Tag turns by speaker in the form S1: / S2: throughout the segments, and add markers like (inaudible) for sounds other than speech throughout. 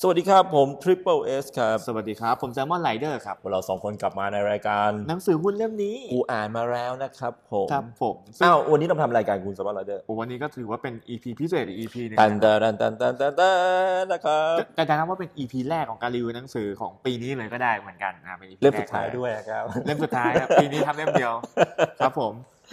S1: สวัสดีครับผม Triple S ครับ
S2: สวัสดีครับ ผมแซมมอนไ i เดอร์ครับ
S1: พวกเราสองคนกลับมาในรายการ
S2: หนังสือหุ้นเล่มนี้
S1: กูอ่านมาแล้วนะครับผม
S2: ครับผมซึ่ง
S1: อ้าววันนี้ต้องทำรายการคุณสมบัติไรเดอร์
S2: โอ้วันนี้ก็ถือว่าเป็น EP พิเศษอีก EP หนึง
S1: ตันตันตันตันตันตันนะครับ
S2: แต่แต่จะนับว่าเป็น EP แรกของการรีวิวหนังสือของปีนี้เลยก็ได้เหมือนกันนะเป็น EP
S1: เล่มสุดท้ายด้วยนะครับ
S2: เล่มสุดท้าย
S1: (laughs)
S2: ครับ ปีนี้ทำเล่มเดียวครับผม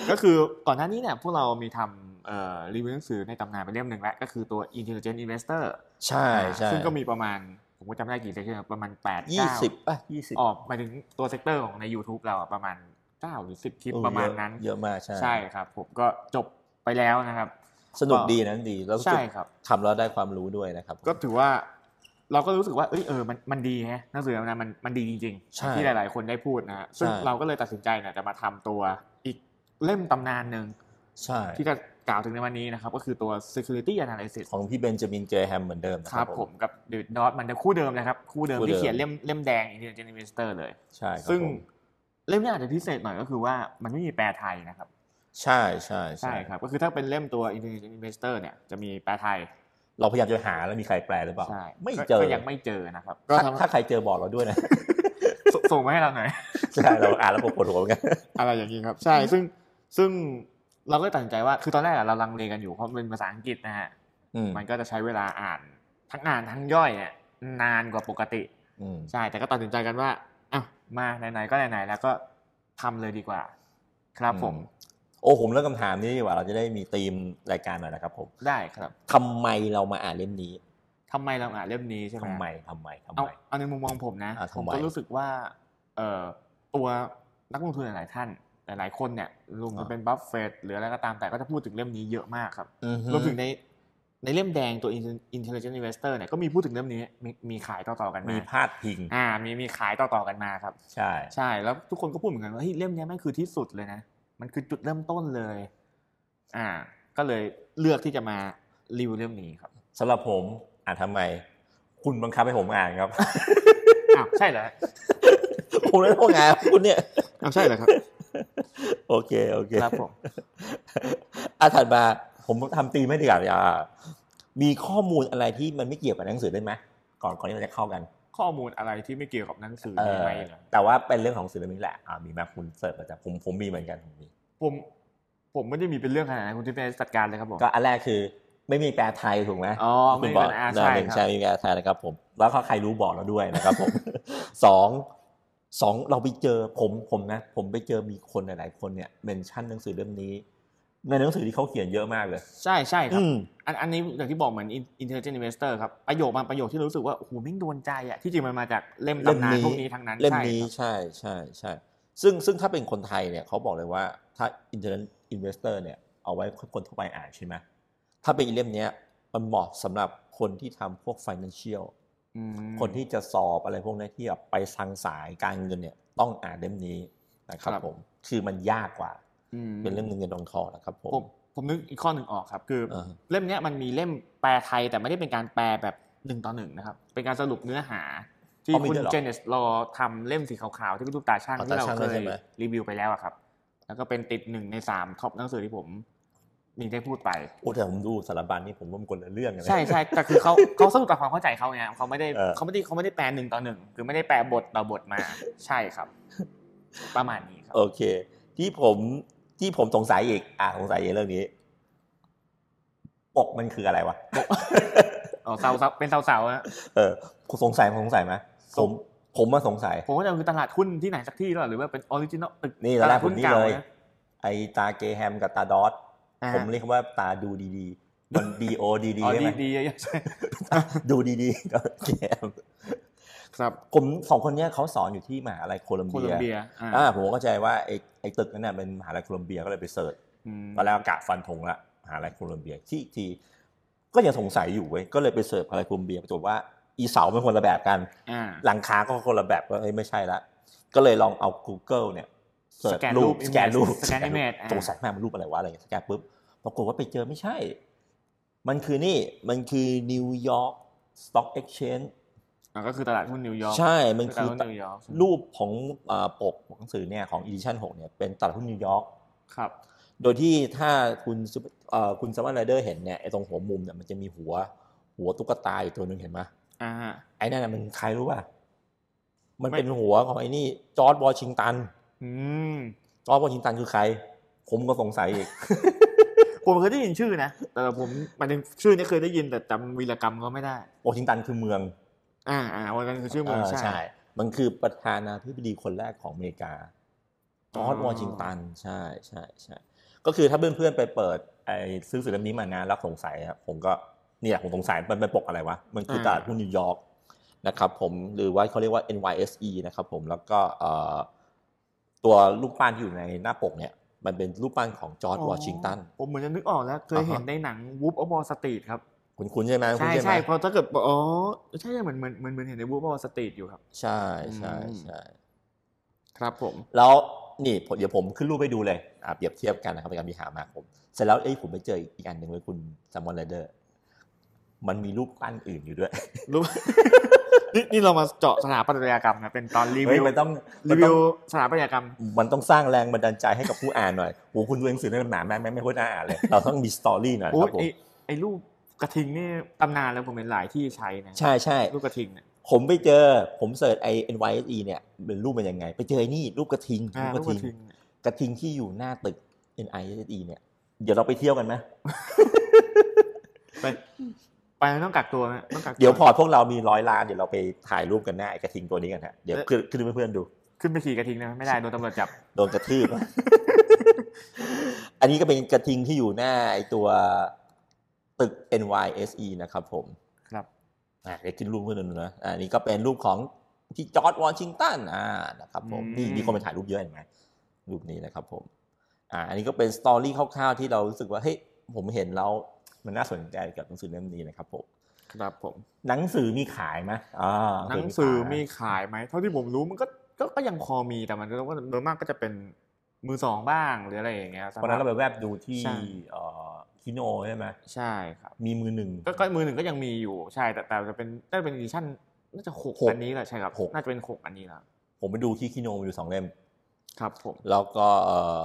S2: ก็คือก่อนหน้านี้เนี่ยพวกเรามีทำเอ่อรีวิวหนังสือในตำนานไปเล่มหนึ่งแล้วก็คือตัว Intelligent Investor
S1: ใช่ใช่
S2: ซึ่งก็มีประมาณ ผมก็จำไม่ได้กี่เซกเตอร์ครับประมาณ8
S1: ยี่สิบ
S2: 9
S1: ป่ะยี่สิบ
S2: ออกหมายถึงตัวเซกเตอร์ของใน YouTube เราอะประมาณ 9 หรือ 10 คลิปประมาณนั้น
S1: เยอะมากใช่
S2: ใช่ครับ ผมก็จบไปแล้วนะครับ
S1: สนุกดีนะดีแล้วรู้สึ
S2: ใช่
S1: ก
S2: ครับ
S1: ทำแล้วได้ความรู้ด้วยนะครับ
S2: ก็ถือว่าเราก็รู้สึกว่าเอ้ยเออมันมันดีแฮะหนังสือเล่มนั้นมันมันดีจริง
S1: ใช่
S2: ๆที่หลาย ๆ คนได้พูดนะฮะซึ่ง
S1: ใช่
S2: เราก็เลยตัดสินใจเนี่ยจะมาทำตัวอีกเล่มตำนานหนึ่ง
S1: ใช่
S2: ที่จะกล่าวถึงในวันนี้นะครับ ก็คือตัว security analysis
S1: ของพี่เบนจามินเจแฮมเหมือนเดิมนะ
S2: ค
S1: ค
S2: รั
S1: รั
S2: บบ ผ
S1: ผม ม
S2: กับเดวิดดอทมันจะคู่เดิมนะครับ คู่เดิม
S1: คู่เดิม
S2: ที่เขียนเล่มเล่มแดง intelligent investor เลย
S1: ใช่ครับ
S2: ซึ่ง
S1: ผม
S2: เล่มนี้อาจจะพิเศษหน่อยก็คือว่ามันไม่มีแปลไทยนะครับ
S1: ใช่ใช่
S2: ใช่
S1: ใช่
S2: ครับ ก็คือถ้าเป็นเล่มตัว intelligent investor เนี่ยจะมีแปลไทย
S1: เราพยายามจะหาแล้วมีใครแปลหรือเปล่า
S2: ใช่
S1: ไม่
S2: ก็
S1: เจอ
S2: ก็ยังไม่เจอนะครับก็
S1: ถ้า
S2: ทำ
S1: ถ้าใครเจอบอกเราด้วยนะ
S2: สส่งมาให้เราหน่อย
S1: ใช่เราอ่านแล้วปวดหัวเหมือนกัน
S2: อะไรอย่างนี้ครับ ใช่ ซึ่งซึ่งเราก็เลยตัดสินใจว่าคือตอนแรกอะเราลังเลกันอยู่เพราะมันเป็นภาษาอังกฤษนะฮะ
S1: อืม
S2: มันก็จะใช้เวลาอ่านทั้งอ่านทั้งย่อยเนี่ยนานกว่าปกติ
S1: อืม
S2: ใช่ แต่ก็ตัดสินใจกันว่าอ่ะมาไหนๆก็ไหนๆแล้วก็ทำเลยดีกว่า ครับผม
S1: โอ้ผมเรื่องคำถามนี้ดีกว่าเราจะได้มีธีมรายการหน่อยนะครับผม
S2: ได้ครับ
S1: ทำไมเรามาอ่านเล่มนี้
S2: ทำไมเราอ่านเล่มนี้ใช่ไหม
S1: ทำไมทำไมทำ
S2: เอา
S1: ไม
S2: เอาในมุมมองผมนะ
S1: อ่ะทำไม
S2: ผมก็รู้สึกว่าเอ่อตัวนักลงทุนหลายๆท่านหลายๆคนเนี่ยรวมกันเป็นบัฟเฟตหรืออะไรก็ตามแต่ก็จะพูดถึงเล่มนี้เยอะมากครับ
S1: อือฮึ
S2: รวมถึงในในเล่มแดงตัว intelligent investor เนี่ยก็มีพูดถึงเล่มนี้มีมีขายต่อๆกันมา
S1: มีพาดพิง
S2: อ่ามีมีขายต่อๆกันมาครับ
S1: ใช่
S2: ใช่แล้วทุกคนก็พูดเหมือนกันว่าเฮ้ยเล่มเนี้ยแม่งคือที่สุดเลยนะ มันคือจุดเริ่มต้นเลย อ่า ก็เลยเลือกที่จะมารีวิวเล่มนี้ครับ
S1: สำหรับผมอ่านทำไม คุณบังคับให้ผมอ่านครับ (laughs)
S2: อ้าวใช่เหรอ
S1: ผมเลยต้องอ่านคุณเนี่ย
S2: อ้าวใช่เหรอครับ
S1: โอเคโอเค
S2: ครับผม
S1: อ่ะถัดมาผมทำธีมให้ดีกว่าอ่ามีข้อมูลอะไรที่มันไม่เกี่ยวกับหนังสือได้ไหมก่อนก่อนที่เราจะเข้ากัน
S2: ข้อมูลอะไรที่ไม่เกี่ยวกับหนังสือ
S1: เอ
S2: มี
S1: อ
S2: ไหมเหรอ
S1: แต่ว่าเป็นเรื่องของศิลปินแหละอ่ามีมาคุณเสิร์ฟมาจากผมผมมีเหมือนกันผมมี
S2: ผม ผมไม่ได้มีเป็นเรื่องขนาดนั้นคุณที่เป็นจัดการเลยครับผม
S1: ก็อันแรกคือไม่มีแปลไทยถูกไหม
S2: อ๋อ
S1: คุ
S2: ไม่
S1: ณ
S2: ได้
S1: บอก
S2: เป็นอา
S1: ห
S2: ใช่
S1: นึ่ง
S2: ค
S1: ใช่
S2: รับ
S1: ไม่มีแปลไทยนะครับผมแล้วถ้าใครรู้บอกเราด้วยนะครับผ
S2: (laughs)
S1: ม สองสองเราไปเจอผมผมนะ ผมไปเจอมีคนหลายๆคนเนี่ยเมนชั่นหนังสือเล่มนี้ ในหนังสือที่เขาเขียนเยอะมากเลย
S2: ใช่ใช่ครับ
S1: อืม
S2: อันอันนี้อย่างที่บอกเหมือน intelligent investor ครับ ประโยคบางประโยคที่รู้สึกว่า โอ้โหแม่งโดนใจอะที่จริงมันมาจากเล่มตำนานพวกนี้ทั้งนั้น
S1: เล่ม
S2: ใช่
S1: นี้
S2: ครับ
S1: ใช่ใช่ใช่ซึ่งซึ่งถ้าเป็นคนไทยเนี่ยเขาบอกเลยว่าถ้า internet investor เนี่ยเอาไว้ให้คนทั่วไปอ่านใช่ไหมถ้าเป็นเล่มเนี้ยมันเหมาะสำหรับคนที่ทำพวก financial
S2: อืม
S1: คนที่จะสอบอะไรพวกนี้ที่แบบไปทางสายการเงินเนี่ยต้องอ่านเล่มนี้นะครับผม คือมันยากกว่า
S2: อืม
S1: เป็นเรื่องเงินเงินทองทองนะครับผม
S2: ผมผมนึกอีกข้อหนึ่งออกครับ คือ
S1: เออ
S2: เล่มเนี้ยมันมีเล่มแปลไทยแต่ไม่ได้เป็นการแปลแบบหนึ่งต่อหนึ่งนะครับ เป็นการสรุปเนื้อหา ที่
S1: อ๋อมี
S2: คุณ
S1: ด้วยเหรอ
S2: เจเนสรอทำเล่มสีขาวๆ ที่เป็นรูปตาช่าง
S1: อ๋อ
S2: ที่เรา
S1: ตาชั่ง
S2: เค
S1: ด้วย
S2: ย
S1: ใช่ไหม
S2: รีวิวไปแล้วอะครับ แล้วก็เป็นติดหนึ่งในสามท็อปหนังสือที่ผมมีได้พูดไป
S1: โอ้แต่ผมดูสารบัญนี่ผมว่ามันคนละเรื่องกันเลย
S2: ใช่ใช่แต่คือเขา (laughs) เขาสรุปตามความเข้าใจเขาไงเขาไม่ได้
S1: เออ
S2: เขาไม่ได้เขาไม่ได้แปลหนึ่งต่อหนึ่งคือไม่ได้แปลบทต่อบทมา ใช่ครับ ประมาณนี้ครับ
S1: โอเค ที่ผมที่ผมสงสัยอีก อ่ะสงสัยอีกเรื่องนี้ ปกมันคืออะไรวะ
S2: อ๋อเสาเสาเป็นเสาเสาอะ
S1: เออคุณสงสัยผมสงสัยไหม
S2: ส
S1: ผ
S2: ง
S1: มผมมาสงสัย
S2: ผมว่าจะคือตลาดหุ้นที่ไหนสักที่หรอเปล่าหรือว่าเป็นออริจินอลตึก
S1: นี่
S2: ต
S1: ตอนแร
S2: ลาด
S1: กผ
S2: หุ้
S1: ม
S2: น
S1: นี่
S2: เก่า
S1: เลย
S2: นะ
S1: ไอตาเกแฮมกับตาดอท
S2: อ่า
S1: ผมเรียกว่าตาดูดีๆมันดีโอดีดี
S2: อ๋อ
S1: ใช่
S2: ดี
S1: ไหม
S2: ดีใช่
S1: (laughs) ดูดีๆก็แกม
S2: ครับ
S1: กลุ่มสองคนเนี้ยเขาสอนอยู่ที่มหาลัยโคลัม
S2: โค
S1: เบี
S2: ลั
S1: ย
S2: มเบียอ่า
S1: อ่าผมก็เข้าใจว่าไอ้ไอ้ตึกนั้นน่ะเป็นมหาลัยโคลัมเบียก็เลยไปเสิร์ช
S2: อืม
S1: ตอนแรกกะฟันธงละมหาลัยโคลัมเบียที่อีกทีก็ยังสงสัยอยู่เว้ยก็เลยไปเสิร์ชมหาลัยโคลัมเบียปรากฏว่าอีเสาเป็นคนละแบบกัน
S2: อ่า
S1: หลังคาก็คนละแบบก็เอ้ยไม่ใช่ละก็เลยลองเอา Google เนี่ยเสิร์ช
S2: สแกนรู
S1: รู
S2: ป
S1: ปสแกนรูป
S2: image สแกน image อ่า
S1: สงสัยมากมันรูปอะไรวะอะไรอย่างเงี้ยสแกนปุ๊บปรากฏว่าไปเจอไม่ใช่ มันคือนี่มันคือนิวยอร์กสต็อกเอ็กชแน
S2: อ่าก็คือตลาดหุ้นนิวยอร์ก
S1: ใช่ มัน
S2: ตลา
S1: คือ
S2: ดหุ้นนิวยอร์ก
S1: รูปของอ่าปกหนังสือเนี่ยของอีดิชั่น6เนี่ยเป็นตลาดหุ้นนิวยอร์ก
S2: ครับ
S1: โดยที่ถ้าคุณ Super- เอ่อคุณซัมมอนไรเดอร์เห็นเนี่ยไอ้ตรงหัวมุมเนี่ยมันจะมีหัวหัวตุ๊กตาอยู่ตัวหนึ่งเห็นไหม
S2: อ่าฮะ
S1: ไอ้นั่นนะมันใครรู้ป่ะ มัน
S2: ไม่
S1: เป็นหัวของไอ้นี่จอร์ดวอชิงตัน
S2: อืม
S1: จอร์ดวอชิงตันคือใคร ผมก็สงสัยอีก
S2: ผมเคยได้ยินชื่อนะแต่ผมหมันชื่อนี้เคยได้ยินแต่จำวีรกรรมเขาไม่ได้
S1: วอชิงตันคือเมือง
S2: อ่าอ่าวันนั้นคือชื่อเมือง
S1: เออ
S2: ใช่
S1: มันคือประธานาธิบดีคนแรกของอเมริกา จอร์ด
S2: อ๋อ
S1: วอชิงตัน ใช่ใช่ใช่ก็คือถ้าเพื่อนๆไปเปิดไอ้ซื้อสื่อเล่มนี้มานะแล้วสงสัยครับผมก็เนี่ยผมสงสัยมันเป็นปกอะไรวะ มันคือตลาดหุ้นนิวยอร์กนะครับผมหรือว่าเขาเรียกว่า NYSE นะครับผมแล้วก็เอ่อตัวรูปปั้นที่อยู่ในหน้าปกเนี่ย มันเป็นรูปปั้นของจอร์ดวอชิงตัน
S2: ผมเหมือนจะนึกออกแล้ว เคยเห็น
S1: อ่าฮะ
S2: ในหนังวูฟออฟวอลสตรีทครับ
S1: คุณคุณใช่ไหมคุณ
S2: ใช่
S1: ใช่ไห
S2: ใช่
S1: ม
S2: เพราะถ้าเกิดบอกอ๋อใช่ใช่เหมือนเหมือนเหมือนเหมือนเห็นในวูฟออฟวอลสตรีทอยู่ครับ
S1: ใช่ใช่
S2: อืม
S1: ใช่
S2: ครับผม
S1: แล้วนี่ผมเดี๋ยวผมขึ้นรูปไปดูเลยอ่ะเปรียบเทียบกันนะครับในการมีหามาผมเสร็จแล้วเอ้ยผมไปเจออีกอันหนึ่งเลยคุณซัมมอนไรเดอร์มันมีรูปปั้นอื่นอยู่ด้วย
S2: รู้ (laughs) นี่นี่เรามาเจาะสถาปัตยกรรมนะเป็นตอนรี
S1: เฮ้ย
S2: วิว
S1: มันต้อง
S2: รีวิ
S1: มัน
S2: ว
S1: ต้อง
S2: สถาปัตยกรรม
S1: มันต้องสร้างแรงบันดาลใจให้กับผู้อ่านหน่อยโหคุณดูหนังสือเล่มหนาแม่งแม่งไม่ค่อยน่าอ่านเลย เราต้องมีสตอรี่หน่อย
S2: โอ้
S1: ค
S2: ย
S1: รับผม
S2: ไอไอรูปกระทิงนี่ตำนานแล้วผมเห็นหลายที่ใช้นะ
S1: ใช่ใช่
S2: รูปกระทิงเนี่ย
S1: ผมไปเจอผมเสิร์ชไอ NYSE เนี่ยเป็นรูปมันยังไง ไปเจอไอ้นี่รูปกระทิง
S2: อ่ารูปกระทิงเนี่ย
S1: กระทิงที่อยู่หน้าตึก NISE เนี่ยเดี๋ยวเราไปเที่ยวกันไหม
S2: ไปไปไม่ต้องกักตัวนะต้องกักตั
S1: เดี๋ยวพอพวกเรามีร้อยล้านเดี๋ยวเราไปถ่ายรูปกันหน้าไอ้กระทิงตัวนี้กันฮะเดี๋ยวขึ้นขึ้นให้เพื่อนๆดู
S2: ขึ้นไปขี่กระทิงนะไม่ได้โดนตำรวจจับ
S1: โดนกระทืบ (laughs) อันนี้ก็เป็นกระทิงที่อยู่หน้าไอ้ตัวตึก NYSE นะครับผม
S2: ครับ
S1: อ่ะเดี๋ยวขึ้นรูปเพื่อนๆดูนะอะอันนี้ก็เป็นรูปของที่จอร์ดวอชิงตันอ่านะครับผมนี่
S2: อืม
S1: มีคนไปถ่ายรูปเยอะเห็นไหมรูปนี้นะครับผม อ่า อันนี้ก็เป็นสตอรี่คร่าวๆที่เรารู้สึกว่าเฮ้ยผมเห็นแล้วมันน่าสนใจกับหนังสือเล่มนี้นะครับผม
S2: ครับผม
S1: หนังสือมีขายไหมอ่า
S2: หนังสือ
S1: ขาย
S2: มีขายไหมเท่าที่ผมรู้มันก็ก็ก็ยังพอมีแต่มันก็โดยมากก็จะเป็นมือสองบ้างหรืออะไรอย่างเงี้ยครับ
S1: วันนั้นเราไปแวบดูที่
S2: ใช่
S1: เอ่อคิโนใช่ไหม
S2: ใช่ครับ
S1: มีมือหนึ่ง
S2: ก็ก็มือหนึ่งก็ยังมีอยู่ใช่แต่แต่จะเป็นน่าจะเป็นอีดิชั่นน่าจะหก
S1: หก
S2: อันนี้แหละใช่ครับ
S1: หก
S2: น่าจะเป็นหกอันนี้แหละ
S1: ผมไปดูที่คิโนมีอยู่สองเล่ม
S2: ครับผม
S1: แล้วก็เอ่อ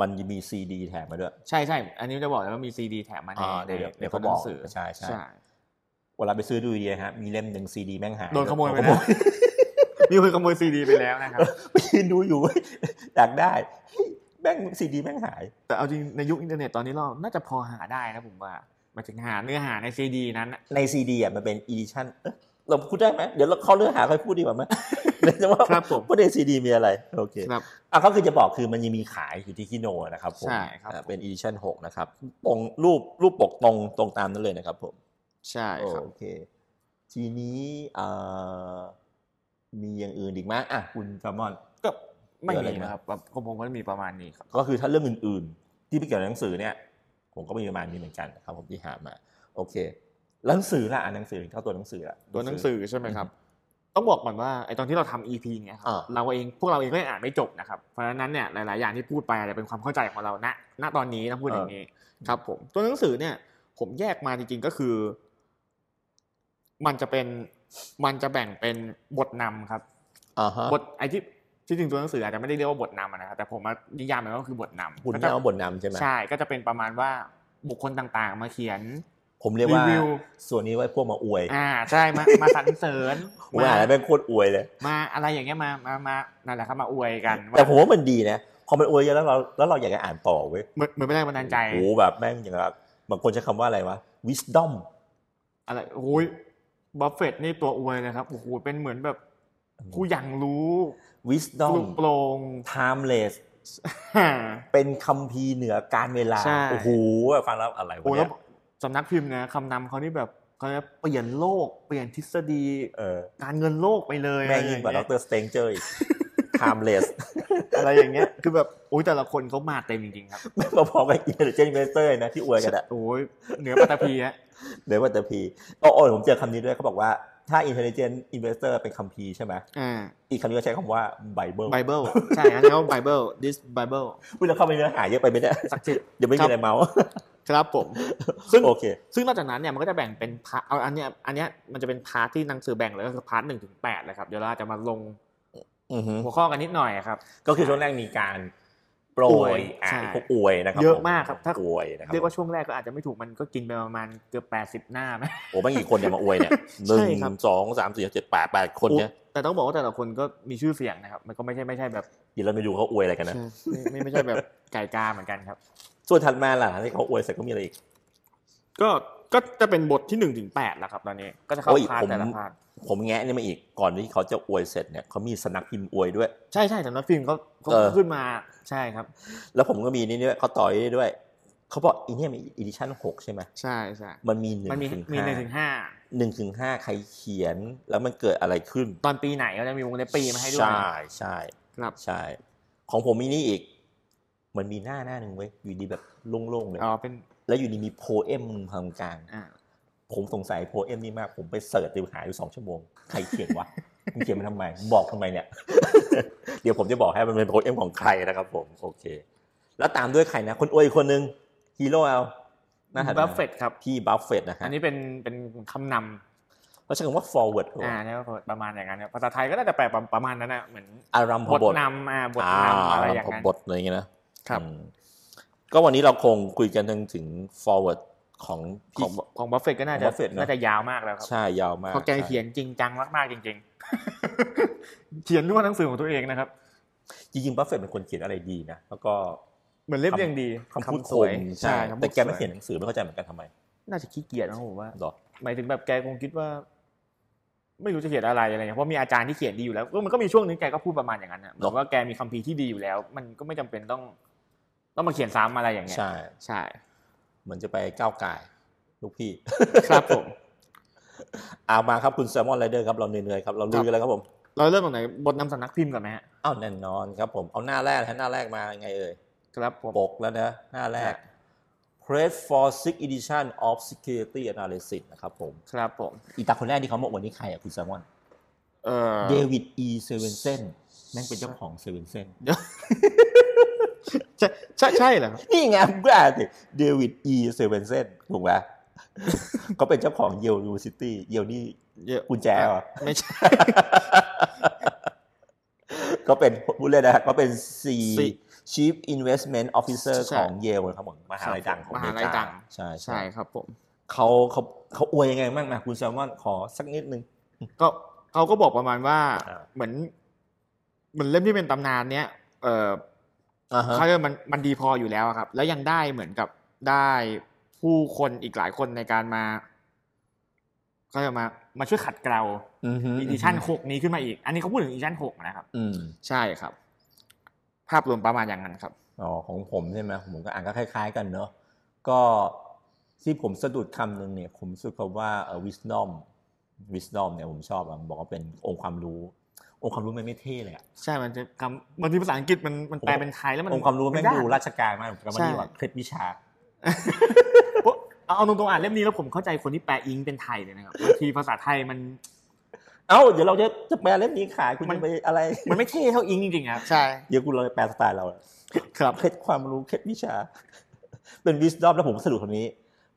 S1: มันมีซีดีแถมมาด้วย
S2: ใช่ใช่อันนี้จะบอกเลยว่ามีซีดีแถมมาใน
S1: อ่าเดี๋ยวเดี๋ยว
S2: ใน
S1: เดี๋ยว
S2: ตั
S1: เขาบอก
S2: หนังสือ
S1: ใช่ใช่
S2: ใช่
S1: เวลาไปซื้อดูดีนะฮะมีเล่มหนึ่งซีดีแม่งหาย
S2: โดนขโมยไป
S1: ผม
S2: แล้ว มีคนขโมยซีดีไปแล้วนะครับ
S1: ไปยืนดูอยู่ (laughs) อยากได้เฮ้ยแม่งซีดีแม่งหาย
S2: แต่เอาจริงในยุคอินเทอร์เน็ตตอนนี้เราน่าจะพอหาได้นะผมว่าหมายถึงหาเนื้อหาในซีดีนั้นน่ะ
S1: ในซีดีอ่ะมันเป็นอีดิชั่นเราพูดได้ไหมเดี๋ยวเราเข้าเรื่องหาค่อยพูดดีกว่าไหมเดี๋ยวจะว่า
S2: ครับผม
S1: ว่าในซีดีมีอะไรโอเค
S2: ครับ
S1: อ่ะก็คือจะบอกคือมันยังมีขายอยู่ที่คิโนนะครับผม
S2: ใช่ครับ
S1: อ่ะเป็น edition 6 นะครับตรงรูปรูปปกตรงตรงตามนั้นเลยนะครับผม
S2: ใช่ครับ
S1: โอเค ทีนี้เอ่อมีอย่างอื่นอีกไหมอ่ะคุณแซลมอน
S2: ก็ไม่
S1: เดี๋ยวอะไร
S2: มี
S1: นะ
S2: นะครับแบบของผมก็มีประมาณนี้ครับ
S1: ก็คือถ้าเรื่องอื่นๆ ที่ไม่เกี่ยวกับหนังสือเนี่ย ผมก็มีประมาณนี้เหมือนกันนะครับผมที่หามา โอเคแล้วหนังสือล่ะอ่านหนังสือเข้าตัวหนังสือล่ะ
S2: ตัวหนังสือใช่ไหมครับ ต้องบอกก่อนว่าไอตอนที่เราทำ EP เนี้ยครั
S1: อ่า
S2: บเราเองพวกเราเองก็ยังอ่านไม่จบนะครับ เพราะฉะนั้นเนี่ยหลาย ๆ อย่างที่พูดไปอาจจะเป็นความเข้าใจของเราณณตอนนี้นะพูดอย่างนี้ครับ ผมตัวหนังสือเนี่ย ผมแยกมาจริง ๆ ก็คือ มันจะเป็นมันจะแบ่งเป็นบทนำครับ
S1: อ่าฮะ
S2: บทไอที่ที่จริงตัวหนังสืออาจจะไม่ได้เรียกว่าบทนำอะนะครับแต่ผมมานิยามมันก็คือบทนำ
S1: คุณ
S2: ก็
S1: แม่
S2: จะ
S1: เอาบทนำใช่ไหม
S2: ใช่ก็จะเป็นประมาณว่าบุคคลต่างๆ มาเขียน
S1: ผมเรียกว่า
S2: รีวิว
S1: ส่วนนี้ไว้พวกมาอวย
S2: อ่าใช่มามาสรรเสริญ
S1: (laughs) ผมอ่านแล้วแม่งโคตรอวยเลย
S2: มาอะไรอย่างเงี้ยมามามานั่นแหละครับมาอวยกันว่า
S1: แต่ผมว่ามันดีนะ พอมันอวยเยอะแล้วเราแล้วเราอยากจะอ่านต่อเว้ย
S2: เหมือนเหมือนเป็นแรงบันดาลใจ
S1: โอ้โหแบบแม่งอย่างแบบบางคนใช้คำว่าอะไรวะ wisdom
S2: อะไรโอ้ยบัฟเฟตนี่ตัวอวยนะครับโอ้โหเป็นเหมือนแบบผู้ยังรู้ป
S1: wisdom
S2: ลุกโปรง
S1: (laughs) timeless เป็นคัมภีร์เหนือการเวลา
S2: ใช่
S1: โอ้โหฟังแล้วอะไรวะ
S2: โอ้ยแล้
S1: เนี่
S2: วย สำนักพิมพ์นะคำนำเขานี่แบบเขาจะเปลี่ยนโลก เปลี่ยนทฤษฎี
S1: เออ
S2: การเงินโลกไปเลย
S1: แม่งยิ่งกว่าดรสเตงเจออีก timeless (laughs)
S2: อะไรอย่างเงี้ย คือแบบโอ้ยแต่ละคนเขามาเต็มจริงๆครับ
S1: แม่งพอๆกับ intelligent investor นะที่อวยกันอะ
S2: โอ้ยเหนือปาตพีฮะ
S1: เดี๋ยวว่าแต่พีโอ้โอ้ผมเจอคำนี้ด้วยเขาบอกว่าถ้า intelligent investor เป็นคัมภีร์ใช่ไหม
S2: อ่า
S1: อีกคำนี้ก็ใช้คำว่า bible
S2: ไบเบิลใช่ครับแล้วไบเบิล this bible
S1: อุ๊ยเราเข้าไปเนื้อหาเยอะไปไหมเนี่ย
S2: ศักดิ์สิทธิ์
S1: เดี๋ยวไม่
S2: ค
S1: มี
S2: รับ
S1: อะไรเมาส์
S2: ครับผม ซึ่ง
S1: โอเค
S2: ซึ่งนอกจากนั้นเนี่ยมันก็จะแบ่งเป็นพาร์ทเอาอันเนี้ยอันเนี้ยมันจะเป็นพาร์ทที่หนังสือแบ่งเลยก็คือพาร์ทหนึ่งถึงแปดเลยครับ เดี๋ยวเราจะมาลง
S1: อือฮึ
S2: หัวข้อกันนิดหน่อยครับ
S1: ก็คือช่วงแรกมีการ โปร
S2: อวย ย
S1: อ่ะ
S2: ใช่
S1: พวกอวยนะครับ
S2: เยอะ
S1: ผม
S2: ากครับถ้า
S1: อวยนะครับ
S2: เรียกว่าช่วงแรกก็อาจจะไม่ถูกมันก็กินไปประมาณเกือบ 80 หน้าไหม
S1: โอ้ไม่กี่คนเนี่ยมาอวยเนี่ยหนึ่
S2: ใช่ครับ
S1: งสองสามสี่ห้าเจ็ดแปดแปดคนเนี่ย
S2: แต่ต้องบอกว่าแต่ละคนก็มีชื่อเสียงนะครับ มันก็ไม่ใช่ไม่ใช่แบบ
S1: เดี๋ยวเราไปดูเขาอวยอะไรกันนะ
S2: ไม่ไม่ไม่ใช่แบบไก่กาเหมือนกันครับ
S1: ส่วนถัดมาล่ะที่เขาอวยเสร็จก็มีอะไรอีก
S2: ก็ก็จะเป็นบทที่1นถึงแแล้วครับตอนนี้ก็จะเข้า
S1: โอ้ย
S2: พาร์ท
S1: ผม
S2: แต่ละพาร์ท
S1: ผมแงะนี่มาอีกก่อนที่เขาจะอวยเสร็จเนี่ยเขามีสำนักพิมพ์อวยด้วย
S2: ใช่ใช่สำนักฟิล์มเขาเขา
S1: เออ
S2: ขึ้นมาใช่ครับ
S1: แล้วผมก็มีนี่ด้วยเขาต่อยด้วยเขาบอกอีเนี่ยมีอีดิชั่นหกใช่ไหม
S2: ใช่ใช่
S1: มันมีหนึ่
S2: มัน
S1: ง
S2: มี
S1: ถึง
S2: มีห
S1: ห้า
S2: นึ่งถึงห้า
S1: หนึ่งถึงห้าใครเขียน แล้วมันเกิดอะไรขึ้น
S2: ตอนปีไหนก็จะมีวงเล็บปีมาให้ด้วย
S1: ใช่ใช่
S2: ครับ
S1: ใช่ ของผมมีนี่อีก มันมีหน้าหน้าหนึ่งเว้ยอยู่ดีแบบโล่งๆเลย
S2: อ๋อเป็น
S1: แล้วอยู่ดีมีโพเอมมึงพังกลาง
S2: อ่า
S1: ผมสงสัยโพเอมนี่มาก ผมไปเสิร์ชดูหาอยู่สองชั่วโมง ใครเขียนวะ (laughs) มึงเขียนมันทำไมมึงบอกทำไมเนี่ย (laughs) เดี๋ยวผมจะบอกให้มันเป็นโพเอมของใครนะครับผม โอเค แล้วตามด้วยใครนะคนอวยอีกคนนึงฮีโร่เอาหน้าถัดมา
S2: บัฟเฟตครับ
S1: พี่บัฟเฟตนะ
S2: อั
S1: ฮะ
S2: นนี้เป็นเป็นคำน
S1: เขาใช้คำว่า forward
S2: ำอ่าเนี่ยประมาณอย่างนั้นครับภาษาไทยก็น่าจะแปลประมาณนั้นนะเหมือน
S1: อารัมพ
S2: บท
S1: บท
S2: นำอ่าบท
S1: อ่าน
S2: ำอะไรอย่าง
S1: พ
S2: นั้น
S1: บทอะไรอย่างเงี้ยนะครับ อืมก็วันนี้เราคงคุยกันถึงถึง forward ของ
S2: ข
S1: พี่
S2: องของบัฟเฟตก็น่า
S1: ของ
S2: จะ
S1: Buffett เนอะ
S2: น่าจะยาวมากแล้วครับ
S1: ใช่ยาวมาก
S2: เพราะแกเขียนจริงจังมากๆจริง ๆ (laughs) เขียนด้วยหนังสือของตัวเองนะครับ
S1: จริงๆบัฟเฟตเป็นคนเขียนอะไรดีนะแล้วก็
S2: เหมือนเรียบเรียงดี
S1: คำพูดค
S2: สวย
S1: มใช่
S2: คำพูด
S1: แต่แกไม่
S2: สว
S1: เขียนหนังสือไม่เข้าใจเหมือนกันทำไม
S2: น่าจะขี้เกียจนะผมว่า
S1: หรอ
S2: หมายถึงแบบแกคงคิดว่า ไม่รู้จะเขียนอะไรอะไรเงี้ยเพราะมีอาจารย์ที่เขียนดีอยู่แล้วก็มันก็มีช่วงหนึงแกก็พูดประมาณอย่างนั้นนะบอกว่าแกมีคัมภีร์ที่ดีอยู่แล้ว มันก็ไม่จำเป็นต้อง ต้องมาเขียนซ้ำอะไรอย่างเงี้ย
S1: ใช่
S2: ใช่
S1: เหมือนจะไปก้าวไก่ายลูกพี่
S2: ครับผม
S1: (laughs) เอามาครับคุณแซมมอนไรเดอร์ครับเราเหนื่อยๆครับเราลุยกันแล้วครับผม
S2: เราเริ่มตรงไหนบทนำสำนักพิมพ์ก่อนไหมฮะ
S1: อ้าวแน่นอนครับผมเอาหน้าแรกนะหน้าแรกมายังไงเอ่ย
S2: ครับผม
S1: ปกแล้วนะหน้าแรก
S2: ใช่
S1: Press for Six Edition of Security Analysis นะครับผม
S2: ครับผม
S1: อีตาคนแรกที่เขามาอวดนี่ใครอ่ะคุณแซมมอน
S2: เออ
S1: เดวิด E. เซเวนเซนแม่งเป็นเจ้าของเซเวนเซน
S2: ใช่ใช่ใช่เหรอครับ
S1: นี่ไงกูอ่านสิเดวิด E. เซเวนเซนถูกไหม เขาเป็นเจ้าของเยล University เยลนี่
S2: เยอะ
S1: กุญแจเหรอ
S2: ไม่ใช่
S1: ก็เป็นพูดเลยนะก็เป็น C
S2: C
S1: Chief Investment Officer
S2: ใช่
S1: ของเยลนะครับผมมหาลัยดังของอเม
S2: มหาลัย
S1: ริ
S2: ดั
S1: กาง ใช่
S2: ใช่
S1: ใช่
S2: ครับผม
S1: เขาเขาเขาอวยยังไงบ้างนะคุณแซลมอนขอสักนิดนึง
S2: ก็เขาก็บอกประมาณว่า
S1: อ่า
S2: เหมือนเหมือนเล่มที่เป็นตำนานเนี้ยเออ
S1: อ่าฮะ
S2: เขาเรียกว่ามันมันดีพออยู่แล้วอะครับ แล้วยังได้เหมือนกับได้ผู้คนอีกหลายคนในการมาก็จะมามาช่วยขัดเกลา
S1: อือฮึ
S2: อีดิชั่นหกนี้ขึ้นมาอีก อันนี้เขาพูดถึงอีดิชั่นหกนะครับ
S1: อืม
S2: ใช่ครับ ภาพรวมประมาณอย่างนั้นครับ
S1: อ๋อของผมใช่ไหมผมก็อ่านก็คล้าย ๆ กันเนอะก็ที่ผมสะดุดคำหนึ่งเนี่ย ผมสะดุดคำว่าเอ่อ wisdom wisdom เนี่ยผมชอบอะบอกว่าเป็นองค์ความรู้ องค์ความรู้มันไม่เท่เลยอะ
S2: ใช่มันจะคำบางทีภาษาอังกฤษมันมันแปลเป็นไทยแล้วมัน
S1: องค์ความรู้แม่ง
S2: นยก
S1: ดูราชการมากผมกำลัง
S2: ใช่
S1: นี่ว่าเคล็ดวิชา
S2: เพราะเอาเอาตรงๆอ่านเล่มนี้แล้วผมเข้าใจคนที่แปลอิงเป็นไทยเลยนะครับบางทีภาษาไทยมัน
S1: เอ้า เดี๋ยวเราจะจะแปลเล่มนี้ขายคุณ
S2: มัน
S1: จะไปอะไร
S2: มันไม่เท่เท่าอิงจริงๆครับใช่
S1: เดี๋ยวคุณเราจะแปลสไตล์เรา
S2: ครับ
S1: เคล็ดความรู้เคล็ดวิชา (laughs) เป็น wisdom แล้วผมสรุปคนนี้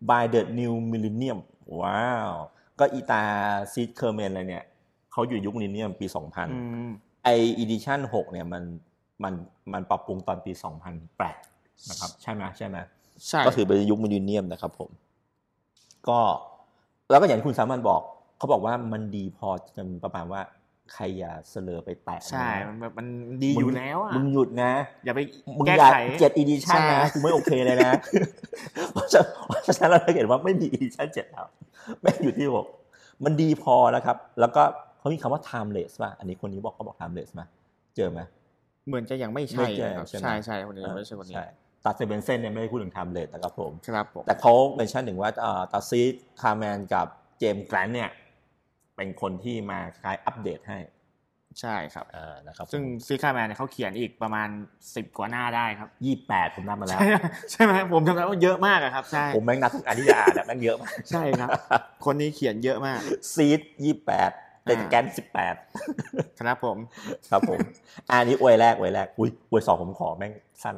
S1: by the new millennium ว้าว ก็อีตาซีดเคอร์เมนอะไรเนี่ยเขาอยู่ยุคมิลเลนเนียมปี
S2: อื
S1: 2000
S2: ม
S1: ไอ edition 6เนี่ยมันมันมันปรับปรุงตอนปี 2008 นะครับ ใช่ไหมใช่ไหม
S2: ใช่
S1: ก็ถือเป็นยุคมิลเลนเนียมนะครับผม ก็แล้วก็อย่างที่คุณสามัญบอก เขาบอกว่ามันดีพอจะประมาณว่าใครอย่าเสลอไปแตะ
S2: ใช่
S1: นะ
S2: มันมันดีอยู่แล้วอ่ะ
S1: มึงหยุดนะ
S2: อย่าไป
S1: มึง
S2: แก้
S1: อยาก
S2: ไข
S1: เจ็ดอีดิชั่นนะ
S2: ใช่
S1: กูไม่โอเคเลยนะ (laughs) เพราะฉะเพราะฉะนั้นเราจะเห็นว่าไม่มีอีดิชั่นเจ็ดแล้วไม่งอยู่ที่หกมันดีพอแล้วครับ แล้วก็เขามีคำว่า timeless ป่ะอันนี้คนนี้บอกเขาบอก timeless ไหมเจอไหม
S2: เหมือนจะยังไม่
S1: ไม่
S2: ใช่
S1: ใช่
S2: นะครับ
S1: ใช่ไหม
S2: ใช่ใช่คนนี้ยังไม่ใช่คนนี้
S1: ใช่ตัดเซเบนเซนเนี่ยไม่ได้พูดถึง timeless นะครับผม
S2: ครับผม
S1: แต่เขาเมนชั่นถึงว่าเอ่อตาซีคาร์แมนกับเจมส์แกรนท์เนี่ย เป็นคนที่มาคล้ายอัปเดตให้
S2: ใช่ครับ
S1: อ่านะครับ
S2: ซึ่งซีคาแมนเนี่ยเขาเขียนอีกประมาณสิบกว่าหน้าได้ครับ
S1: ยี่แปดผมนับมาแล้ว
S2: ใช่ใช่ไหม (laughs) ผมจำได้ว่าเยอะมากอะครับใช่
S1: ผมแม่งนับทุกอันที่จะอ่านอะแม่งเยอะมาก
S2: ใช่
S1: (laughs)
S2: ครับ คนนี้เขียนเยอะมาก
S1: ซีดยี่แปดเจม
S2: อ่า
S1: ส์แกรนสิบแปด
S2: ครับผม
S1: ครับผม อันนี้อวยแรกอวยแรกอุ้ยอวยสองผมขอแม่งสั้น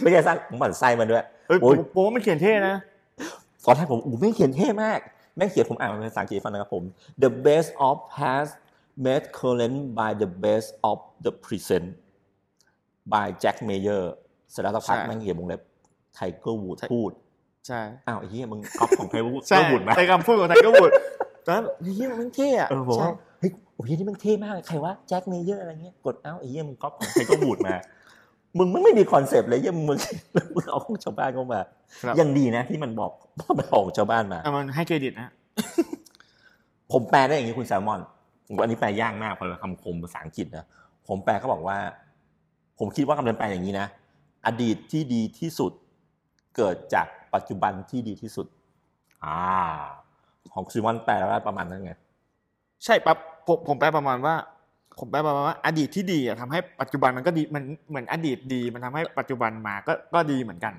S1: ไม่ใช่สั้นผมหมั่นไส้มันด้วย
S2: เอ้ย
S1: โอ้ย
S2: ผมผมว่ามันเขียนเท่นะ
S1: ตอนแรกผมอู้แม่งเขียนเท่มาก แม่งเขียนผมอ่านมันเป็นภาษาอังกฤษฟังนะครับผม the best of past made current by the best of the present by Jack Mayer เสร็จแล้วสักพัก
S2: ใช่
S1: แม่งเขียนวงเล็บไทเกอร์วูดพูด
S2: ใช่
S1: อ้าวไอ้เหี้ยมึงก๊อปของไทเกอร์วูด
S2: ใช่
S1: วูดนะ
S2: ไอ้คำพูดของไทเกอร์วูด (laughs) ตอนนั้นเฮียมันเท่อะ
S1: เออผม
S2: ใช่
S1: ว่าเฮ้ยโอ้ยนี่มันเท่มากเลยใครวะแจ็คเมเยอร์อะไรเงี้ยกดเอ้าไอ้เหี้ยมึงก๊อปของไทเกอร์วูดมา มึงไม่ไม่มีคอนเซปต์เลยเหี้ยมึงมึงมึงเอาของชาวบ้านเข้ามา
S2: ครับ
S1: ยังดีนะที่มันบอกบอกมันเอาของชาวบ้านมา
S2: อ่ะมันให้เครดิตนะ
S1: ผมแปลได้อย่างนี้คุณแซลมอนผมอันนี้แปลยากมากเพราะเป็นคำคมภาษาอังกฤษนะผมแปลเขาบอกว่า ผมคิดว่ากำลังแปลอย่างนี้นะ อดีตที่ดีที่สุด เกิดจากปัจจุบันที่ดีที่สุด อ่า ของคุณแซลมอนแปลว่าประมาณนั้นไง
S2: ใช่ปั๊บผมผมแปลประมาณว่า ผมแปลประมาณว่าอดีตที่ดีอะทำให้ปัจจุบันมันก็ดีมันเหมือนอดีตดีมันทำให้ปัจจุบันมาก็ก็ดีเหมือนกัน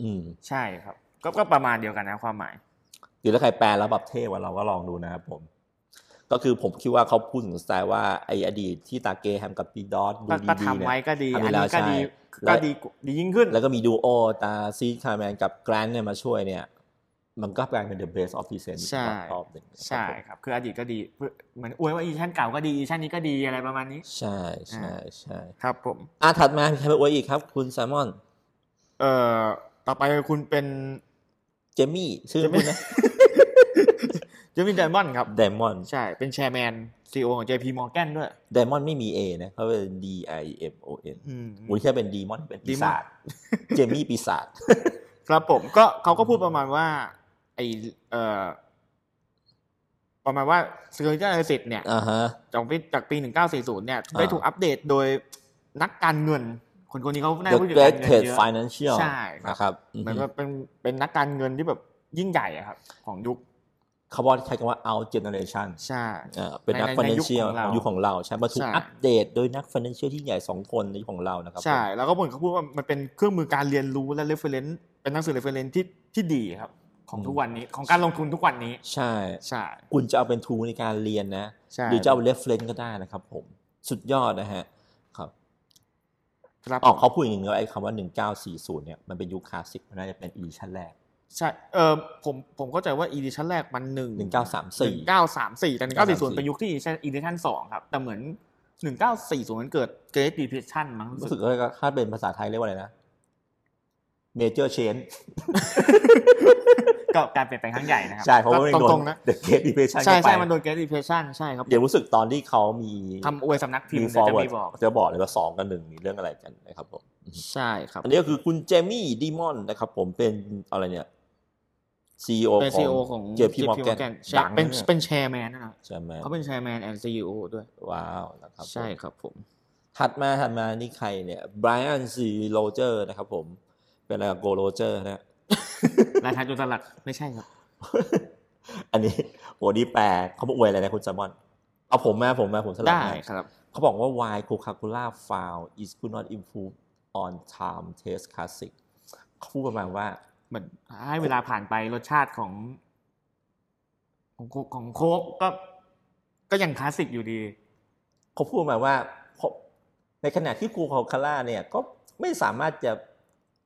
S1: อืม
S2: ใช่ครับ ก็ก็ประมาณเดียวกันนะความหมาย
S1: หรือถ้าใครแปลแล้วแบบเท่กว่าเราก็ลองดูนะครับผม ก็คือผมคิดว่าเขาพูดถึงสไตล์ว่าไออดีตที่ตาเกแฮมกับปีดอสดู
S2: ก็
S1: ดี
S2: ก็
S1: ๆ
S2: ทำ
S1: เนี่ย
S2: ไว้ก็ดี
S1: ทำไว้
S2: อัน
S1: แล้
S2: นี้
S1: วใช่
S2: ก็ดี
S1: แล้ว
S2: ก็ดีดียิ่งขึ้น
S1: แล้วก็มีดูโอตาซีดคาร์แมนกับแกรนเนี่ยมาช่วยเนี่ย มันก็กลายเป็น the best of present
S2: ใช่
S1: อีกรอบหนึ่ง
S2: ใช่ครับ คืออดีตก็ดีเหมือนอวยว่าอีชั่นเก่าก็ดีอีชั่นนี้ก็ดีอะไรประมาณนี้
S1: ใช่ใช่ใช่
S2: ครับผม
S1: อ่ะถัดมามีใครไปอวยอีกครับ คุณแซมมอน
S2: เอ่อต่อไปคุณเป็น (laughs)
S1: เจมี่ ชื่อคุณนะ
S2: เจมี่ไดมอนด์ครับ
S1: เดมอน
S2: ใช่ เป็นแชร์แมนซีอของ JP Morgan ด้วย
S1: เดมอนไม่มี A นะเขาเป็น D I M O N
S2: อืม
S1: อุ้ยแค่เป็นดีมอนเป็นปีศาจเจมี่ปีศาจ (laughs)
S2: ครับผมก็เขาก็พูดประมาณว่า ไอเอ่อประมาณว่าเซอร์เจอร์สิทธิ์เนี่ย
S1: อ่าฮะ
S2: จากปีจากปี 1940 เนี่ย ได้
S1: อ่า
S2: ถูกอัปเดตโดยนักการเงิน คนคนนี้เขาน่า
S1: The
S2: พูดถึงการ
S1: Great
S2: เงิน
S1: Trade
S2: เยอะ
S1: Financial
S2: ใช่ครับ
S1: นะครับอือ
S2: เหมือน
S1: ฮึ
S2: ว่าเป็นเป็นนักการเงินที่แบบยิ่งใหญ่อะครับ ของยุค
S1: เขาบอกใช้คำว่า out generation
S2: ใช่
S1: อ่าเป็นนัก
S2: ในในในยุค
S1: financial
S2: ของเรา
S1: ยุคของเราใช่มาถูก
S2: ใช่
S1: อัปเดตโดยนัก financial ที่ใหญ่ 2 คนในยุคของเรานะครับ
S2: ใช่ แล้วก็บนเขาพูดว่ามันเป็นเครื่องมือการเรียนรู้และ reference เป็นหนังสือ reference ที่ที่ดีครับ ของทุกวันนี้ของการลงทุนทุกวันนี้
S1: ใช่
S2: ใช่
S1: คุณจะเอาเป็นทูในการเรียนนะ
S2: ใช่
S1: หรือจะเอา reference ก็ได้นะครับผม สุดยอดนะฮะครับ
S2: ครับ
S1: ออกเขาพูดอย่างหนึงแล้วไอ้คำว่า 1940 เนี่ย มันเป็นยุคคลาสสิกมันน่าจะเป็น edition แรก
S2: ใช่เออผมผมเข้าใจว่า edition แรกมันหนึ่ง
S1: 1934
S2: เก้าสามสี่แต่หนึ่งเก้าสี่ศูนย์เป็นยุคที่ edition edition สองครับ แต่เหมือนหนึ่งเก้าสี่ศูนย์มันเกิด great depression มั้งรู้
S1: รู้
S2: สึ
S1: สึ
S2: ก
S1: กว่าถ้าเป็นภาษาไทยเรียกว่าอะไรนะ major change
S2: ก็การเปลี่ยนแปลงครั้งใหญ่นะครั
S1: ใช่เพราะว่า
S2: ก็
S1: มันโด
S2: ต
S1: น
S2: รงๆนะ
S1: the great depression
S2: ใช่
S1: เข้าไป
S2: ใช่มันโดน great depression ใช่ครับ
S1: เดี๋ยวรู้สึกตอนที่เขามี
S2: ทำอวยสำนักพิม
S1: มี
S2: พ์เดี๋ยว
S1: forward
S2: จะมีบอก
S1: จะบอกเลยว่าสองกับหนึ่งมีเรื่องอะไรกันนะครับผม
S2: ใช่ครับ
S1: อันนี้ก็คือคุณเจมี่ดีมอนนะครับผมเป็นอะไรเนี่ย CEO
S2: เป็น
S1: ข
S2: ซีโอ
S1: อง
S2: ของ
S1: JP Morgan
S2: ใช่
S1: ดังนะ
S2: เป็น
S1: เนี่ย
S2: เป็นแชร์แมนนะครับ
S1: ใช่ไหม
S2: เขาเป็นแชร์แมนแอนด์ซีโอด้วย
S1: ว้าวนะครับผม
S2: ใช่ครับผม
S1: ถัดมาถัดมานี่ใครเนี่ยไบรอันซีโรเจอร์นะครับผม เป็นอะไรโกโรเจอร์นะ (laughs)
S2: รายทานจุลลัดไม่ใช่ครับ
S1: อันนี้โหนี่แปลเขาบอกอวยอะไรนะคุณแซมมอน เอาผมมาผมมาผมสลับ
S2: ได้
S1: มา
S2: ครับ
S1: เขาบอกว่า why Coca-Cola found is could not improve on time taste classic เขาพูดประมาณว่า
S2: เหมือนให้เวลาผ่านไปรสชาติของ ของโคของโค้กก็ ก็ยังคลาสสิกอยู่ดี
S1: เขาพูดมาว่าเพราะในขณะที่กูคาคาร่าเนี่ยก็ไม่สามารถจะ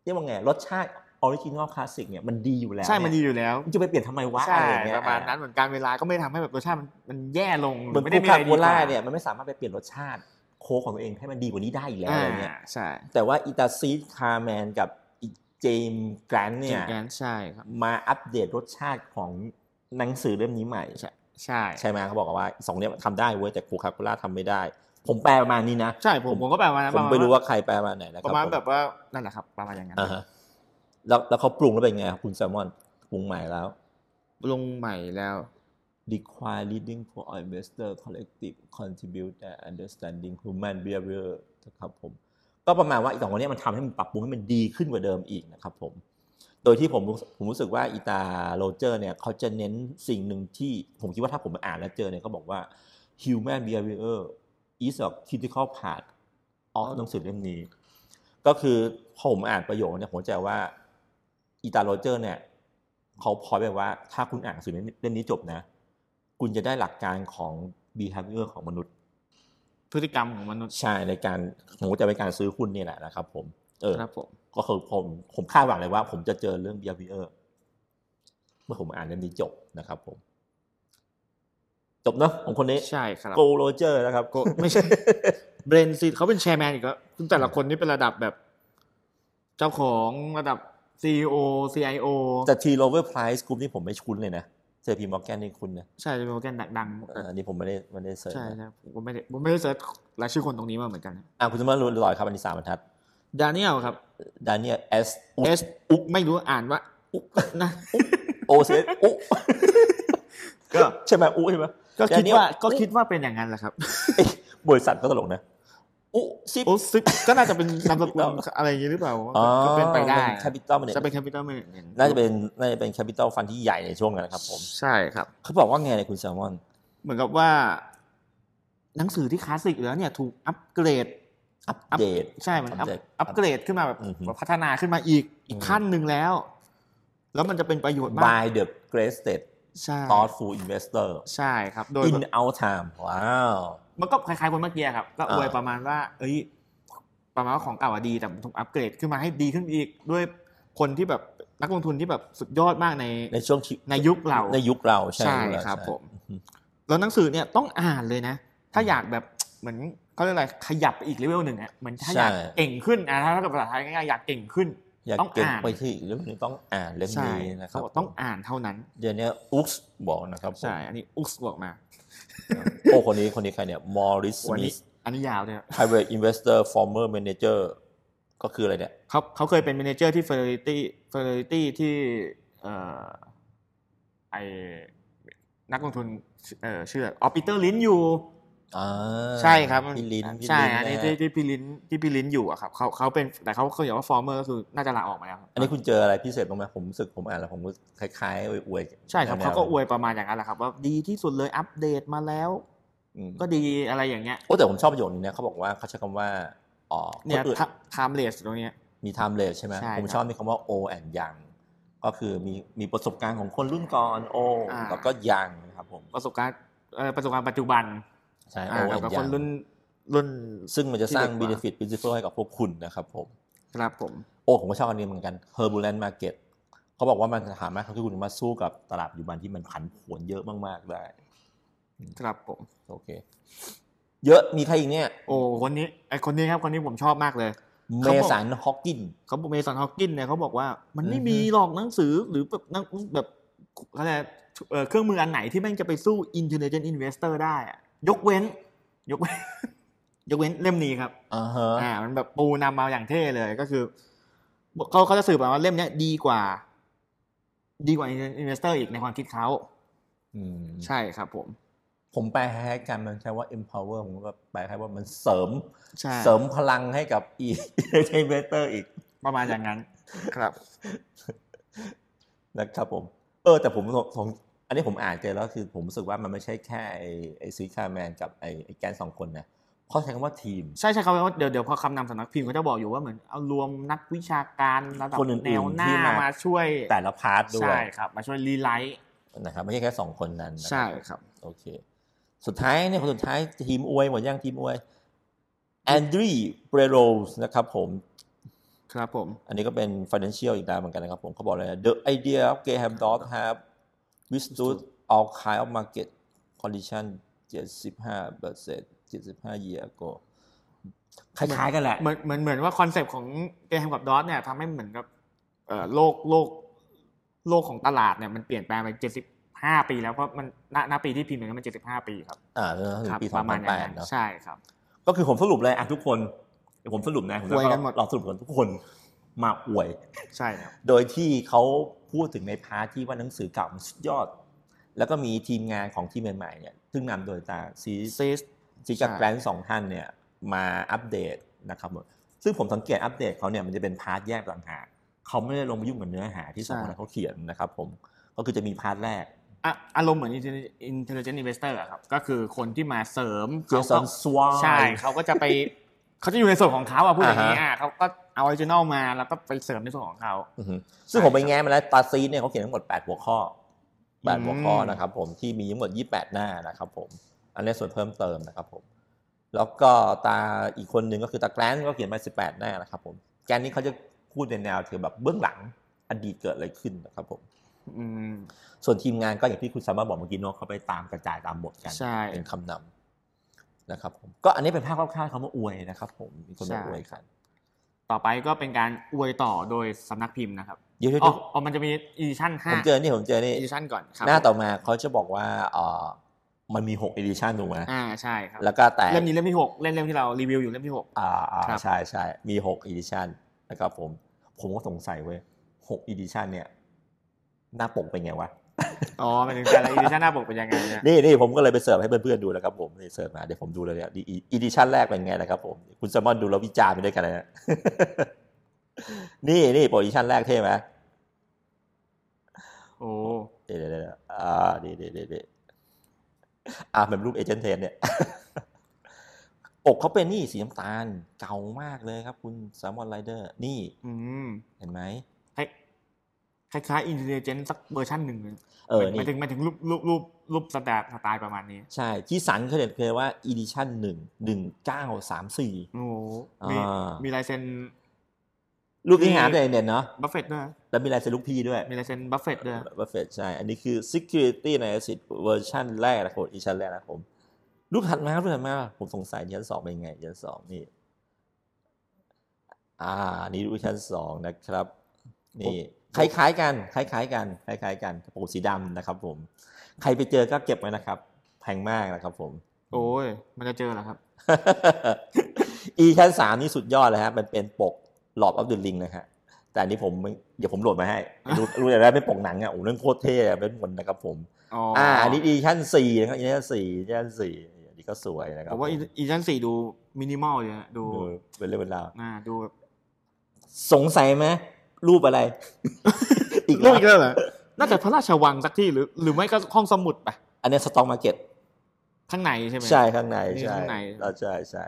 S1: เรียกว่าไงรสชาติออริจินอลคลาสสิกเนี่ยมันดีอยู่แล้ว
S2: ใช่มันดีอยู่แล้ว
S1: มันจะไปเปลี่ยนทำไมวะ
S2: ใช่
S1: อะไรอย่างเงี้ย
S2: ประมาณนั้นเหมือนการเวลาก็ไม่ทำให้แบบรสชาติมันมันแย่ลง
S1: เหมือน
S2: ไม่
S1: กู
S2: ได้มี
S1: คา
S2: อะไรดี
S1: โคาร่าเนี่ยมันไม่สามารถไปเปลี่ยนรสชาติโค้กของตัวเองให้มันดีกว่านี้ได้อีกแล้ว
S2: อ่า
S1: อะไรเงี้ย
S2: ใช่
S1: แต่ว่าอิตาซีดคาร์แมนกับอีเจมส์แกรนท์
S2: จริ
S1: เนี่ย
S2: งกันใช่ครับ
S1: มาอัปเดตรสชาติของหนังสือเล่มนี้ใหม่
S2: ใช่ ใช่
S1: ใช่ไหมเขาบอกว่าสองเนี่ยทำได้เว้ยแต่กูคาโคาร่าทำไม่ได้ ผมแปลประมาณนี้นะ
S2: ใช่ผมผมก็แปลว่านั้น
S1: ผม
S2: ณ
S1: ไม่รู้ว่าใครแปลมาไหนนะค
S2: ป
S1: รับ
S2: ระมาณ
S1: ผม
S2: แบบว่านั่นแหละครับ ประมาณอย่างนั้น
S1: อ่าฮะแล้วแล้วเขาปรุงแล้วเป็นไงครับคุณแซลมอนปรุงใหม่แล้ว
S2: ลงใหม่แล้ว
S1: require leading for all investor collective contribute their understanding human behavior นะครับผม ก็ประมาณว่าอีกสองคนเนี้มันทำให้มันปรับปรุงให้มันดีขึ้นกว่าเดิมอีกนะครับผม โดยที่ผมรู้ผมรู้สึกว่าอีตาโรเจอร์เนี่ยเขาจะเน้นสิ่งหนึ่งที่ผมคิดว่าถ้าผมอ่านแล้วเจอเนี่ยเขาบอกว่า human behavior is a critical part of หนังสือเล่มนี้ ก็คือพอผมอ่านประโยคเนี่ยผมเข้าใจว่าอีตาโรเจอร์เนี่ยเขาพอยไปว่าถ้าคุณอ่านหนังสือเล่มนี้จบนะ คุณจะได้หลักการของ behavior ของมนุษย์
S2: พฤติกรรมของมนุษย์
S1: ใช่ในการผมจะเป็นการซื้อหุ้นเนี่ยแหละนะครับผมเออ
S2: ครับผม
S1: ก็คือผมผมคาดหวังเลยว่าผมจะเจอเรื่อง behavior เมื่อผมอ่านเล่มนี้จบนะครับผม จบเนาะของคนนี้
S2: ใช่ครั
S1: (laughs)
S2: บ
S1: โกโรเจอร์นะครับ
S2: ไม่ใช่ เบรนซีเขาเป็นแชร์แมนอีกแล้วซึ่งแต่ละคนนี่เป็นระดับแบบ เจ้าของระดับ CEO CIO
S1: แต่ทีโรเวอร์ไพรซ์กลุ่มนี้ผมไม่คุ้นเลยนะเจอพีมอร์แกนนี่คุ้นนะ
S2: ใช่เป็นโปรแกรมดัง
S1: เอออันนี้ผมไม่ได้ไม่ได้เสิร์ช
S2: ๆใช่
S1: นะ
S2: ใช่ผมก็ไม่ได้ผมไม่ได้เสิร์ชรายชื่อคนตรงนี้มาเหมือนกัน
S1: อ่ะคุณสมบัติรู้ลอยครับอันนี้สามบรรทัด
S2: ดานิเอลครับ
S1: ดานียเอส
S2: เอสอุกไม่รู้อ่านว่าอุกนะ
S1: โอเซอุ
S2: (laughs) ก็
S1: ใช่ไหมอุใช่ไหม
S2: ก็คิดว่า
S1: Daniel
S2: ก็คิดว่าเป็นอย่างนั้นแหละครับ
S1: บริษัทก็ตลกนะอุซิป
S2: โอ้ซึกก็น่าจะเป็นนามสกุลอะไรอย่างนี้หรือเปล่าก็เป็นไปได้
S1: แคปิตอลมัน
S2: จะเป็นแคปิตอลเมนเมน
S1: น่าจะเป็นน่าจะเป็นแคปิตอลฟันที่ใหญ่ในช่วงนั้นนะครับผม
S2: ใช่ครับ
S1: เขาบอกว่าไงเนี่ยคุณแซลมอน
S2: เหมือนกับว่า หนังสือที่คลาสสิกอยู่แล้วเนี่ย ถูกอัปเกรด
S1: อัปเดต
S2: ใช่มันอัพ
S1: Update
S2: อัปเกรดขึ้นมาแบบ
S1: อือฮึ
S2: พัฒนาขึ้นมาอีกอีก
S1: อืม
S2: ขั้นหนึ่งแล้ว แล้วมันจะเป็นประโยชน์มาก
S1: by the greatest
S2: ใช่
S1: thoughtful investor
S2: ใช่ครับ โดย
S1: in our time ว้าว
S2: มันก็คล้ายๆคนเมื่อกี้ครับ ก็
S1: อ่า
S2: อวยประมาณว่า เอ้ย ประมาณว่าของเก่าอะดี แต่มันถูกอัปเกรดขึ้นมาให้ดีขึ้นอีก ด้วยคนที่แบบนักลงทุนที่แบบสุดยอดมากใน
S1: ในช่วงชีวิต
S2: ในยุคเรา
S1: ในยุคเราใช่
S2: ใช่
S1: ยุเา
S2: ครับ
S1: ใช่
S2: ผม
S1: อือฮึ
S2: แล้วหนังสือเนี่ยต้องอ่านเลยนะ ถ้าอยากแบบเหมือนเขาเรียกอะไรขยับไปอีกเลเวลหนึ่งอ่ะเหมือนถ้าอยากเก่งขึ้นอ่ะถ้ากับภาษาไทยง่ายๆอยากเก่งขึ้น
S1: อยาก
S2: ต้อง
S1: เก็บ
S2: อ่าน
S1: ไปที่อีกเรื่องหนึงต้องอ่านเล่ม
S2: ใช่
S1: นี้นะค
S2: เขา
S1: รับ
S2: บอกต้องอ่านเท่านั้น
S1: เดี๋ยวนี้อุ๊กบอกนะครับผม
S2: ใช่ อันนี้อุกส์บอกมา
S1: โอ้คนนี้คนนี้ใครเนี่ย Morris
S2: วันนี้
S1: Smith
S2: อันนี้ยาวเนี่ย
S1: private investor former manager ก็คืออะไรเนี่ย
S2: เขาเขาเคยเป็น m ม n นเจอร์ที่เฟอร์ริตี้เฟอร์ริตี้ที่เอ่อไอนักลงทุนเอ่อชื่อออปีเตอร์ลินอยู่
S1: อ่า
S2: ใช่ครับ
S1: พี่ลินพี่
S2: ใช่
S1: ลิ้
S2: อันนี้
S1: ะฮะ
S2: ที่ที่พี่ลินที่พี่ลินอยู่อะครับเขาเขาเป็นแต่เขาเขาเรียกว่าฟอร์เมอร์ก็คือน่าจะลาออกมาแล้วครับ
S1: อันนี้คุณเจออะไรพิเศษบ้างไหมผมรู้สึกผมอ่านแล้วผมรู้สึกคล้ายๆอวยๆ
S2: ใช่ครับ
S1: แนวๆ
S2: เขาก็อวยประมาณอย่างนั้นแหละครับว่าดีที่สุดเลยอัปเดตมาแล้ว
S1: อืม
S2: ก็ดีอะไรอย่างเงี้ย
S1: โอ้แต่ผมชอบประโยคนี้นะเขาบอกว่าเขาใช้คำว่าอ๋อค
S2: เนี่ย
S1: นอื่น
S2: ไทม์เลสตรงเนี้ย
S1: มี timeless ใช่ไหม
S2: ใช่ครับ
S1: ผมชอบมีคำว่า o and young ก็คือมีมีประสบการณ์ของคนรุ่นก่อน o
S2: อ่า
S1: แล้วก็ young นะครับผม
S2: ประสบการณ์เอ่อประสบการณ์ปัจจุบัน
S1: ใช่ o
S2: อ่า
S1: and
S2: กับคน
S1: young
S2: รุ่นรุ่น
S1: ซึ่งมันจะสร้าง
S2: ที่เด็กกว่า
S1: benefit principle ให้กับพวกคุณนะครับผม
S2: ครับผม
S1: โอ้ผมก็ชอบอันนี้เหมือนกัน turbulent market เขาบอกว่ามันสามารถทำให้คุณมาสู้กับตลาดปัจจุบันที่มันผันผวนเยอะมากๆได้
S2: ครับผม
S1: โอเค เยอะมีใครอีกเนี่ย
S2: โอ้คนนี้ไอคนนี้ครับคนนี้ผมชอบมากเลย
S1: เม
S2: เขาบอก
S1: สันฮอกกิน
S2: เขาบอกเมสันฮอกกินเนี่ยเขาบอกว่ามันไม่
S1: อือฮึ
S2: มีหรอกหนังสือหรือแบบหนังแบบอะไรยกเอ่อเครื่องมืออันไหนที่แม่งจะไปสู้ intelligent investor ได้อะยกเว้น ยกเว้น (laughs) ยกเว้นเล่มนี้ครับ
S1: อ่าฮะ
S2: อ่ามันแบบปูนำมาอย่างเท่เลยก็คือเขาเขาจะสื่อประมาณว่าเล่มเนี้ยดีกว่า ดีกว่าอินเวสเตอร์อีกในความคิดเขา
S1: อืม
S2: ใช่ครับผม
S1: ผมแปลคล้ายๆกันมันใช้ว่า empower ผมก็แปลคล้ายว่ามันเสริม
S2: ใช่
S1: เสริมพลังให้กับ (laughs) อีเทเบเตอร์อีก
S2: ประมาณอย่างนั้น ครับ
S1: นะครับผม เออ แต่ผมสงสงอันนี้ผมอ่านเจอแล้วคือผมรู้สึกว่ามันไม่ใช่แค่ไอ้ไอ้ซีคาแมนกับไอ้ไอ้แกนสองคนนะเขาใช้คำว่าทีม
S2: ใช่ใช่เขาเดี๋ยวเดี๋ยวพอคำนำสำนักพิมพ์เขาจะบอกอยู่ว่าเหมือนเอารวมนักวิชาการระดับ
S1: คนอื่นๆ
S2: แนวหน้า
S1: ที่มาม
S2: มาช่วย
S1: แต่ละพาร์ทด้ว
S2: ใช่
S1: ย
S2: ครับมาช่วยรีไลท์
S1: นะครับไม่ใช่แค่สองคนนั้นนะครับ
S2: ใช่ครับ
S1: โอเค สุดท้ายเนี่ยคนสุดท้ายทีมอวยหมดยังทีมอวยแอนดรีเบรโรสนะครับผม
S2: ครับผม
S1: อันนี้ก็เป็น financial อีกดาวเหมือนกันนะครับผมเขาบอกเลยนะ the idea of Graham Dodd have withstood all kind of market condition 75 percent 75 year ago คล้ายๆกันแหละ
S2: เหมือนเหมือนเหมือนว่าคอนเซปต์ของเกมกับดอทเนี่ยทำให้เหมือนกับเอ่อโลกโลกโลกของตลาดเนี่ยมันเปลี่ยนแปลงไป 75 ปีแล้วเพราะมันณณปีที่พิมพ์เนี่ยมัน 75 ปีครับ
S1: อ่าถึง
S2: ครับ
S1: ปี
S2: ประมาณอย่างนั้น
S1: 2008เนาะ
S2: ใช่ครับ
S1: ก็คือผมสรุปเลยอ่ะทุกคนเดี๋ยวผมสรุปนะผมจะ
S2: อวยกันหมด
S1: เราสรุปกันทุกคนมาอวย
S2: ใช่ครับ
S1: โดยที่เขาพูดถึงในพาร์ทที่ว่าหนังสือเก่ามันสุดยอด แล้วก็มีทีมงานของทีมใหม่ๆเนี่ยซึ่งนำโดยตาซี
S2: Sis
S1: ซิกกับ
S2: ใช่
S1: แกรนด์สองท่านเนี่ยมาอัปเดตนะครับผมซึ่งผมสังเกตอัปเดตเขาเนี่ยมันจะเป็นพาร์ทแยกต่างหากเขาไม่ได้ลงไปยุ่งกับเนื้อหาที่สองคนนั้นเขาเขียนนะครับผมก็คือจะมีพาร์ทแรก
S2: อ่ะอารมณ์เหมือน Intelligent- intelligent investor อะครับ ก็คือคนที่มาเสริม
S1: เจ
S2: เขา
S1: สั
S2: ก็
S1: นสวาย
S2: ใช่เขาก็จะไป เขาจะอยู่ในส่วนของเขาอะพูดอย่างนี้
S1: อ่าฮะ
S2: อ่ะเขาก็เอาออริจินอลมาแล้วก็ไปเสริมในส่วนของเขา
S1: อือฮึซึ่งผมไปแง้มาแล้วตาซีเนี่ยเขาเขียนทั้งหมด 8 หัวข้อ 8 หัวข้อนะครับผมที่มีทั้งหมด 28 หน้านะครับผม อันนี้ส่วนเพิ่มเติมนะครับผม แล้วก็ตาอีกคนหนึ่งก็คือตาแกรนก็เขียนมา 18 หน้านะครับผมแกนนี่เขาจะพูดในแนวเกี่ยวกับเบื้องหลังอดีตเกิดอะไรขึ้นนะครับผม
S2: อืม
S1: ส่วนทีมงานก็อย่างที่คุณสามารถบอกเมื่อกี้เนาะเขาไปตามกระจายตามบทกัน
S2: ใช่
S1: เป็นคำนำ นะครับผมก็อันนี้เป็นภาพคร่าวๆคำว่าอวยนะครับ ผมมีคนมา
S2: ใช่
S1: อวยกัน
S2: ต่อไปก็เป็นการอวยต่อโดยสำนักพิมพ์นะครับ
S1: เดี๋ยวเดี๋ยว
S2: อ๋อ
S1: เดี๋ยว
S2: อ๋อมันจะมีอีดิชั่นห้า
S1: ผมเจอนี่ผมเจอนี่
S2: อีดิชั่นก่อนครับ
S1: หน้าต่อมาเขาจะบอกว่าเออมันมี6 edition ถูกไหม
S2: อ่าใช่ครับ
S1: แล้วก็แต่
S2: เล่มนี้เล่มที่หกเล่มเล่มที่เรารีวิวอยู่เล่มที่หก
S1: อ่าอ่า
S2: ครับ
S1: ใช่ใช่มี6 edition นะครับผม ผมก็สงสัยเว้ย6 edition เนี่ยหน้าปกเป็นไงวะ
S2: อ๋อหมายถึงแต่ละอีดิชั่นหน้าปกเป็นยังไงเนี่ย
S1: นี่นี่ผมก็เลยไปเสิร์ฟให้เพื่อนๆดูนะครับผมนี่เสิร์ฟมาเดี๋ยวผมดูเลยเนี่ยอีดิชั่นแรกเป็นไงนะครับผมคุณแซมมอนดูแล้ววิจารณ์ไปด้วยกันนะ (laughs) ฮะ นี่นี่โปรดิชั่นแรกเท่ไหม
S2: โอ้
S1: เดี๋ยวเดี๋ยวเดี๋ยวอ่าเดี๋ยวเดี๋ยวเดี๋ยวเดี๋ยวอ่าเป็นรูปเอเจนต์เทนเนี่ย (laughs) อกเขาเป็นนี่สีน้ำตาลเก่ามากเลยครับ คุณแซมมอนไรเดอร์นี่
S2: อืม
S1: เห็นไหม
S2: คล้ายคล้ายอินเทลเจนต์สักเวอร์ชันหนึ่งเลย
S1: เออ
S2: ห
S1: นี่
S2: มายถึงหมายถึงรูปรูปรูปรูปสแตทสไตล์ประมาณนี้
S1: ใช่ที่สันเคยเด็ดเคยว่าอีดิชั่นหนึ่งหนึ่งเก้าสามสี่
S2: โอ้โหมี
S1: อ่ามี
S2: มีลายเซ็น
S1: รูปที่หาได้เด่นๆเนาะ
S2: บัฟเฟตด้วย
S1: แล้วมีลายเซ็นลูกพี่ด้วย
S2: มีลายเซ็นบัฟเฟตด้วย
S1: บัฟเฟตใช่ อันนี้คือ Security Analysis เวอร์ชันแรกนะครับอีชั้นแรกนะครับผมรูปถัดมารูปถัดมา ผมสงสัยชั้นสองเป็นไงชั้นสองนี่ อ่า นี่รูปชั้นสองนะครับ นี่คล้ายๆกัน คล้ายๆ กันคล้ายๆ กันกระโปรงสีดำนะครับผม ใครไปเจอก็เก็บไว้นะครับ แพงมากนะครับผม
S2: โอ้ย มันจะเจอเหรอครับ
S1: (laughs) อีชั้นสามนี่สุดยอดเลยฮะมันเป็นปกหลอบอัพเด r ลิงนะฮะแต่อันนี้ผมไม่เดี๋ยวผมโหลดมาให้รู
S2: (laughs)
S1: ปรูปอะไรกเป็นปกหนังอ่ะโอ้โหเรื่องโคตรเท่อะเป็นคนนะครับผม
S2: อ๋ออ
S1: อ่าอันนี้อีชั้นสี่นะครับอีชั้นสี่อีชั้นสี่อันนี้ก็สวยนะครับ
S2: ผมว่าอีอีชั้นสี่ดูมินิมอลเลยนะดู
S1: ดูเป็นเรื่องเป็นราว
S2: อ่าดูแบบ
S1: สงสัยไหมรูป
S2: (laughs)
S1: อะไร อีกรูป
S2: เยอะเหรอน่าจะพระราชวังสักที่หรือ หรือไม่ก็ห้องสมุดปะ
S1: อันนี้สต็อกมาเก็ต
S2: ข้างในใช่ไหม
S1: ใช่ข้างใน
S2: นี่
S1: ใช่
S2: ข้างใน
S1: อ่าใช่ใช่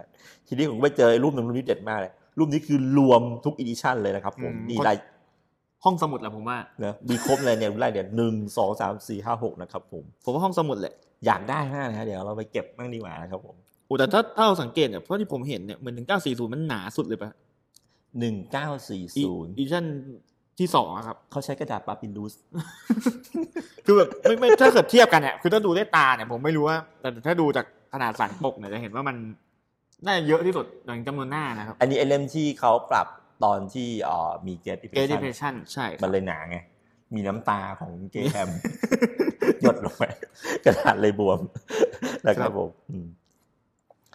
S1: ทีนี้ผมไปเจอรูปหนึ่งรูปนี้เด็ดมากเลย รูปนี้คือรวมทุกอีดิชั่นเลยนะครับผม
S2: อื
S1: มี
S2: คน
S1: ลาย
S2: ห้องสมุดแหละผมว่า
S1: นะมีครบเลยเนี่ย (laughs) ไล่เดี๋ยวหนึ่งสองสามสี่ห้าหกนะครับผม
S2: ผมว่าห้องสมุดแหละ
S1: อยากได้มากนะฮะเดี๋ยวเราไปเก็บบ้างดีกว่านะครับผม
S2: โอ้แต่ถ้าถ้าเราสังเกตเนี่ยเพราะที่ผมเห็นเนี่ยเหมือนถึงเก้าสี่ศูนย์มันหนาสุดเลยปะ
S1: หนึ่งเก้าสี่
S2: อี
S1: ศูนย์
S2: อีชั้นที่สองอะครับ
S1: เขาใช้กระดาษปาปินดูส
S2: คือแบบไม่ไม่ถ้าเกิดเทียบกันเนี่ยคือถ้าดูด้วยตาเนี่ยผมไม่รู้ว่า แต่ถ้าดูจากขนาดสันปกเนี่ยจะเห็นว่ามันน่าจะเยอะที่สุดอย่างจำนวนหน้านะครับ
S1: อันนี้ไอเล่มที่เขาปรับตอนที่เอ่อมีเกต
S2: g a t e d p a t i o n ใช่ค
S1: มั
S2: รับ
S1: นเลยหนาไง มีน้ำตาของเกแฮ (laughs) ม หยดลงไป (laughs) กระดาษเลยบวม (laughs) นะครับผมอืม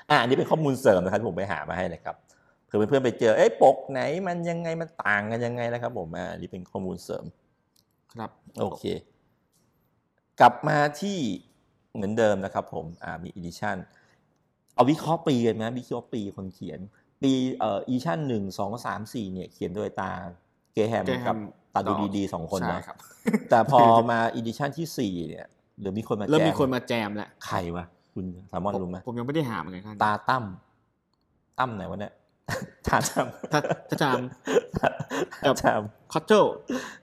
S1: อ่ะอันนี้เป็นข้อมูลเสริมนะครับที่ผมไปหามาให้นะครับเผื่อเพื่อนๆไปเจอเอ้ยปกไหนมันยังไงมันต่างกันยังไงนะครับ ผมอ่ะอันนี้เป็นข้อมูลเสริม
S2: ครับ
S1: โอเค กลับมาที่เหมือนเดิมนะครับผมอ่ามีอีดิชันเอาวิเคราะห์ปีกันนะวิเคราะห์ปีคนเขียน ปีเอ่ออีชันหนึ่งสองสามสี่เนี่ยเขียนโดยตาเกแฮม
S2: เกแฮ
S1: กับ
S2: ม
S1: ตาดูดีๆสองคน
S2: ใช่
S1: นะครับ แต่พอมาอีดิชันที่สี่เนี่ยเดี๋ยวมีคนมา
S2: เริ่ม
S1: แจ้
S2: มี
S1: ง
S2: คนมาแจมแล้ว
S1: ใครวะคุณสามารถรู้ไหม
S2: ผมยังไม่ได้หาเหมือนกันครับ
S1: ตาตั้มตั้มไหนวะเนี่ย (laughs) ตาตั้ม
S2: ถ้าถ้าจาม
S1: ตาตั้ม
S2: คอตเทล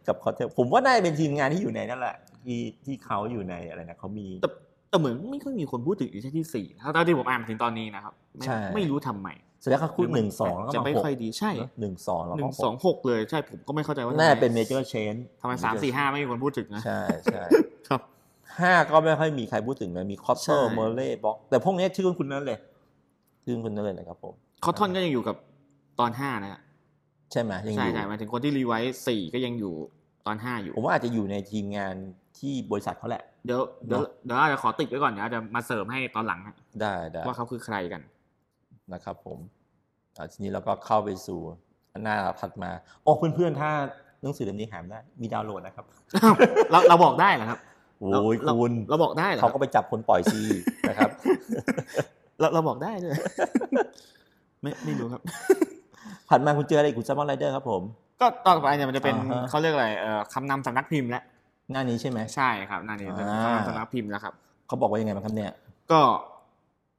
S1: กับคอนเทนต์ผมว่าได้เป็นทีมงานที่อยู่ในนั่นแหละที่ที่เขาอยู่ในอะไรนะเขามี
S2: แต่แต่เหมือนไม่ค่อยมีคนพูดถึงอีชั้นที่สี่ถ้าเท่าที่ผมอ่านถึงตอนนี้นะครับ ไม่
S1: ใช่
S2: ไม่รู้ทำไม
S1: เสร็จแล้วก็คู่หนึ่งสองแล้วก็
S2: จะ
S1: มา
S2: ไม่
S1: หก
S2: ค่อยดีใช่
S1: หนึ่งสองแล้ว
S2: ห
S1: ก็
S2: นึ่งสองหกเลยใช่ผมก็ไม่เข้าใจว่าทำไม
S1: น่าจะเป็นเมเจอร์เชน
S2: ทำไมสามสี่ห้าไม่มีคนพูดถึงนะ
S1: ใช่ใช่
S2: ครับ
S1: ห้าก็ไม่ค่อยมีใครพูดถึงเลยมีคอปเตอ
S2: ใช่
S1: ร์เมอร์เล่บ็อกแต่พวกเนี้ยชื่อคุณนั้นเลยชื่อคุณนั้นเลยนะครับผม
S2: คอตทอนก็ยังอยู่กับตอนห้านะฮะ
S1: ใช่ไหมยังอ
S2: ใช่
S1: ยู่
S2: ใช่หมายถึงคนที่รีไวซ์สี่ก็ยังอยู่ตอนห้าอยู่
S1: ผมว่าอาจจะอยู่ในทีมงานที่บริษัทเขาแหละ
S2: เดี๋ยวเดี๋ยว
S1: เนอะ
S2: เดี๋ยวอาจจะขอติดไว้ก่อนเดี๋ยวอาจจะมาเสริมให้ตอนหลังฮะ
S1: ได้ได้
S2: ว่าเขาคือใครกัน
S1: นะครับผมอ่ะทีนี้เราก็เข้าไปสู่หน้าถัดมาโอ้เพื่อนๆถ้าหนังสือเล่มนี้หาไม่ได้มีดาวน์โหลดนะครับ
S2: เราเราบอกได้เหรอครับ
S1: โอ้ย
S2: เรา
S1: คุณ
S2: เราบอกได้เหรอค
S1: เขา
S2: รับ
S1: ก็ไปจับคนปล่อย
S2: (laughs)
S1: ซีนะครับ
S2: เราเราบอกได้เลย (laughs) ไม่ไม่รู้ครับ
S1: ผ่านมาคุณเจออะไรอีกคุณซัมมอนไรเดอร์ครับผม
S2: ก็ต่อไปเนี่ยมันจะเป็น
S1: อ่าฮะ
S2: เขาเรียกอะไรเอ่อคำนำสำนักพิมพ์แล้ว
S1: หน้านี้ใช่ไหม
S2: ใช่ครับนั่นเอง
S1: อ่า
S2: คำนำสำนักพิมพ์แล้วครับ
S1: เขาบอกว่ายังไงบ้างครับเนี่ย
S2: ก็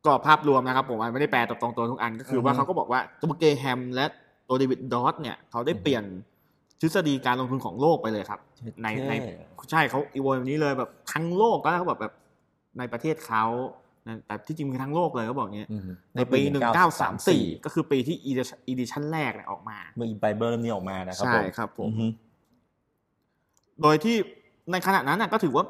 S2: ก็ภาพรวมนะครับ ผมว่าไม่ได้แปลตรงตัวทุกอันก็คือ
S1: อือฮึ
S2: ว่าเขาก็บอกว่าตัวเกแฮมและตัวเดวิดดอสเนี่ยเขาได้
S1: อือฮึ
S2: เปลี่ยนทฤษฎีการลงทุนของโลกไปเลยครับ ในใน
S1: เท่
S2: ใช่เขาอีโวแบบนี้เลยแบบทั้งโลกก็แล้วเขาบอกแบบในประเทศเขานะแต่ที่จริงคือทั้งโลกเลยเขาบอกอย่างเนี้ย
S1: อืม
S2: ในปี 1934 ก็คือปีที่อีดิชั่นแรกเนี่ยออกมา
S1: เมื่ออีไบเบิลเล่มนี้ออกมานะครับผ
S2: ใช่
S1: ม
S2: ครับผม
S1: อือฮึ
S2: โดยที่ในขณะนั้นน่ะก็ถือว่า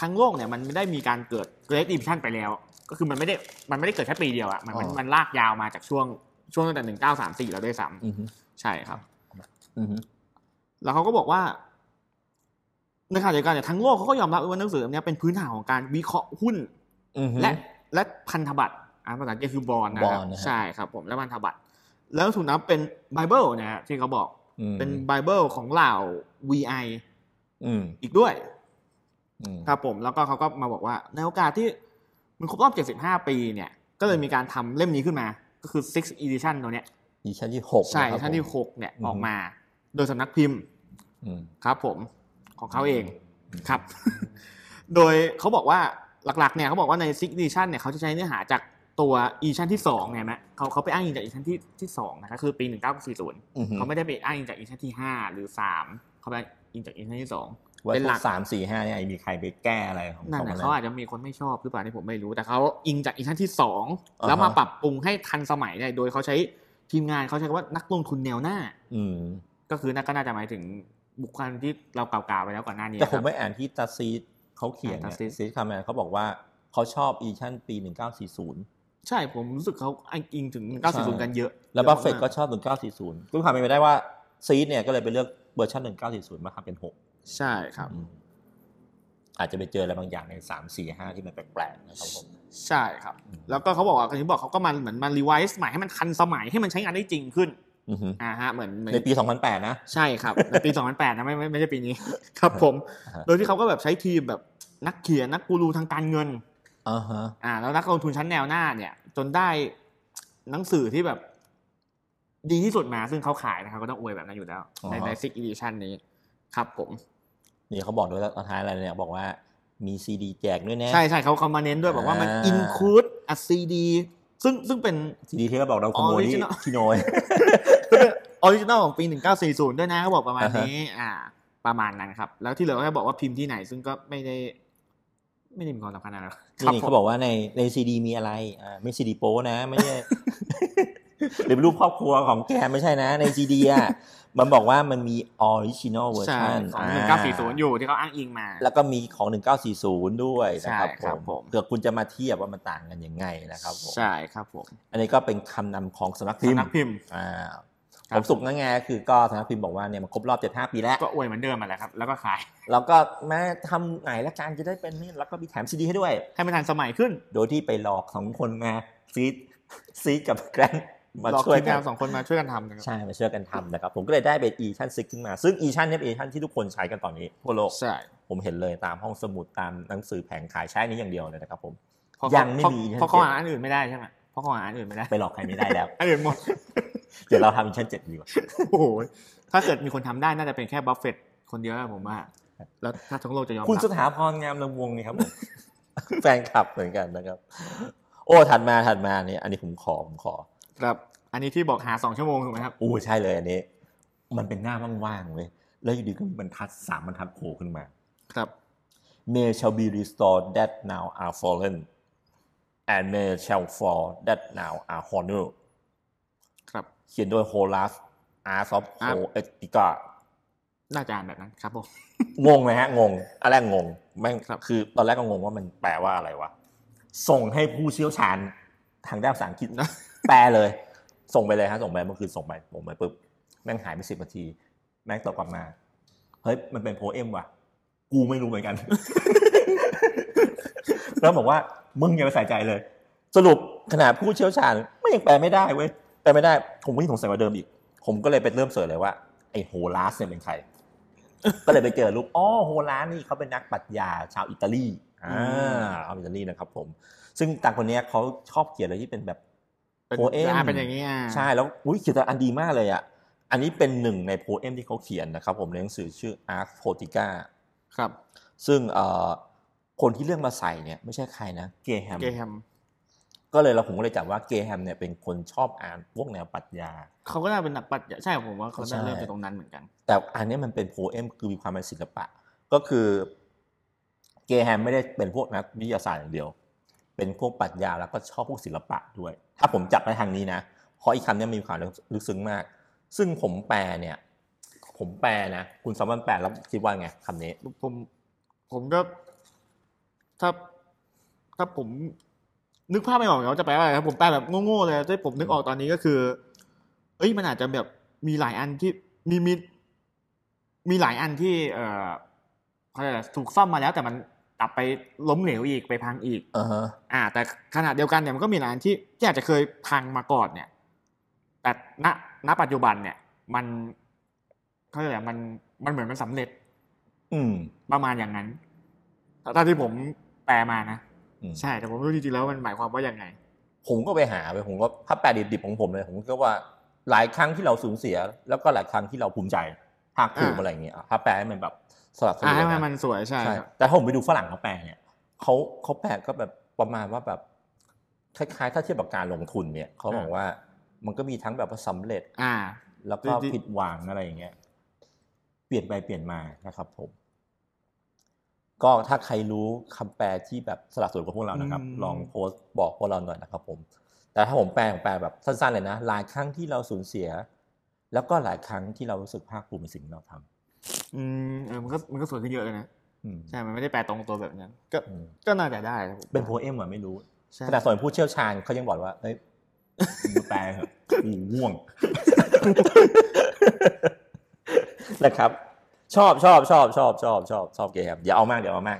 S2: ทั้งโลกเนี่ยมันไม่ได้มีการเกิด Great Depression ไปแล้ว ก็คือมันไม่ได้มันไม่ได้เกิดแค่ปีเดียวอะมันมัน
S1: อ๋อ
S2: มันลากยาวมาจากช่วงช่วงตั้งแต่หนึ่งเก้าสามสี่แล้วด้วยซ้
S1: อือฮึ
S2: ำใช่ครับ
S1: อือฮึ
S2: แล้วเขาก็บอกว่าในขณะเดียวกันเนี่ยทั้งโลกเขาก็ยอมรับว่าหนังสือเล่มนี้เป็นพื้นฐานของการวิเคราะห์หุ้น
S1: อือฮึ
S2: และและพันธบัตรอ่านภาษาอังกฤษคือบอลนะครั
S1: bond นะฮะ
S2: ใช่ครับผมและพันธบัตรแล้วถูกนับเป็นไบเบิลนะฮะที่เขาบอก
S1: อืม
S2: เป็นไบเบิลของเหล่า VI
S1: อืม
S2: อีกด้วย
S1: อืม
S2: ครับผมแล้วก็เขาก็มาบอกว่าในโอกาสที่มันครบรอบ 75 ปีเนี่ย ก็เลยมีการทำเล่มนี้ขึ้นมา ก็คือ six edition ตัวเนี้ย
S1: อีชั้นที่หก
S2: ใช่
S1: นะครับ
S2: ชั้นที่
S1: ผม
S2: 6 เนี่ย
S1: อือฮึ
S2: ออกมา โดยสำนักพิมพ์
S1: อืม
S2: ครับผมของเขาเองครับ (laughs) โดยเขาบอกว่าหลักๆ เนี่ยเขาบอกว่าใน six edition เนี่ยเขาจะใช้เนื้อหาจากตัว edition ที่2เนี่ยนะเขาเขาไปอ้างอิงจาก edition ที่ที่2นะครับคือปี 1940
S1: อือฮึ
S2: เขาไม่ได้ไปอ้างอิงจาก edition ที่ 5 หรือ 3 เขาไปอ้างอิงจาก edition ที่สอง
S1: ว่า
S2: เป็นหลัก
S1: สามสี่ห้าเนี่ยมีใครไปแก้อะไรของ
S2: นั่น
S1: ข
S2: นะ
S1: อง
S2: เขาอาจจะมีคนไม่ชอบหรือเปล่านี่ผมไม่รู้แต่เขาอิงจากอีกชั้นที่สอง
S1: อ่าฮะ
S2: แล้วมาปรับปรุงให้ทันสมัยเนี่ยโดยเขาใช้ทีมงานเขาใช้คำว่านักลงทุนแนวหน้า
S1: อืม
S2: ก็คือน่าก็น่าจะหมายถึงบุคคลที่เรากล่าวๆไปแล้วก่อนหน้านี้
S1: แต่
S2: นะ
S1: ผ
S2: ครั
S1: ม
S2: บ
S1: ไม่อ่านที่ตาซีดเขาเขียน
S2: อ่า
S1: เนี่ย
S2: Tassis
S1: ซีดคาแมนเขาบอกว่าเขาชอบอีชั่นปี 1940
S2: ใช่ผมรู้สึกเขาอ้างอิงถึง
S1: ใช่
S2: 90 กันเยอะ
S1: แล้วบัฟเฟต
S2: ยอะ
S1: ก็
S2: มา
S1: ชอบ 1940คุณความเป็นไปได้ว่าซีดเนี่ยก็เลยไปเลือกเวอร์ชัน1940 มาทำเป็น 6
S2: ใช่ครับ
S1: อาจจะไปเจออะไรบางอย่างใน 3 4 5 ที่มันแปลกๆนะครับผม
S2: ใช่ครับ แล้วก็เขาบอกว่าอย่างที่บอกเขาก็มาเหมือนมารีไวซ์ใหม่ให้มันทันสมัยให้มันใช้งานได้จริงขึ้น
S1: อือฮึ
S2: อ่าฮะเหมือนเหมือน
S1: ในปี 2008 นะ
S2: ใช่ครับ ในปี 2008 นะไม่ไม่ไม่ใช่ปีนี้ ครับผม
S1: อ่าฮะ
S2: โดยที่เขาก็แบบใช้ทีมแบบนักเขียนนักกูรูทางการเงิน
S1: อ่าฮะ
S2: อ่าแล้วนักลงทุนชั้นแนวหน้าเนี่ย จนได้หนังสือที่แบบ ดีที่สุดมาซึ่งเขาขายนะครับก็ต้องอวยแบบนั้นอยู่แล้ว ในในซิกอีดิชันนี้ ครับผม
S1: นี่เขาบอกด้วยตอนท้ายอะไรเนี่ยบอกว่ามีซีดีแจกด้วยนะ
S2: ใช่ใช่เขาเขามาเน้นด้วยบอกว่ามัน
S1: อ่า
S2: อินคูดอัดซีดีซึ่งซึ่งเป็น (laughs)
S1: ซีดีที่เขาบอกเราขโมยที่
S2: Original
S1: ที่โนย
S2: ออริจินอลของปี 1940 ด้วยนะเขาบอกประมาณนี้ อ่า ประมาณนั้นครับ แล้วที่เหลือก็แค่บอกว่าพิมพ์ที่ไหน ซึ่งก็ไม่ได้ ไม่ได้มีความสำคัญอะไรหรอกครับ
S1: นี่
S2: ผม
S1: เขาบอกว่าในในซีดีมีอะไรอ่าไม่ซีดีโป้นะ ไม่ใช่ (laughs) หรือเป็นรูปครอบครัวของแกไม่ใช่นะ ในซีดีอ่ะมันบอกว่ามันมีออริจินอลเวอร์
S2: ใช่
S1: ชัน
S2: ของ1940 อยู่ที่เขาอ้างอิงมา
S1: แล้วก็มีของ 1940 ด้วยนะครับผ
S2: ใช่ครับ
S1: ม
S2: ผม
S1: เผื่อคุณจะมาเทียบว่ามันต่างกันยังไงนะครับผม
S2: ใช่ครับผม
S1: อันนี้ก็เป็นคำนำของสำนักพิมพ์
S2: นักพิมพ์
S1: อ่า
S2: ครั
S1: ผ
S2: บ
S1: มสุกนั่นไงคือก็สำนักพิมพ์บอกว่าเนี่ยมันครบรอบ 75 ปีแล้ว
S2: ก็อวยเหมือนเดิมมาแหละครับ แล้วก็ขาย
S1: แล้วก็แม้ทำไหนละกันจะได้เป็นนี่แล้วก็มีแถมซีดีให้ด้วย
S2: ให้มันทันสมัยขึ้น
S1: โดยที่ไปหลอกสองคนมาซีดซีดกับแกรนมา
S2: หลอก
S1: ช่วย
S2: ทีม
S1: กั
S2: งาน นสองคนมาช่วยกันทำนะครับ
S1: ใช่มาช่วยกันทำนะครับ ผมก็เลยได้เป็นอีชั่นซิกขึ้นมา ซึ่งอีชั่นเนี่ยเป็นอีชั่นที่ทุกคนใช้กันตอนนี้ทั่วโลก
S2: ใช่
S1: ผมเห็นเลยตามห้องสมุดตามหนังสือแผงขายใช้อันนี้อย่างเดียวเลยนะครับผม
S2: เพราะ
S1: ยังไม่มี
S2: เพราะเขาอ่านอันอื่นไม่ได้ใช่ไหมเพราะเขาอ่านอันอื่นไม่ได้
S1: ไปหลอกใครไม่ได้แล้ว
S2: อันอื่นหมด (laughs)
S1: เดี๋ยวเราทำอีชั่นเจ็ดดีกว่า
S2: โอ้โหถ้าเกิดมีคนทำได้น่าจะเป็นแค่บัฟเฟตต์คนเดียวนะผมว่า แล้วถ้าทั้งโลกจะยอม
S1: คุณ
S2: รับ
S1: สถาพรงามลำวงนี่ครับผม (laughs) แฟนคลับเหมือนกันนะครับ โอ้ถัดมาถัดมาเนี่ยอันนี้ผมขอผมขอ
S2: ครับ อันนี้ที่บอกหาสองชั่วโมงถูกไหมครับ
S1: อู้ใช่เลยอันนี้ มันเป็นหน้าว่างๆเว้ยแล้วอยู่ดีก็มีบรรทัดสามบรรทัดโผล่ขึ้นมา
S2: ครับ
S1: May shall be restored that now are fallen, and may shall fall that now are honored.
S2: ครับ
S1: เขียนโดยโฮลัสอาร์ซอฟโฮ
S2: อ่ะ
S1: เอติกา
S2: น่าจะอ่านแบบนั้นครับผม
S1: งงไหมฮะ งงอะไรกงงแม่ง
S2: ครับ
S1: คือตอนแรกก็งงว่ามันแปลว่าอะไรวะ ส่งให้ผู้เชี่ยวชาญทางด้านภาษาอั
S2: (laughs)
S1: งกฤษนะ แปลเลย ส่งไปเลยฮะ ส่งไปเมื่อคืนส่งไปผมไปปุ๊บ แม่งหายไปสิบนาที แม่งตอบกลับมา เฮ้ย มันเป็นโพเอมว่ะ กูไม่รู้เหมือน (laughs) กัน แล้วบอกว่า มึงอย่าไปใส่ใจเลย สรุปขนาดผู้เชี่ยวชาญไม่ยังแปลไม่ได้เว้ย แปลไม่ได้ ผมก็ยิ่งสงสัยกว่าเดิมอีก ผมก็เลยไปเริ่มเสิร์ชเลยว่า ไอ้โฮลาสเนี่ยเป็นใคร ก็เลยไปเจอรูปอ๋อโฮลาสนี่เขาเป็นนักปรัชญาชาวอิตาลีอ่าชาวอิตาลีนะครับผม ซึ่งต่างคนเนี้ยเขาชอบเขียนอะไรที่เป็นแบบ
S2: เป็น
S1: โพเอม
S2: าเป็นอย่างนี้อ่ะ
S1: ใช่แล้วอุ้ยเขียนแต่อันดีมากเลยอ่ะ อันนี้เป็นหนึ่งในโพเอมที่เขาเขียนนะครับผมในหนังสือชื่อ Ars Poetica
S2: ครับ
S1: ซึ่งเอ่อคนที่เลือกมาใส่เนี่ยไม่ใช่ใครนะเกแฮม
S2: เกแฮม
S1: ก็เลยเราผมก็เลยจับว่าเกแฮมเนี่ยเป็นคนชอบอ่านพวกแนวปรัชญา
S2: เขาก็น่าเป็นนักปรัชญาใช่ผมว่าเขา
S1: ใช่
S2: น่าเริ่มจากตรงนั้นเหมือนกัน
S1: แต่อันเนี้ยมันเป็นโพเอมคือมีความเป็นศิลปะ ก็คือเกแฮมไม่ได้เป็นพวกนักวิทยาศาสตร์อย่างเดียว เป็นพวกปรัชญาแล้วก็ชอบพวกศิลปะด้วย ถ้าผมจับในทางนี้นะเพราะอีกคำเนี้ยมีความลึกซึ้งมาก ซึ่งผมแปลเนี่ย ผมแปลนะ คุณสามวันแปลแล้วคิดว่าไงคำนี้
S2: ผม ผมก็ ถ้า ถ้าผม นึกภาพไม่ออกเขาจะแปลว่าอะไรครับผมแปลแบบโง่ๆเลยที่ผมนึกออกตอนนี้ก็คือ เอ้ยมันอาจจะแบบมีหลายอันที่มีมีมีหลายอันที่ เอ่อเขาเรียกอะไรถูกซ่อมมาแล้วแต่มันกลับไปล้มเหลวอีกไปพังอีก
S1: อ่าฮะ
S2: อ่า แต่ขณะเดียวกันเนี่ยมันก็มีหลายอันที่ที่อาจจะเคยพังมาก่อนเนี่ย แต่ณณปัจจุบันเนี่ย มันเขาเรียกอะไรมันมันเหมือนมันสำเร็จ
S1: อืม
S2: ประมาณอย่างนั้นตามที่ผมแปลมานะ
S1: อืม
S2: ใช่แต่ผมไม่รู้จริงๆแล้วมันหมายความว่ายังไง
S1: ผมก็ไปหาไปผมก็ถ้าแปลดิบๆของผมเลย ผมก็ว่าหลายครั้งที่เราสูญเสีย แล้วก็หลายครั้งที่เราภูมิใจภาคภูมิ
S2: อ่า
S1: อะไรอย่างเงี้ยอ่ะถ้าแปลให้มันแบบสลับส
S2: อ่า
S1: ล
S2: ให้
S1: ว
S2: มัน
S1: นะ
S2: มันสวยใช่
S1: ใช่
S2: ครับ
S1: แต่ผมไปดูฝรั่งเขาแปลเนี่ยเขาเขาแปลก็แบบประมาณว่าแบบคล้ายๆ ถ้าเทียบกับการลงทุนเนี่ยเขาบอก
S2: อ่า
S1: ว่ามันก็มีทั้งแบบว่าสำเร็จ
S2: อ่า
S1: แล้วก็
S2: จริงๆ
S1: ผิดหวังอะไรอย่างเงี้ยเปลี่ยนไปเปลี่ยนมานะครับ ผม ก็ถ้าใครรู้คำแปลที่แบบสลับสวนกับพวกเรานะครับ ลองโพสต์บอกพวกเราหน่อยนะครับ ผม แต่ถ้าผมแปลผมแปลแบบสั้นๆเลยนะหลายครั้งที่เราสูญเสีย แล้วก็หลายครั้งที่เรารู้สึกภาคภูมิในสิ่งที่เราท
S2: อืมเออมันก็มันก็สวยขึ้นเยอะเลยนะ
S1: ำอืม
S2: ใช่ มันไม่ได้แปลตรงตัวแบบนั้น ก็
S1: อืม
S2: ก็น่าจะได้ครับผม
S1: เป็นโพเอมเหรอไม่รู้
S2: ใช่
S1: ขนาดส่วนผู้เชี่ยวชาญเขายังบอกว่า เอ้ยดูแปลเถ
S2: (laughs)
S1: อะกูง่วง นะครับ ชอบชอบชอบชอบชอบชอบชอบเกมครับอย่าเอามากเดี๋ยวเอามาก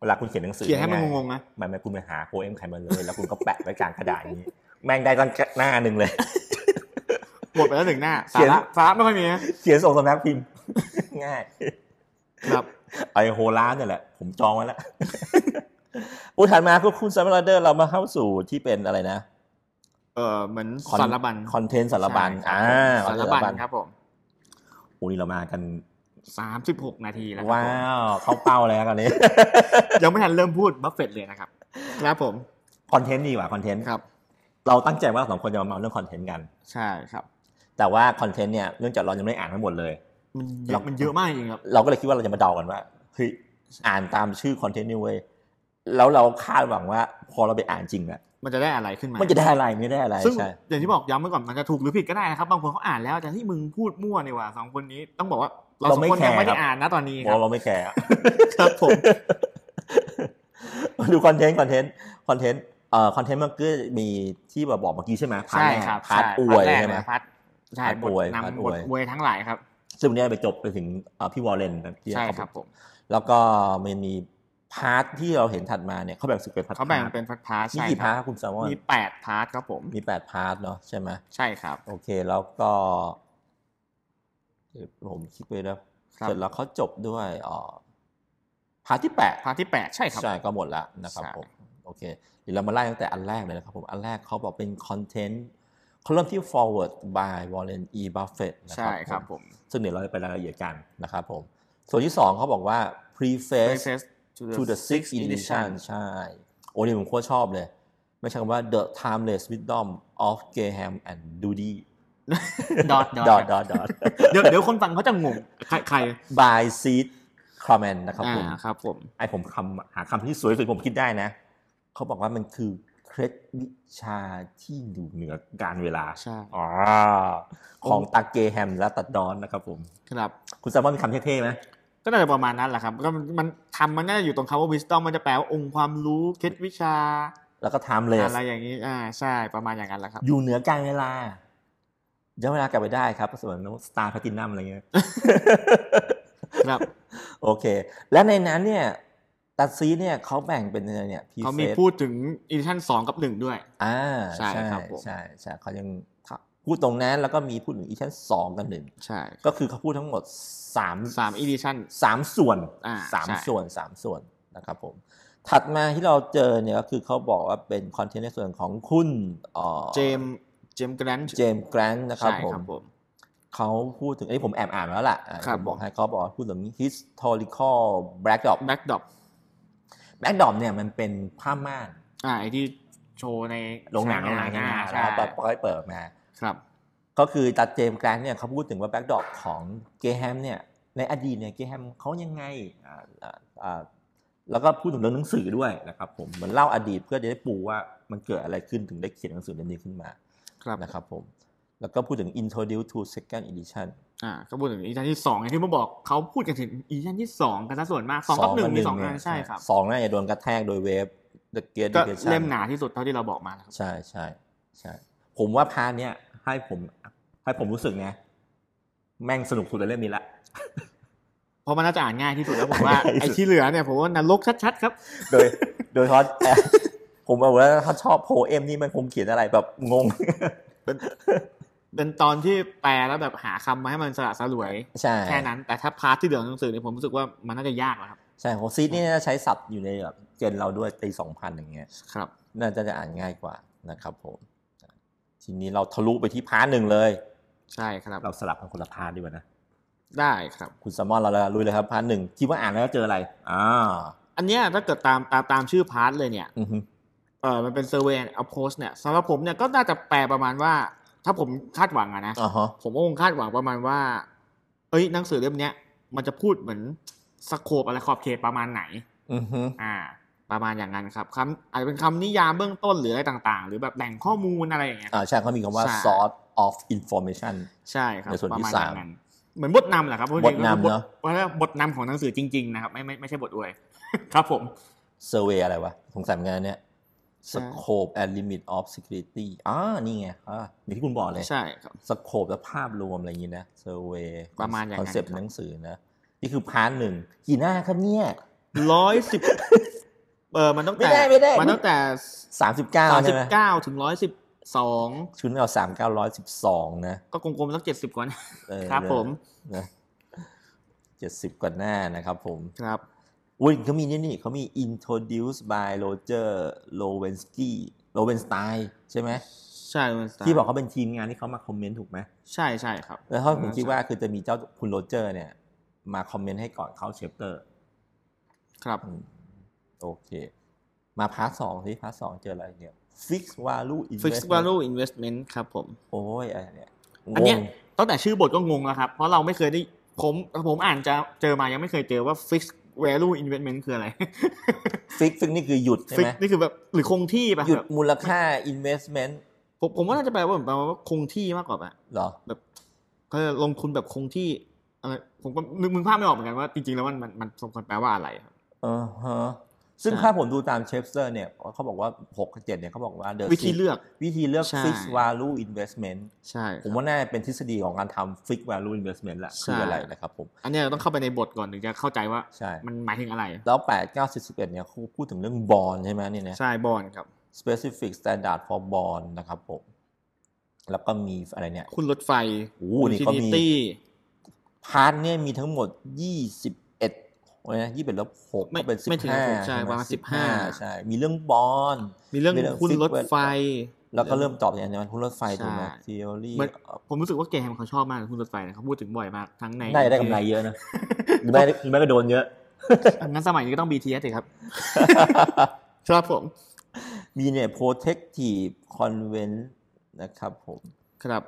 S1: เวลาคุณเขียนหนังสือ
S2: เขียนให้มัน
S1: ง่าย
S2: งงๆนะ
S1: ๆมันไม่คุณไปหาโพเอมใครมาเลย แล้วคุณก็แปะไว้กลางกระดาษอย่างนี้ แม่งได้ตั้งหน้าหนึ่งเลย
S2: หมดไปแล้วหนึ่งหน้า
S1: เขี
S2: สาย
S1: น
S2: ระสาระไม่ค่อยมีนะ
S1: เขียนส่งสำนักพิมพ์ (laughs) ง่าย
S2: ครับ
S1: ไอโฮล่าเนี่ยแหละ ผมจองไว้ (laughs) แล้ว อุยถัดมาพวกคุณซัมเมอร์เดอร์เรามาเข้าสู่ที่เป็นอะไรนะ
S2: เออเหมือน
S1: คอน
S2: สารบัญ
S1: คอนเทนต์สารบัญ
S2: ใช่
S1: อ่า
S2: ค
S1: ค
S2: รั
S1: อบ น
S2: ผ
S1: เทต์สา
S2: มสาน รบั
S1: ร
S2: ญ
S1: บัญ
S2: ครับผม
S1: โอ้นี่เรามากัน
S2: สามสิบหกนาทีแล้วครับ
S1: ว้า
S2: ผม
S1: ว เข้าเป้าเลยนะตอนนี้ (laughs)
S2: ยังไม่ทันเริ่มพูดบัฟเฟตเลยนะครับ ครับผม
S1: คอนเทนต์ดีกว่าคอนเทนต์
S2: ครับ
S1: เราตั้งใจว่าเราสองคนจะมาเมาเรื่องคอนเทนต์กัน
S2: ใช่ครับ
S1: แต่ว่าคอนเทนต์เนี่ยเนื่องจากเรายังไม่ได้อ่านทั้งหมดเลย
S2: มันเยอะมันเยอะมากจริงๆครับ
S1: เราก็เลยคิดว่าเราจะมาเดากันว่าเฮ้ยอ่านตามชื่อคอนเทนต์นี่เว้ยแล้วเราคาดหวังว่าพอเราไปอ่านจริงอะ
S2: มันจะได้อะไรขึ้นมา
S1: มันจะได้อะไรไม่ได้อะไร
S2: ซึ่ง
S1: ใช่
S2: อย่างที่บอกย้ำไว้ก่อนมันจะถูกหรือผิดก็ได้นะครับ บางคนเขาอ่านแล้วแต่ที่มึงพูดมั่วเนี่ยว่ะสองคนนี้ต้องบอกว่าเราสองคนยังไม่ได้อ่านนะตอนนี้
S1: เพ
S2: ครับ
S1: ราะเรา (laughs) ไม่แคร์
S2: ครับผม
S1: ดูคอนเทนต์คอนเทนต์คอนเทนต์เอ่อคอนเทนต์มันก็มีที่แบบบอกเมื่อกี้ใช่ไหมพาร์ท
S2: ใช่
S1: แรก
S2: ครับ
S1: พาร์ทอวยใช่ไหม
S2: พาร์ทใช่
S1: พาร์ท
S2: บ
S1: อ
S2: ท
S1: วยพาร์ท
S2: นำ
S1: อบ ว
S2: ท
S1: ย
S2: อวยทั้งหลายครับ
S1: ซึ่งวันนี้ไปจบไปถึงเอ่อพี่วอลเลนนะที่
S2: ใช่
S1: เขา
S2: ครับผม
S1: แล้วก็มันมีพาร์ทที่เราเห็นถัดมาเนี่ยเขาแบ่งสึกเป็นพาร์ท
S2: เขาแบ่งเป็นพาร์ทพาร์ท
S1: มี
S2: ใช่
S1: กี่
S2: ค
S1: พา
S2: รั
S1: ร์ท
S2: บ
S1: ครับคุณแซมมอน
S2: มีแปดพาร์ทครับผม
S1: มีแปดพาร์ทเนาะใช่ไหม
S2: ใช่ครับ
S1: โอเคแล้วก็เดี๋ยวผมคิดไปแล้ว
S2: ครับ
S1: เสร็จแล้วเขาจบด้วยเอ่อพาร์ทที่แปด
S2: พาร์ทที่แปดใช่ครับ
S1: ใช่ก็หมดแล้วนะครับ
S2: ใช่
S1: ผมโอเคเดี๋ยวเรามาไล่ตั้งแต่อันแรกเลยนะครับผมอันแรกเขาบอกเป็นคอนเทนต์เขาเริ่มที่ forward by Warren E Buffett นะ
S2: ใช่
S1: ค
S2: ค
S1: รั
S2: รั
S1: บบ ผม
S2: ผม
S1: ซึ่งเดี๋ยวเราจะไปรายละเอียดกันนะครับผมส่วนที่สองเขาบอกว่า preface
S2: Access
S1: to the sixth edition
S2: (laughs)
S1: ใช่ โอ้นี่ผมโคตรชอบเลย ไม่ใช่คำว่า the timeless wisdom of Graham and Doody
S2: ดอท
S1: ด
S2: ด
S1: อ
S2: อ
S1: ด
S2: ท
S1: ดอดดอด
S2: (laughs) เดี๋ยวเดี๋ยวคนฟังเขาจะงงใครใคร
S1: by Seed Coleman นะครับผม
S2: อ่าครับผม
S1: ไอผมคำหาคำที่สวยสุดผมคิดได้นะ เขาบอกว่ามันคือเคล็ดวิชาที่อยู่เหนือการเวลา
S2: ใช่
S1: อ๋อของตาเกแฮมและตัดดอนนะครับผม
S2: ครับ
S1: คุณแซมมอนมีคำเท่ๆไหม
S2: ก็น่าจะประมาณนั้นแหละครับก็มันมันทำมันน่าจะอยู่ตรงคำว่า wisdom มันจะแปลว่าองค์ความรู้เคล็ดวิชา
S1: แล้วก็ timeless
S2: อะไรอย่างนี้ อ่าใช่ประมาณอย่างนั้นแหละ
S1: (laughs)
S2: ครับ
S1: อยู่เหนือการเวลาย้อนเวลากลับไปได้ครับสมัยสตาร์พัตินัมอะไรเงี้ย (laughs)
S2: ครับ
S1: โอเค และในนั้นเนี่ยตัดซีเนี่ยเขาแบ่งเป็นอะไรเนี่ยพี
S2: เขา
S1: เฟ
S2: มีพูดถึง edition สองกับหนึ่งด้วย
S1: อ่า
S2: ใช่ครับผม
S1: ใช่ใช่เขายังพูดตรงนั้นแล้วก็มีพูดถึงอีชั้นสองกับหนึ่ง
S2: ใช่
S1: ก็คือเขาพูดทั้งหมดสาม
S2: สาม
S1: (laughs)
S2: edition
S1: สามส่วน
S2: อ่า
S1: สาม
S2: ใช่
S1: ส่วนสามส่วนนะครับผม ถัดมาที่เราเจอเนี่ยก็คือเขาบอกว่าเป็นคอนเทนต์ในส่วนของคุณอ่อ
S2: เจมส์เจมส์แกรนท์
S1: เจมส์แกรนท์นะครับ
S2: ใช่
S1: ผ
S2: ครั
S1: ม
S2: บผม
S1: เขาพูดถึงอันนี้ผมแอบอ่านมาแล้วล่ะอ่า
S2: ครับ
S1: ผมบอกให้เขาบอกว่าพูดถึง historical backdrop
S2: backdrop
S1: backdrop เนี่ยมันเป็นผ้าม่าน
S2: อ่าไอที่โชว์ใน
S1: โรงหนังโรงหนัง
S2: อ่า
S1: นะ
S2: ใช่
S1: แล้วก็ค่อยเปิดมา
S2: ครับ
S1: ก็คือตัดเจมส์แกรนท์เนี่ยเขาพูดถึงว่า backdrop ของเกแฮมเนี่ยในอดีตเนี่ยเกแฮมเขายังไงอ่าอ่าอ่าแล้วก็พูดถึงเรื่องหนังสือด้วยนะครับผมเหมือนเล่าอดีตเพื่อจะได้ปูว่ามันเกิดอะไรขึ้นถึงได้เขียนหนังสือเล่มนี้ขึ้นมา
S2: ครับ
S1: นะครับผมแล้วก็พูดถึง introduce to second edition
S2: อ่าก็พูดถึง edition ที่สองไงที่เมื่อบอกเขาพูดกันถึง edition ที่สองกันซะส่วนมากสองกับหนึ่งมีสองอันใช่ครับ
S1: สองน่าจะโดนกระแทกโดยเวฟ The Great
S2: ก็
S1: Depression
S2: เล่มหนาที่สุดเท่าที่เราบอกมานะครับ
S1: ใช่ใช่ใช่ ผมว่าพาร์ทเนี้ยให้ผม ให้ผมรู้สึกนะแม่งสนุกสุดในเล่มนี้ละ
S2: เพราะมันน่าจะอ่านง่ายที่สุดแล้วผมว่า
S1: ง่ายที่สุด
S2: ไอ้ที่เหลือเนี่ยผมว่านรกชัดๆครับ
S1: โดย โดยทอดแอร์ผมเอาว่าถ้าชอบโพเอมนี่มันคงเขียนอะไรแบบง (laughs) ง
S2: เป็นตอนที่แปลแล้วแบบหาคำมาให้มันสละสลวย
S1: ใช่
S2: แค่นั้นแต่ถ้าพาร์ทที่เหลือของหนังสือเนี่ยผมรู้สึกว่ามันน่าจะยากนะครับ
S1: ใช่โฮซีดนี่น่าจะใช้ศัพท์อยู่ในแบบเจนเราด้วยตีสองพันอย่างเงี้ย
S2: ครับ
S1: น่าจะจะอ่านง่ายกว่านะครับผม ทีนี้เราทะลุไปที่พาร์ทหนึ่งเลย
S2: ใช่ครับ
S1: เราสลับกันคนละพาร์ทดีกว่านะ
S2: ได้ครับ
S1: คุณแซมมอนเราละลุยเลยครับพาร์ทหนึ่งคิดว่าอ่านแล้วเจออะไรอ่า
S2: อันเนี้ยถ้าเกิดตามตามตามชื่อพาร์ทเลยเนี่ย
S1: อือฮึ
S2: เออมันเป็นเซอร์เวยอัพโพสเนี่ยสำหรับผมเนี่ยก็น่าจะแปลประมาณว่า ถ้าผมคาดหวังอะนะ
S1: อ่าฮะ
S2: ผมก็คงคาดหวังประมาณว่า เอ้ยหนังสือเล่มเนี้ยมันจะพูดเหมือนสโคปอะไรขอบเขตประมาณไหน
S1: อือฮึ
S2: อ่า ประมาณอย่างนั้นครับคำอาจจะเป็นคำนิยามเบื้องต้นหรืออะไรต่าง ๆ หรือแบบแหล่งข้อมูลอะไรอย่างเงี้ย
S1: อ่าใช่เขามีคำว่า
S2: ใช่
S1: source of information
S2: ใช่ครับ
S1: ในส่วน
S2: ป
S1: ที่
S2: ระมาณอย่างนั้นเหมือนบทนำแหละครับ
S1: บทนำเนอะ
S2: เพราะว่าบทนำของหนังสือจริงๆนะครับไม่ไม่ไม่ใช่บทอวย ครับผม
S1: survey อะไรวะสงสัยงานเนี่ย
S2: ใช่
S1: scope and limit of security อ่านี่ไงอ่าอย่างที่คุณบอกเลย
S2: ใช่ครับ
S1: scope และภาพรวมอะไรอย่างนี้นะ survey
S2: ประมาณอย่างนั้น
S1: คอนเซปต์
S2: ครับ
S1: หนังสือนะ นี่คือพาร์ทหนึ่งกี่หน้าครับเนี่ย
S2: ร้อยสิบ (laughs) เออมันตั้ง
S1: ไม่
S2: แต่
S1: ได้ไม่ได้
S2: มันตั้งแต่
S1: สามสิบเก้า
S2: สาม
S1: ใช่
S2: สิบ
S1: ไหม
S2: เก้าถึงร้อยสิบสอง
S1: ชุดเราสามเก้าร้อยสิบสองนะ
S2: ก็กลมๆสักเจ็ดสิบกว่านะ
S1: เออ
S2: ครับผม
S1: นะเจ็ดสิบกว่าหน้านะครับผม
S2: ครับ
S1: อุ้ยเขามีนี่นี่เขามี introduce by Roger Lowensky Lowenstein ใช่ไหม
S2: ใช่มันสตาร์
S1: ที่บอกเขาเป็นทีมงานที่เขามาคอมเมนต์ถูกไหม
S2: ใช่ใช่ครับ
S1: แล้วถ้าผมคิดว่าคือจะมีเจ้าคุณโรเจอร์เนี่ย มาคอมเมนต์ให้ก่อนเข้าเชปเตอร์
S2: ครับ
S1: อืมโอเค มาพาร์ทสองสิพาร์ทสองเจออะไรเนี่ย fix value
S2: fix
S1: investment
S2: value investment ครับผม
S1: โอ้ยอะไรเนี่ย
S2: อันเนี้ย
S1: งง
S2: ตั้งแต่ชื่อบทก็งงแล้วครับ เพราะเราไม่เคยได้ผมผมอ่านจะเจอมายังไม่เคยเจอว่า fix value investment คืออะไร
S1: ฟิกฟิกนี่คือห (laughs) ยุดใช่
S2: fix
S1: ไหม
S2: นี่คือแบบหรือคงที่ป่ะ
S1: หยุด
S2: แบบ
S1: มูลค่า investment
S2: ผมผมว่าน่าจะแปลว่าเหมือนประมาณว่าคงที่มากกว่าป่ะ
S1: เหรอ
S2: แบบเขาจะลงทุนแบบคงที่อะไรผมก็นึกมึงภาพไม่ออกเหมือนกันว่าจริงๆแล้วมันมันมันสมควรแปลว่าอะไรครับ
S1: เออฮะซึ่ง
S2: ใช่
S1: ถ้าผมดูตามเชฟเตอร์เนี่ยเขาบอกว่า6กเจ็ดเนี่ยเขาบอกว่า the
S2: วิธีเลือก
S1: วิธีเลือก
S2: ใช่
S1: fix value investment
S2: ใช่ค
S1: ผ
S2: รับ
S1: มว่าน่าจะเป็นทฤษฎีของการทำ fix value investment แหละคืออะไรนะครับผม
S2: อันเนี้ยเราต้องเข้าไปในบทก่อนถึงจะเข้าใจว่า
S1: ใช่
S2: มันหมายถึงอะไร
S1: แล้ว8 9 11เนี่ยเขาพูดถึงเรื่องบอลใช่ไหมเนี่ยนะ
S2: ใช่บอลครับ
S1: specific standard for bond นะครับผม แล้วก็มีอะไรเนี่ย
S2: คุณรถไฟ
S1: โอ้โหนี่ก็มี
S2: ตี้
S1: พาร์ทเนี่ยมีทั้งหมด 21โอ้ยนะ21ลบ6
S2: ไม่
S1: ก็เป็น 15
S2: ไม่ถึงหกใช่ประมาณ15
S1: ใช่ มีเรื่องบอล
S2: มีเรื่อง
S1: มีเรื่อง
S2: คุณรถไฟ
S1: แล้วก็เริ่มตอบอย่างนี้มันหุ้นรถไฟถูกไหม
S2: ใช่
S1: theory
S2: เหมือน ผมรู้สึกว่าแกแฮมเขาชอบมากคุณรถไฟนะเขาพูดถึงบ่อยมากทั้งใน
S1: น่าจะได้กำไรเยอะนะ หรือไม่หรือไม่ก็โดนเยอะ
S2: งั้นสมัยนี้ก็ต้อง BTS เลย
S1: (laughs)
S2: ครับ ครับผม
S1: มีเนี่ย protective convent นะครับผม
S2: ครับ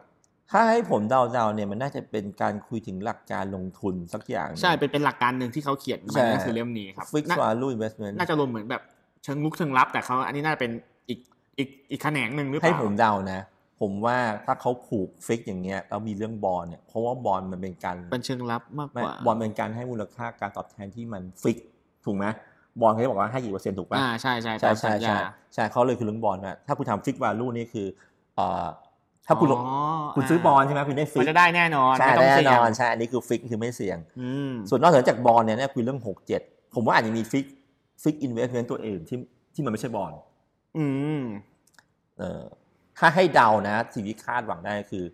S1: ถ้าให้ผมเดาๆเนี่ยมันน่าจะเป็นการคุยถึงหลักการลงทุนสักอย่างหนึ่ง
S2: ใช่เป็นเป็นหลักการหนึ่งที่เขาเขียน
S1: ใช่
S2: มาในหนังสือเล่มนี้ครับ
S1: fixed
S2: น่า
S1: value investment
S2: น่าจะรวมเหมือนแบบเชิงลุกเชิงลับ แต่เขาอันนี้น่าจะเป็นอีกอีกอีกแขนงหนึ่งหรือเป
S1: ให้
S2: ล่า
S1: ผมเดานะ ผมว่าถ้าเขาผูกฟิกอย่างเงี้ยแล้วมีเรื่องบอลเนี่ยเพราะว่าบอลมันเป็นการ
S2: เป็นเชิงลับมากก
S1: ไม่
S2: ว่า
S1: บอลเป็นการให้มูลค่าการตอบแทนที่มันฟิกถูกไหมบอลเขาจะบอกว่าให้กี่เปอร์เซ็นต์ถูกป่ะ
S2: อ่าใช่ใช่
S1: ใช่
S2: ตามสั
S1: ใช่
S2: ญ
S1: ใช่
S2: ญา
S1: ใช่เขาเลยคือเรื่องบอลนะถ้าคุณทำฟิกวาลูนี่คือเอ่อถ้าคุณลง
S2: อ๋
S1: คุณซื้อบอลใช่ไหมคุณได้ฟิ
S2: มั
S1: ก
S2: นจะได้แน่นอน
S1: ใช่
S2: ไม่ต้อง
S1: แน่
S2: เสี่
S1: น
S2: ยง
S1: อนใช่อันนี้คือฟิกคือไม่เสี่ยง
S2: อืม
S1: ส่วนนอกเหนือจากบอลเนี่ยเนี่ยคือเรื่องหกเจ็ดผมว่าอาจจะมีฟิกฟิกอินเวสเมนต์ตัวอื่นที่ที่มันไม่ใช่บอล
S2: อืม
S1: เอ่อถ้าให้เดานะสิ่งที่คาดหวังได้คือ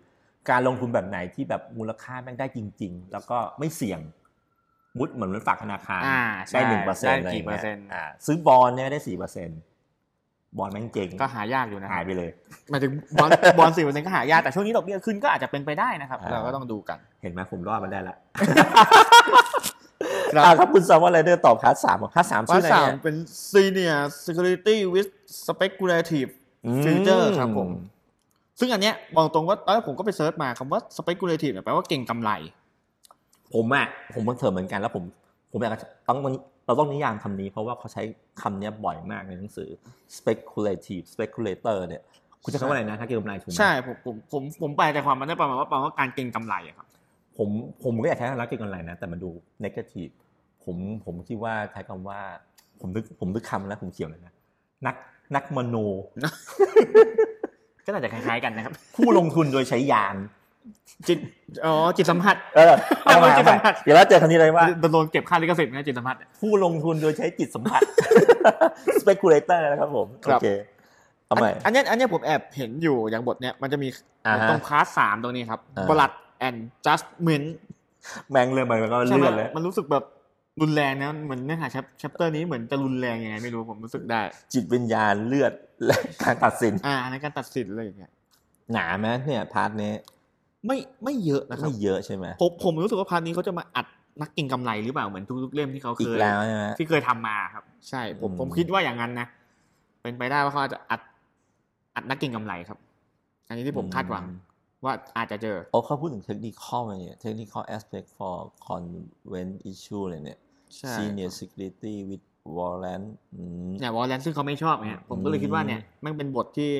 S1: การลงทุนแบบไหนที่แบบมูลค่าแม่งได้จริง ๆ แล้วก็ไม่เสี่ยงมุดเหมือนมันฝากธนาคาร
S2: อ่าใช่
S1: ได้หนึ่งเปอร์เซ็นต์อะไร
S2: ได้กี่เป
S1: เงี้
S2: อร์เซ็
S1: ย
S2: นต์
S1: อ่าซื้อบอลเนี่ยได้สี่เปอร์เซ็นต์บอลแม่งเจ๋ง
S2: ก็หายากอยู่นะ
S1: หายไปเลย
S2: หมายถึงบอล (laughs) บอลสี่เปอร์เซ็นต์ก็หายากแต่ช่วงนี้ดอกเบี้ยขึ้นก็อาจจะเป็นไปได้นะครับ
S1: อ่า
S2: เราก็ต้องดูกัน
S1: เห็นไหมผมรอดมันได้ละ
S2: ครับ
S1: อ่าครับคุณซาวว่าไรเดอร์ตอบพาร์ทสามของพาร์ทสาม
S2: ว่า
S1: ชื่ออะไร
S2: สาม
S1: เนี่ย
S2: เป็น senior security with speculative
S1: ม
S2: future ครับผม ซึ่งอันเนี้ยบอกตรงว่าตอนแรกผมก็ไปเซิร์ชมาคำว่า speculative เนี่ยแปลว่าเก่งกำไร
S1: ผมอ่ะผมมันเถอะเหมือนกันแล้วผม ผมอยากจะต้องเราต้องนิยามคำนี้ เพราะว่าเขาใช้คำเนี้ยบ่อยมากในหนังสือ speculative speculator เนี่ยคุณจะคำว่าอะไรนะถ้าเกี่ยวกับนายถูกไหม
S2: ใช่ผมผมผมผมไปลใจความมันได้ประมาณว่าแปลว่าการเก่งกำไรอะครับ
S1: ผมผมก็อยากใช้คำว่าเกี่ยวกับนายนะ แต่มันดู negative ผมผมคิดว่าใช้คำว่า ผมนึกผมนึกคำแล้วผมเขียวเลยนะ นักนักมโน
S2: ก็น่าจะคล้ายๆกันนะครับ
S1: ผู้ลงทุนโดยใช้ยาน
S2: จิตอ๋อจิตสัมผัส
S1: เออเอามาเอามาเดี๋ยวเราเจอคำนี้เลยว่า
S2: โดนเก็บค่าลิขสิทธิ์นะจิตสัมผัส
S1: ผู้ลงทุนโดยใช้จิตสัมผัส (laughs) speculator นะครับผม
S2: ค
S1: โอ
S2: รับ
S1: เคเอาใหม่
S2: อันเนี้ยอันเนี้ยผมแอบเห็นอยู่อย่างบทเนี้ยมันจะมี
S1: อ่าฮะ
S2: ตรงพาร์ทสามตรงนี้ครับ
S1: อ่า
S2: บลัดแอนด์จัสเมน
S1: แมงเลยไปแล้วก็
S2: ใช่ไหม
S1: เลื่อนเลย
S2: มันรู้สึกแบบรุนแรงนะ มันเนื้อหาแชปแชปเตอร์นี้เหมือนจะรุนแรงยังไงไม่รู้ผมรู้สึกได้
S1: จิตวิญญาณเลือด (laughs) และการตัดสิน
S2: อ่าในการตัดสินอะไรอย่างเงี้ย
S1: หนาไหมเนี่ย พาร์ทนี้
S2: ไม่ไม่เยอะนะครับ
S1: ไม่เยอะใช่ไหม
S2: ผมผมรู้สึกว่าพาร์ทนี้เขาจะมาอัดนักกินกำไรหรือเปล่าเหมือนทุกๆเล่มที่เขาเค
S1: อีก
S2: ย
S1: แล้วใช่ไหม
S2: ที่เคยทำมาครับ ใช่ผม
S1: อืม
S2: ผมคิดว่าอย่างนั้นนะเป็นไปได้ว่าเขาอาจจะอัดอัดนักกินกำไรครับ อันนี้ที่ผมคาดหวังว่าอาจจะเจอ
S1: โอ้เขาพูดถึงเทคนิคข้อมาเนี่ยเทคนิค aspect for convent issue เลยเนี่ย
S2: ใช่
S1: senior security with warrant อืม
S2: เนี่ยวอลเลนซึ่งเขาไม่ชอบเนี่ยผมก็เลยคิดว่าเนี่ยแมันเป็นบทที่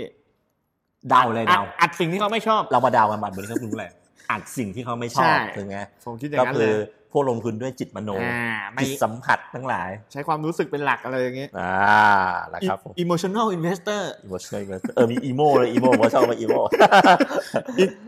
S1: เดาเลยเดา
S2: อัอัดสิ่งที่เขาไม่ชอบ
S1: เรามาเดากันบัตรบริษัทคุณรู้แหละอัดสิ่งที่เขาไม่ชอ
S2: ใช่
S1: บถึงไง
S2: ผมคิดอย่า
S1: ก็
S2: งนั้น
S1: คื
S2: เล
S1: อย พวกลงทุนด้วยจิตมโน
S2: อ่าไม่
S1: จิตสัมผัสทั้งหลาย
S2: ใช้ความรู้สึกเป็นหลักอะไรอย่างเงี้ย
S1: อ่านะครับผม
S2: emotional investor
S1: อีโมชั่นเออมีอีโมเลยอีโมผมว่าชอบมาอีโม
S2: (laughs)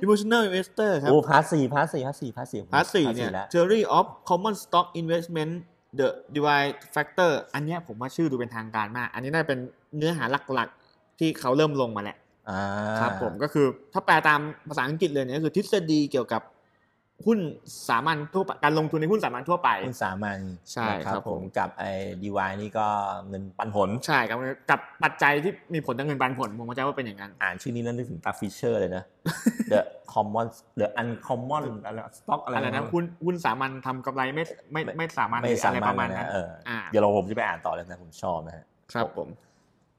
S2: emotional investor ครับ
S1: โอ้พาร์ทสี่พาร์ทสี่พาร์ทสี่พาร์ทสี่
S2: พาร์ทสี่เนี่ย
S1: แล้ว
S2: theory of common stock investment the divide factor อันเนี้ยผมว่าชื่อดูเป็นทางการมาก อันนี้น่าจะเป็นเนื้อหาหลักๆ ที่เขาเริ่มลงมาแหละ
S1: อ่า
S2: ครับผมก็คือถ้าแปลตามภาษาอังกฤษเลยเนี่ยก็คือทฤษฎีเกี่ยวกับหุ้นสามัญทั่วไปการลงทุนในหุ้นสามัญทั่วไป
S1: คุณสามัญ
S2: ใช่
S1: นะครับ
S2: ผม
S1: ผมกับไอ้ดีวายนี่ก็เงินปันผล
S2: ใช่กับกับปัจจัยที่มีผลต่อเงินปันผลผมเข้าใจว่าเป็นอย่างนั้น
S1: อ่านชื่อนี้แล้วนึกถึงตาฟิชเชอร์เลยนะ
S2: (laughs)
S1: The Common The Uncommon อะไร Stock อะไร
S2: อะไรนะหุ้นหุ้นสามัญทำกำไรไม่ไม่ไม่สามัญห
S1: ไม่
S2: รือ
S1: สา
S2: อะไร
S1: มัญ
S2: ประมาณ
S1: เลย
S2: นั้น
S1: นะเอออา เดี๋ยวเราผมจะไปอ่านต่อเลยนะผมชอบนะฮะ
S2: ครับผม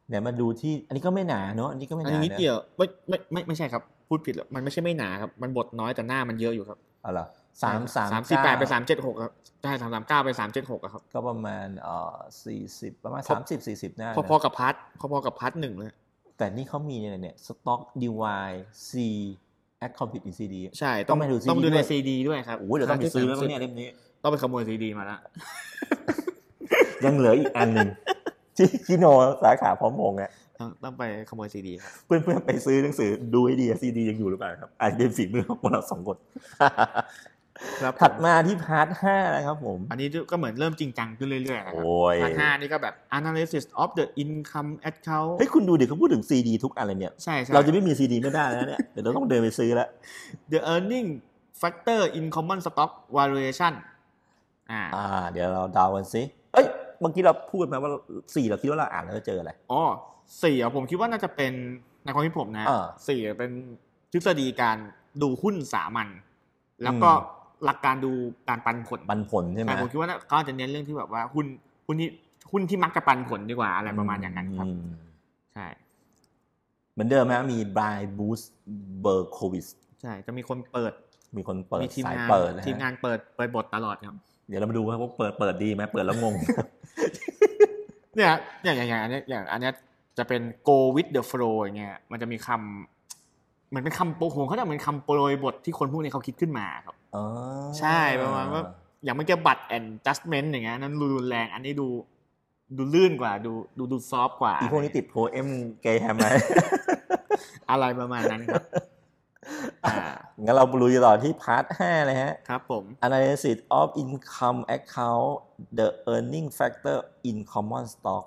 S1: เนี่ยมาดูที่อันนี้ก็ไม่หนาเนอะอันนี้ก็ไม่ห
S2: อันนี้นิด
S1: นาะ
S2: เดียวไม่ไม่ไม่ไม่ใช่ครับ พูดผิดแล้วมันไม่ใช่ไม่หนาครับ มันบทน้อยแต่หน้ามันเยอะอยู่ครับ
S1: อ๋อเหรอสามสาม
S2: สามสี่แปดไปสามเจ็ดหกครับใช่สามสามเก้าไปสามเจ็ดหกครับ
S1: ก็ประมาณเอ่อสี่สิบประมาณ
S2: พอ
S1: สามสิบสี่สิบหน้า
S2: พอๆกับพาร์ทพอๆกับพาร์ทหนึ่งเลย
S1: แต่นี่เขามีเนี่ยเนี่ยสต็อกดีวายซีแอคคอมพิวต์อีซีดี
S2: ใช่
S1: ต้องไปดู CD
S2: ต้องดูใน
S1: ด้วย
S2: ซีดีด้วยครับ
S1: โอ้โหเดี๋ยวต้องไปซื้อแล้วมั้งเนี่ยเล่มนี้
S2: ต้องไปขโมยซีดีมาละ
S1: ยังเหลืออีกอันหนึ่ง (laughs) ที่คิโนสาขาพร้อมพงษ์อะ
S2: ต้องต้องไปขโมยซีดีครับ
S1: เพื่อนๆไปซื้อหนังสือดูให้ดีซีดียังอยู่หรือเปล่าครับอาจจะเป็นฝีมือของพวกเราสองคน
S2: ครับ
S1: (laughs) ถัดมาที่พาร์ทห้านะครับผม
S2: อันนี้ก็เหมือนเริ่มจริงจังขึ้นเรื่อยๆนะครับ
S1: โอ้ย
S2: พาร์ทห้านี่ก็แบบ analysis of the income account
S1: เฮ้ยคุณดูดิเขาพูดถึงซีดีทุกอันเลยเนี่ย
S2: ใช่ใช่
S1: เราจะไม่มีซีดีไม่ได้แล้วเนี่ย (laughs) เดี๋ยวเราต้องเดินไปซื้อละ
S2: the earning factor in common stock valuation อ่า
S1: อ่า เดี๋ยวเราเดากันสิเอ้ยเมื่อกี้เราพูดมาว่าสี่เราคิดว่าเราอ่านแล้วจะเจออะไร
S2: อ๋อสี่อ่ะผมคิดว่าน่าจะเป็นในความคิดผมนะ
S1: อ่า
S2: สี่อ่ะเป็นทฤษฎีการดูหุ้นสามัญแล้วก็
S1: อื
S2: หลักการดูการปันผล
S1: ปันผลใช่ไหม
S2: แต่ผมคิดว่าน่าเขาอาจจะเน้นเรื่องที่แบบว่าหุ้นหุ้นที่หุ้นที่มักจะปันผลดีกว่าอะไรประมาณอย่างนั้นครับ
S1: อืม
S2: ใช่
S1: เหมือนเดิมนะมีบายบูสเบอร์โควิส
S2: ใช่จะมีคนเปิด
S1: มีคนเปิด
S2: มีทีม
S1: สาย
S2: งาน
S1: เปิดนะ
S2: ทีมงา
S1: ฮะ
S2: นเปิดเปิดบทตลอดครับ
S1: เดี๋ยวเรามาดูว่าพวกเปิดเปิดดีไหมเปิดแล้วง
S2: (laughs)
S1: ง
S2: เนี่ยอย่างอย่างอย่างอันเนี้ยอย่างอันเนี้ยจะเป็น go with the flow อย่างเงี้ยมันจะมีคำเหมือนเป็นคำโปรโหเขาจะเหมือนคำโปรยบทที่คนพวกนี้เขาคิดขึ้นมาครับ
S1: อ๋อ
S2: ใช่ประมาณว่า อย่างเมื่อกี้บัตร and judgment อย่างเงี้ยนั้นดูรุนแรง อันนี้ดูดูลื่นกว่า ดูดูดูซอฟต์กว่า
S1: อีพวกนี้ติดโพเอมเกย์แฮมไหม
S2: อะไรประมาณนั้นครับ (laughs) อ่า
S1: งั้นเราลุยต่อที่พาร์ท5เลยฮะ
S2: ครับผม
S1: Analysis of Income Account the Earning Factor in Common Stock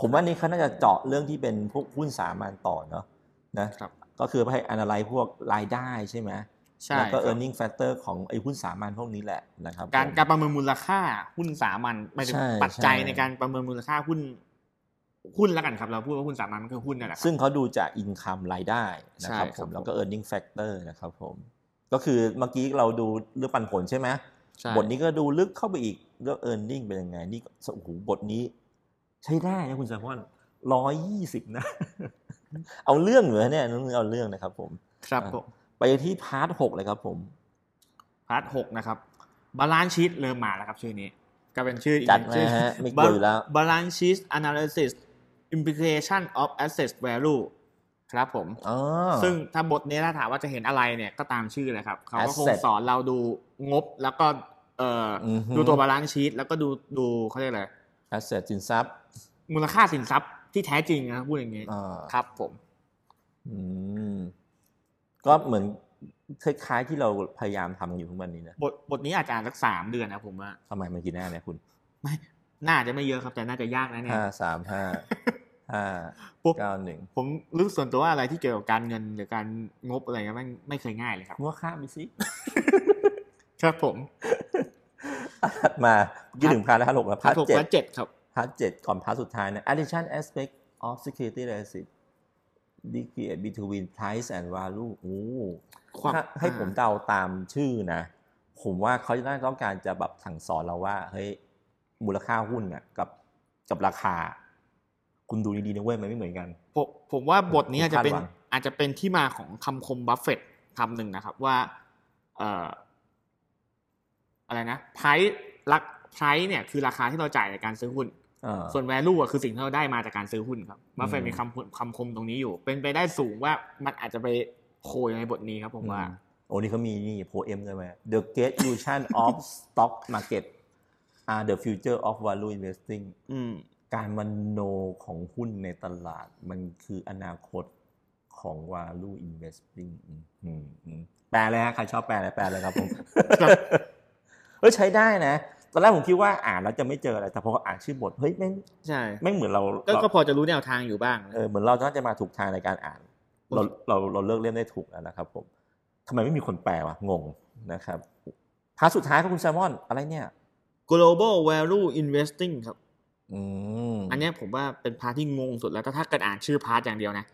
S1: ผมว่านี่เขาน่าจะเจาะเรื่องที่เป็นพวกหุ้นสามัญต่อเนาะนะครับ ก็คือให้ analyze พวกรายได้ใช่ไหม
S2: ใช่
S1: แล้วก็
S2: ครับ
S1: earning factor ของไอ้หุ้นสามัญพวกนี้แหละนะครับ
S2: การ
S1: ผม
S2: การประเมินมูลค่าหุ้นสามัญหมายถึง
S1: ใช่
S2: ปัจจัย
S1: ใช่
S2: ในการประเมินมูลค่าหุ้น หุ้นแล้วกันครับ เราพูดว่าหุ้นสามัญมันคือหุ้นนั่นแหละครับ
S1: ซึ่งเขาดูจาก income รายได้นะครับ
S2: ใช่
S1: ผ
S2: ครั
S1: ม
S2: บผม
S1: แล้วก็ earning factor นะครับผม ก็คือเมื่อกี้เราดูเรื่องปันผลใช่ไหม
S2: ใช่
S1: บทนี้ก็ดูลึกเข้าไปอีกเรื่อง earning เป็นยังไง นี่ก็โอ้โหบทนี้ ใช้ได้นะคุณแซมพอนร้อยยี่สิบนะ เอาเรื่องเหนือเนี่ยน้องเอาเรื่องนะครับผม
S2: ครับ
S1: อ่า
S2: ผม
S1: ไปที่พาร์ทหกเลยครับผม
S2: พาร์ทหกนะครับบาลานซ์ชีตเริ่มมาแล้วครับชื่อนี้ ก็เป็นชื่ออีก
S1: จัด
S2: ห
S1: มา
S2: นึ่งชื่อ
S1: ฮะ ไม่กลัวอยู่แล้ว
S2: บาลานซ์ชีต analysis implication of asset value ครับผม
S1: อ๋อ
S2: ซึ่งถ้าบทนี้ถ้าถามว่าจะเห็นอะไรเนี่ยก็ตามชื่อเลยครับ เขาก็คง
S1: Asset
S2: สอนเราดูงบแล้วก็เอ่ออ
S1: อือฮึ
S2: ดูตัวบาลานซ์ชีตแล้วก็ดูดูเขาเรียกอะไร
S1: asset สินทรัพย์
S2: มูลค่าสินทรัพย์ ที่แท้จริงนะพูดอย่างนี้
S1: อ่า
S2: ครับผม
S1: อืมก็เหมือนคล้ายๆที่เราพยายามทำกันอยู่ทุกวันนี้นะ
S2: บทบทนี้อาจจะอ่านสักสามเดือนนะผมว่า
S1: ทำไมมันกี่หน้าเนี่ยคุณ
S2: น่าจะไม่เยอะครับแต่น่าจะยากนะเนี่ย
S1: ห้าสามห้าห้า
S2: ปุ๊บ
S1: เก้าหนึ่ง
S2: ผมรู้ส่วนตัวว่าอะไรที่เกี่ยวกับการเงินหรือการงบอะไรเงี้ยไม่งไม่เคยง่ายเลยครับ
S1: งัวข้ามไป (laughs) สิ
S2: ครับผม
S1: ถัดมายี่ถึงพาร์ทแล้วหกแล้วพาร์ท
S2: ผม
S1: เจ็ด
S2: ว่าเจ็ดครับ
S1: พาร์ทเจ็ดก่อนพาร์ทสุดท้ายนะ addition aspect of security deficit degree between price and value โอ้
S2: ความ
S1: ถ้าให้
S2: อ่า
S1: ผมเดาตามชื่อนะ ผมว่าเขาจะน่าต้องการจะแบบสั่งสอนเราว่า เฮ้ย มูลค่าหุ้นน่ะกับกับราคา คุณดูดีๆนะเว้ย มันไม่เหมือนกัน
S2: ผมผมว่าบทนี้อาจจะเป็น
S1: คาดหวัง
S2: อาจจะเป็นที่มาของคำคมบัฟเฟตต์คำหนึ่งนะครับว่าเอ่ออะไรนะไพรรักไพรเนี่ยคือราคาที่เราจ่ายในการซื้อหุ้น
S1: เออ
S2: ส่วน value อะคือสิ่งที่เราได้มาจากการซื้อหุ้นครับบัฟเฟต
S1: อืม
S2: มีคำพูดคำคมตรงนี้อยู่ เป็นไปได้สูงว่ามันอาจจะไปโคยในบทนี้ครับผมว่า
S1: อืม โอ้นี่เขามีนี่โพเอมด้วยไหม The Great Illusion of Stock Market are the future of value investing
S2: อืม
S1: การมโนของหุ้นในตลาดมันคืออนาคตของ value investing อืมอืมอืมแปลเลยฮะใครชอบแปลเลยแปลเลยครับผม
S2: ครับ
S1: เฮ้ยใช้ได้นะ ตอนแรกผมคิดว่าอ่านแล้วจะไม่เจออะไร แต่พออ่านชื่อบท เฮ้ยไม่ง
S2: ใช่
S1: ไม่งเหมือนเรา
S2: ก็
S1: เรา
S2: ก็พอจะรู้แนวทางอยู่บ้าง
S1: เออเหมือนเราน่าจะมาถูกทางในการอ่าน เราเราเราเลือกเล่มได้ถูกแล้วนะครับผมทำไมไม่มีคนแปลวะงงนะครับพาร์ทสุดท้ายของคุณแซมมอนอะไรเนี่ย
S2: global value investing ครับ
S1: อืม
S2: อันเนี้ยผมว่าเป็นพาร์ทที่งงสุดแล้วถ้าถ้าเกิดอ่านชื่อพาร์ทอย่างเดียวนะ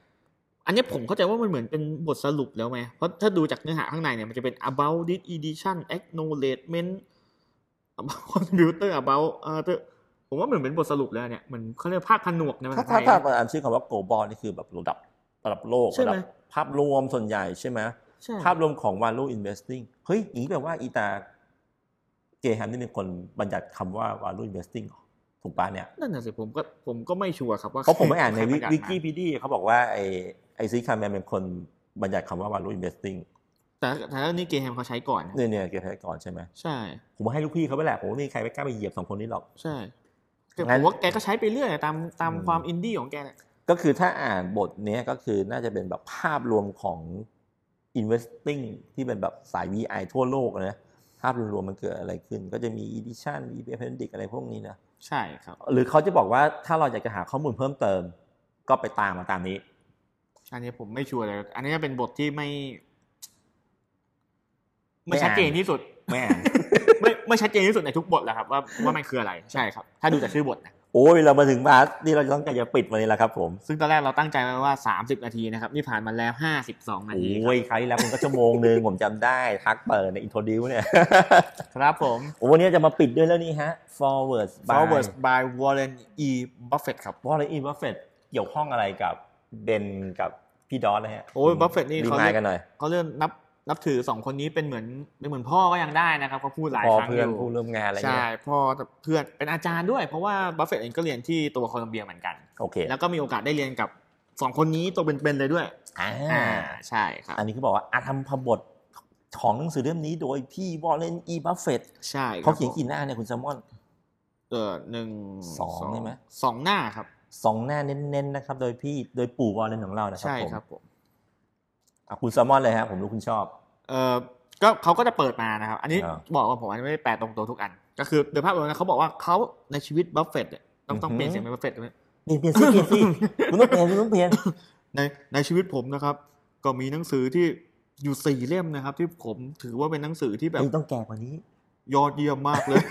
S2: อันเนี้ยผมเข้าใจว่ามันเหมือนเป็นบทสรุปแล้วไหมเพราะถ้าดูจากเนื้อหาข้างในเนี่ยมันจะเป็น about this edition acknowledgement about contributor about เอ่อผมว่าเหมือนเป็นบทสรุปแล้วเนี่ยเหมือนเขาเรียกภาคผนวกในภา
S1: ถ้า
S2: ษาไท
S1: ถ้าย ถ้าเราอ่านชื่อคำว่า global นี่คือแบบระดับระดับโลก
S2: ใช่ไหม
S1: ระดับภาพรวมส่วนใหญ่ใช่ไหม
S2: ใช่
S1: ภาพรวมของ value investing เฮ้ยอย่างนี้แปลว่าอีตาเจแฮมนี่เป็นคนบัญญัติคำว่า value investing เหรอถูกปะเนี่ย
S2: นั่นน่ะสิผมก็ผมก็ไม่ชัวร์ครับว่า
S1: เพราะผมไป
S2: (laughs)
S1: อ่านใน
S2: ใครประกศ
S1: วิ
S2: ม
S1: กิพีเดียเขาบอกว่าไอไอซีคาแมนเป็นคนบัญญัติคำว่า value investing
S2: แต่แต่แล้วนี่เกมแฮมเขาใช้ก่อนนะ
S1: เนี่ยเนี่ยเกรทไทยก่อนใช่ไหม
S2: ใช่
S1: ผมให้ลูกพี่เขาไปแหละ ผมไม่มีใครไปกล้าไปเหยียบสองคนนี้หรอก
S2: ใช่แต่
S1: งั้
S2: ผ
S1: น
S2: มว่าแกก็ใช้ไปเรื่อยตามตาม
S1: อืม
S2: ความอินดี้ของแกแหละ
S1: ก็คือถ้าอ่านบทเนี้ยก็คือน่าจะเป็นแบบภาพรวมของ investing ที่เป็นแบบสาย VI ทั่วโลกนะ ภาพรวมๆมันเกิดอะไรขึ้น ก็จะมี edition มี appendix อะไรพวกนี้นะ
S2: ใช่ครับ
S1: หรือเขาจะบอกว่าถ้าเราอยากจะหาข้อมูลเพิ่มเติม ก็ไปตามมาตามนี้
S2: อันนี้ผมไม่ชัวร์เลย อันนี้จะเป็นบทที่ไม่
S1: ไม่
S2: ไม่
S1: อ่าน
S2: ชัดเจนที่สุด (laughs)
S1: แม่
S2: ไม่ไม่ชัดเจนที่สุดในทุกบทแหละครับว่าว่ามันคืออะไร ใช่ครับ ถ้าดูจากชื่อบทนะ
S1: (laughs) โอ้ยเรามาถึงบาสนี่เราจะต้องการจะปิดวันนี้แล้วครับผม
S2: ซึ่งตอนแรกเราตั้งใจไว้ว่า 30 นาทีนะครับ นี่ผ่านมาแล้ว 52 นาทีครับ
S1: โอ้ยคราวที่แล้วมันก็ชั่วโมงหนึ่งผมจำได้ทักเปิดในอินโทรดิวเนี่ย (laughs)
S2: ครับผม
S1: โอ้วันนี้จะมาปิดด้วยแล้วนี่ฮะ forward by
S2: Forward by Warren E Buffett ครับ
S1: ว่าอะไรอีบัฟเฟตเกี่ยวข้องอะไรกับเบนกับพี่ดอสนะฮะ
S2: โอ้ย Buffett นี่
S1: รี
S2: เขา
S1: มาย
S2: เรียก
S1: กันหน่อย
S2: เขาเริ่มนับนับถือสองคนนี้เป็นเหมือนเป็นเหมือนพ่อก็ยังได้นะครับเขาพูดหลาย
S1: พอ
S2: ครั้ง
S1: เพื่
S2: อ
S1: อน
S2: ยู่
S1: ผู้ร่วมงานอะไร
S2: ใช่
S1: เงี้ย
S2: พ่อเพื่อนเป็นอาจารย์ด้วย เพราะว่าบัฟเฟตเองก็เรียนที่ตัวโคลัมเบียเหมือนกัน
S1: โอเค
S2: แล้วก็มีโอกาสได้เรียนกับสองคนนี้ตัวเป็นๆเลยด้วย
S1: อ่า
S2: อ่าใช่ครับ
S1: อันนี้คือบอกว่าอาธรรมพบทของหนังสือเล่มนี้โดยพี่วอลเลนอีบัฟเฟต
S2: ใช่
S1: เขาเขียนกี่หน้าเนี่ยคุณแซมมอน
S2: เออหนึ่ง
S1: สองได้ไหม
S2: สองหน้าครับ
S1: สองหน้าเน้นๆนะครับ โดยพี่โดยปู่วอลเลนของเรานะครับ
S2: ใช่
S1: ผม
S2: ครับผม
S1: อ่ะคุณแซมมอนเลยฮะผมรู้คุณชอบ
S2: เออก็เขาก็จะเปิดมานะครับ อันนี้
S1: อ่า
S2: บอกว่าผมอันนี้ไม่ได้แปลตรงตัวทุกอัน ก็คือโดยภาพรวมนะเขาบอกว่าเขาในชีวิตบัฟเฟตต์เนี่ยต้องต้อง
S1: อือฮึ
S2: เปลี่ยนเสียงเป็นบัฟเฟตต์ด้วย
S1: เปลี่ยนเปลี่ยนสิเปลี่ยนสิคุณต้องเปลี่ยนคุณต้องเปลี่ยน
S2: ในในชีวิตผมนะครับ ก็มีหนังสือที่อยู่สี่เล่มนะครับ ที่ผมถือว่าเป็นหนังสือที่แบบ
S1: เฮ้ยต้องแก่กว่านี้
S2: ยอดเยี่ยมมาก
S1: (laughs)
S2: เลย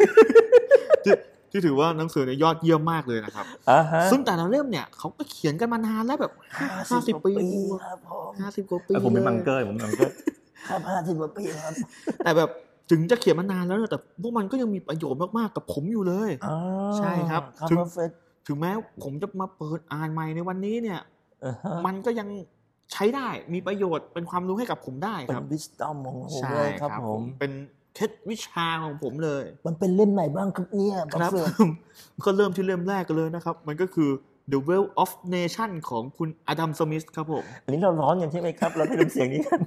S2: ที่ที่ถือว่าหนังสือเนี่ยยอดเยี่ยมมากเลยนะครับ
S1: อ่าฮะ
S2: ซึ่งแต่ละเล่มเนี่ยเขาก็เขียนกันมานานแล้วแบบห้าสิบปี
S1: ครับผม
S2: ห้าสิบกว่าปี
S1: เออผมเป็นมังเก
S2: ลย
S1: อร์ผมเป็นมังเกอร์ครับห้าสิบกว่าปีครับ
S2: แต่แบบถึงจะเขียนมานานแล้วเนี่ยแต่พวกมันก็ยังมีประโยชน์มากๆกับผมอยู่เลย ใช่ครับ
S1: ครับ
S2: ถึง
S1: เพอร์เฟกต์
S2: ถึงแม้ผมจะมาเปิดอ่านใหม่ในวันนี้เนี่ย มันก็ยังใช้ได้มีประโยชน์เป็นความรู้ให้กับผมได้
S1: เป็
S2: คน รับ
S1: วิสตอมของผมเลยครับผม
S2: เป็นเคล็ดวิชาของผมเลย
S1: มันเป็นเล่มไหนบ้างครับเนี่ย
S2: ครั
S1: เฟต
S2: ก็เริ่ม (laughs) ที่เล่มแรกกันเลยนะครับ มันก็คือ The Wealth of Nation ของคุณอดัมสมิธครับผม (laughs)
S1: อันนี้เราร้อนกันใช่ไหมครับ เราไม่รู้เสียงนี้กัน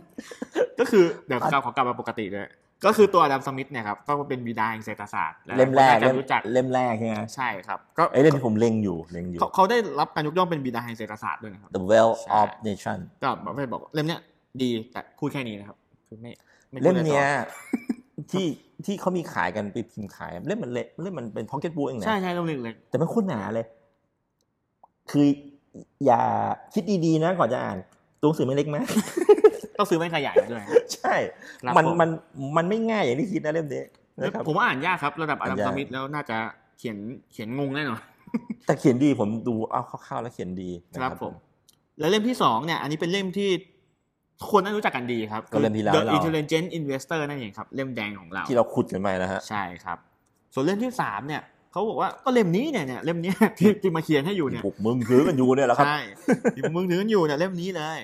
S2: ก็คือเดี๋ยวกลับขอกลับมาปกติเลย ก็คือตัวอดัมสมิธเนี่ยครับก็เป็นบิดาแห่งเศรษฐศาสตร์หายๆ
S1: เล่มแรก
S2: คนน่าจะ
S1: เล่ม
S2: รู้จัก
S1: เล่มแรกใช่ไหม
S2: ใช่ครับก็
S1: ไอ้ยเล่มที่ผมเล็งอยู่เล็งอยู่
S2: เขาเขาได้รับการยกย่องเป็นบิดาแห่งเศรษฐศาสตร์ด้วยนะครับ
S1: The Well
S2: ใช่
S1: of Nation
S2: ก็แบบไม่บอกว่าเล่มเนี้ยดีแต่พูดแค่นี้นะครับคือไม่ไพูด
S1: เล่ม
S2: อะไรต่อ
S1: เนี้ยที่ที่เขามีขายกันไปพิมพ์ขายเล่มมันเละเล่มมันเป็นพ็อกเก็ตบุ๊กเองนะ
S2: ใช่ใช่เล่มเล็ก
S1: แต่มันโคตรหนาเลย คืออย่าคิดดีๆนะก่อนจะอ่านตัวหนังสือไม่เล็ก (laughs) มาก
S2: ๆต้องซื้อไม่ขยายด้วย
S1: ใช่
S2: ครับ
S1: มัน
S2: ผ
S1: มันมันไม่ง่ายอย่างที่คิดนะเล่มนี้นะครับ
S2: ผมว่าอ่านยากครับระดับอดัม
S1: อ่านยาก
S2: สมิธแล้วน่าจะเขียนเขียนงงแน่นอน
S1: แต่เขียนดีผมดูเอาคร่าวๆแล้วเขียนดีนะ
S2: ครับผม แล้วเล่มที่สองเนี่ยอันนี้เป็นเล่มที่คนน่ารู้จักกันดีครับ
S1: ก็เล่มที่แล้ว
S2: The
S1: เรา
S2: Intelligent Investor นั่นเองครับ เล่มแดงของเรา
S1: ที่เราขุดกันไปนะฮะ
S2: ใช่ครับ ส่วนเล่มที่สามเนี่ยเขาบอกว่าก็เล่มนี้เนี่ยเนี่ยเล่มเนี้ย ที่ที่มาเขียนให้อยู่เนี่ย
S1: ถูกมึงถือกันอยู่เนี่ยแหละครับ
S2: ใช่ที่มึงถืออยู่เนี่ยเล่มนี้เลย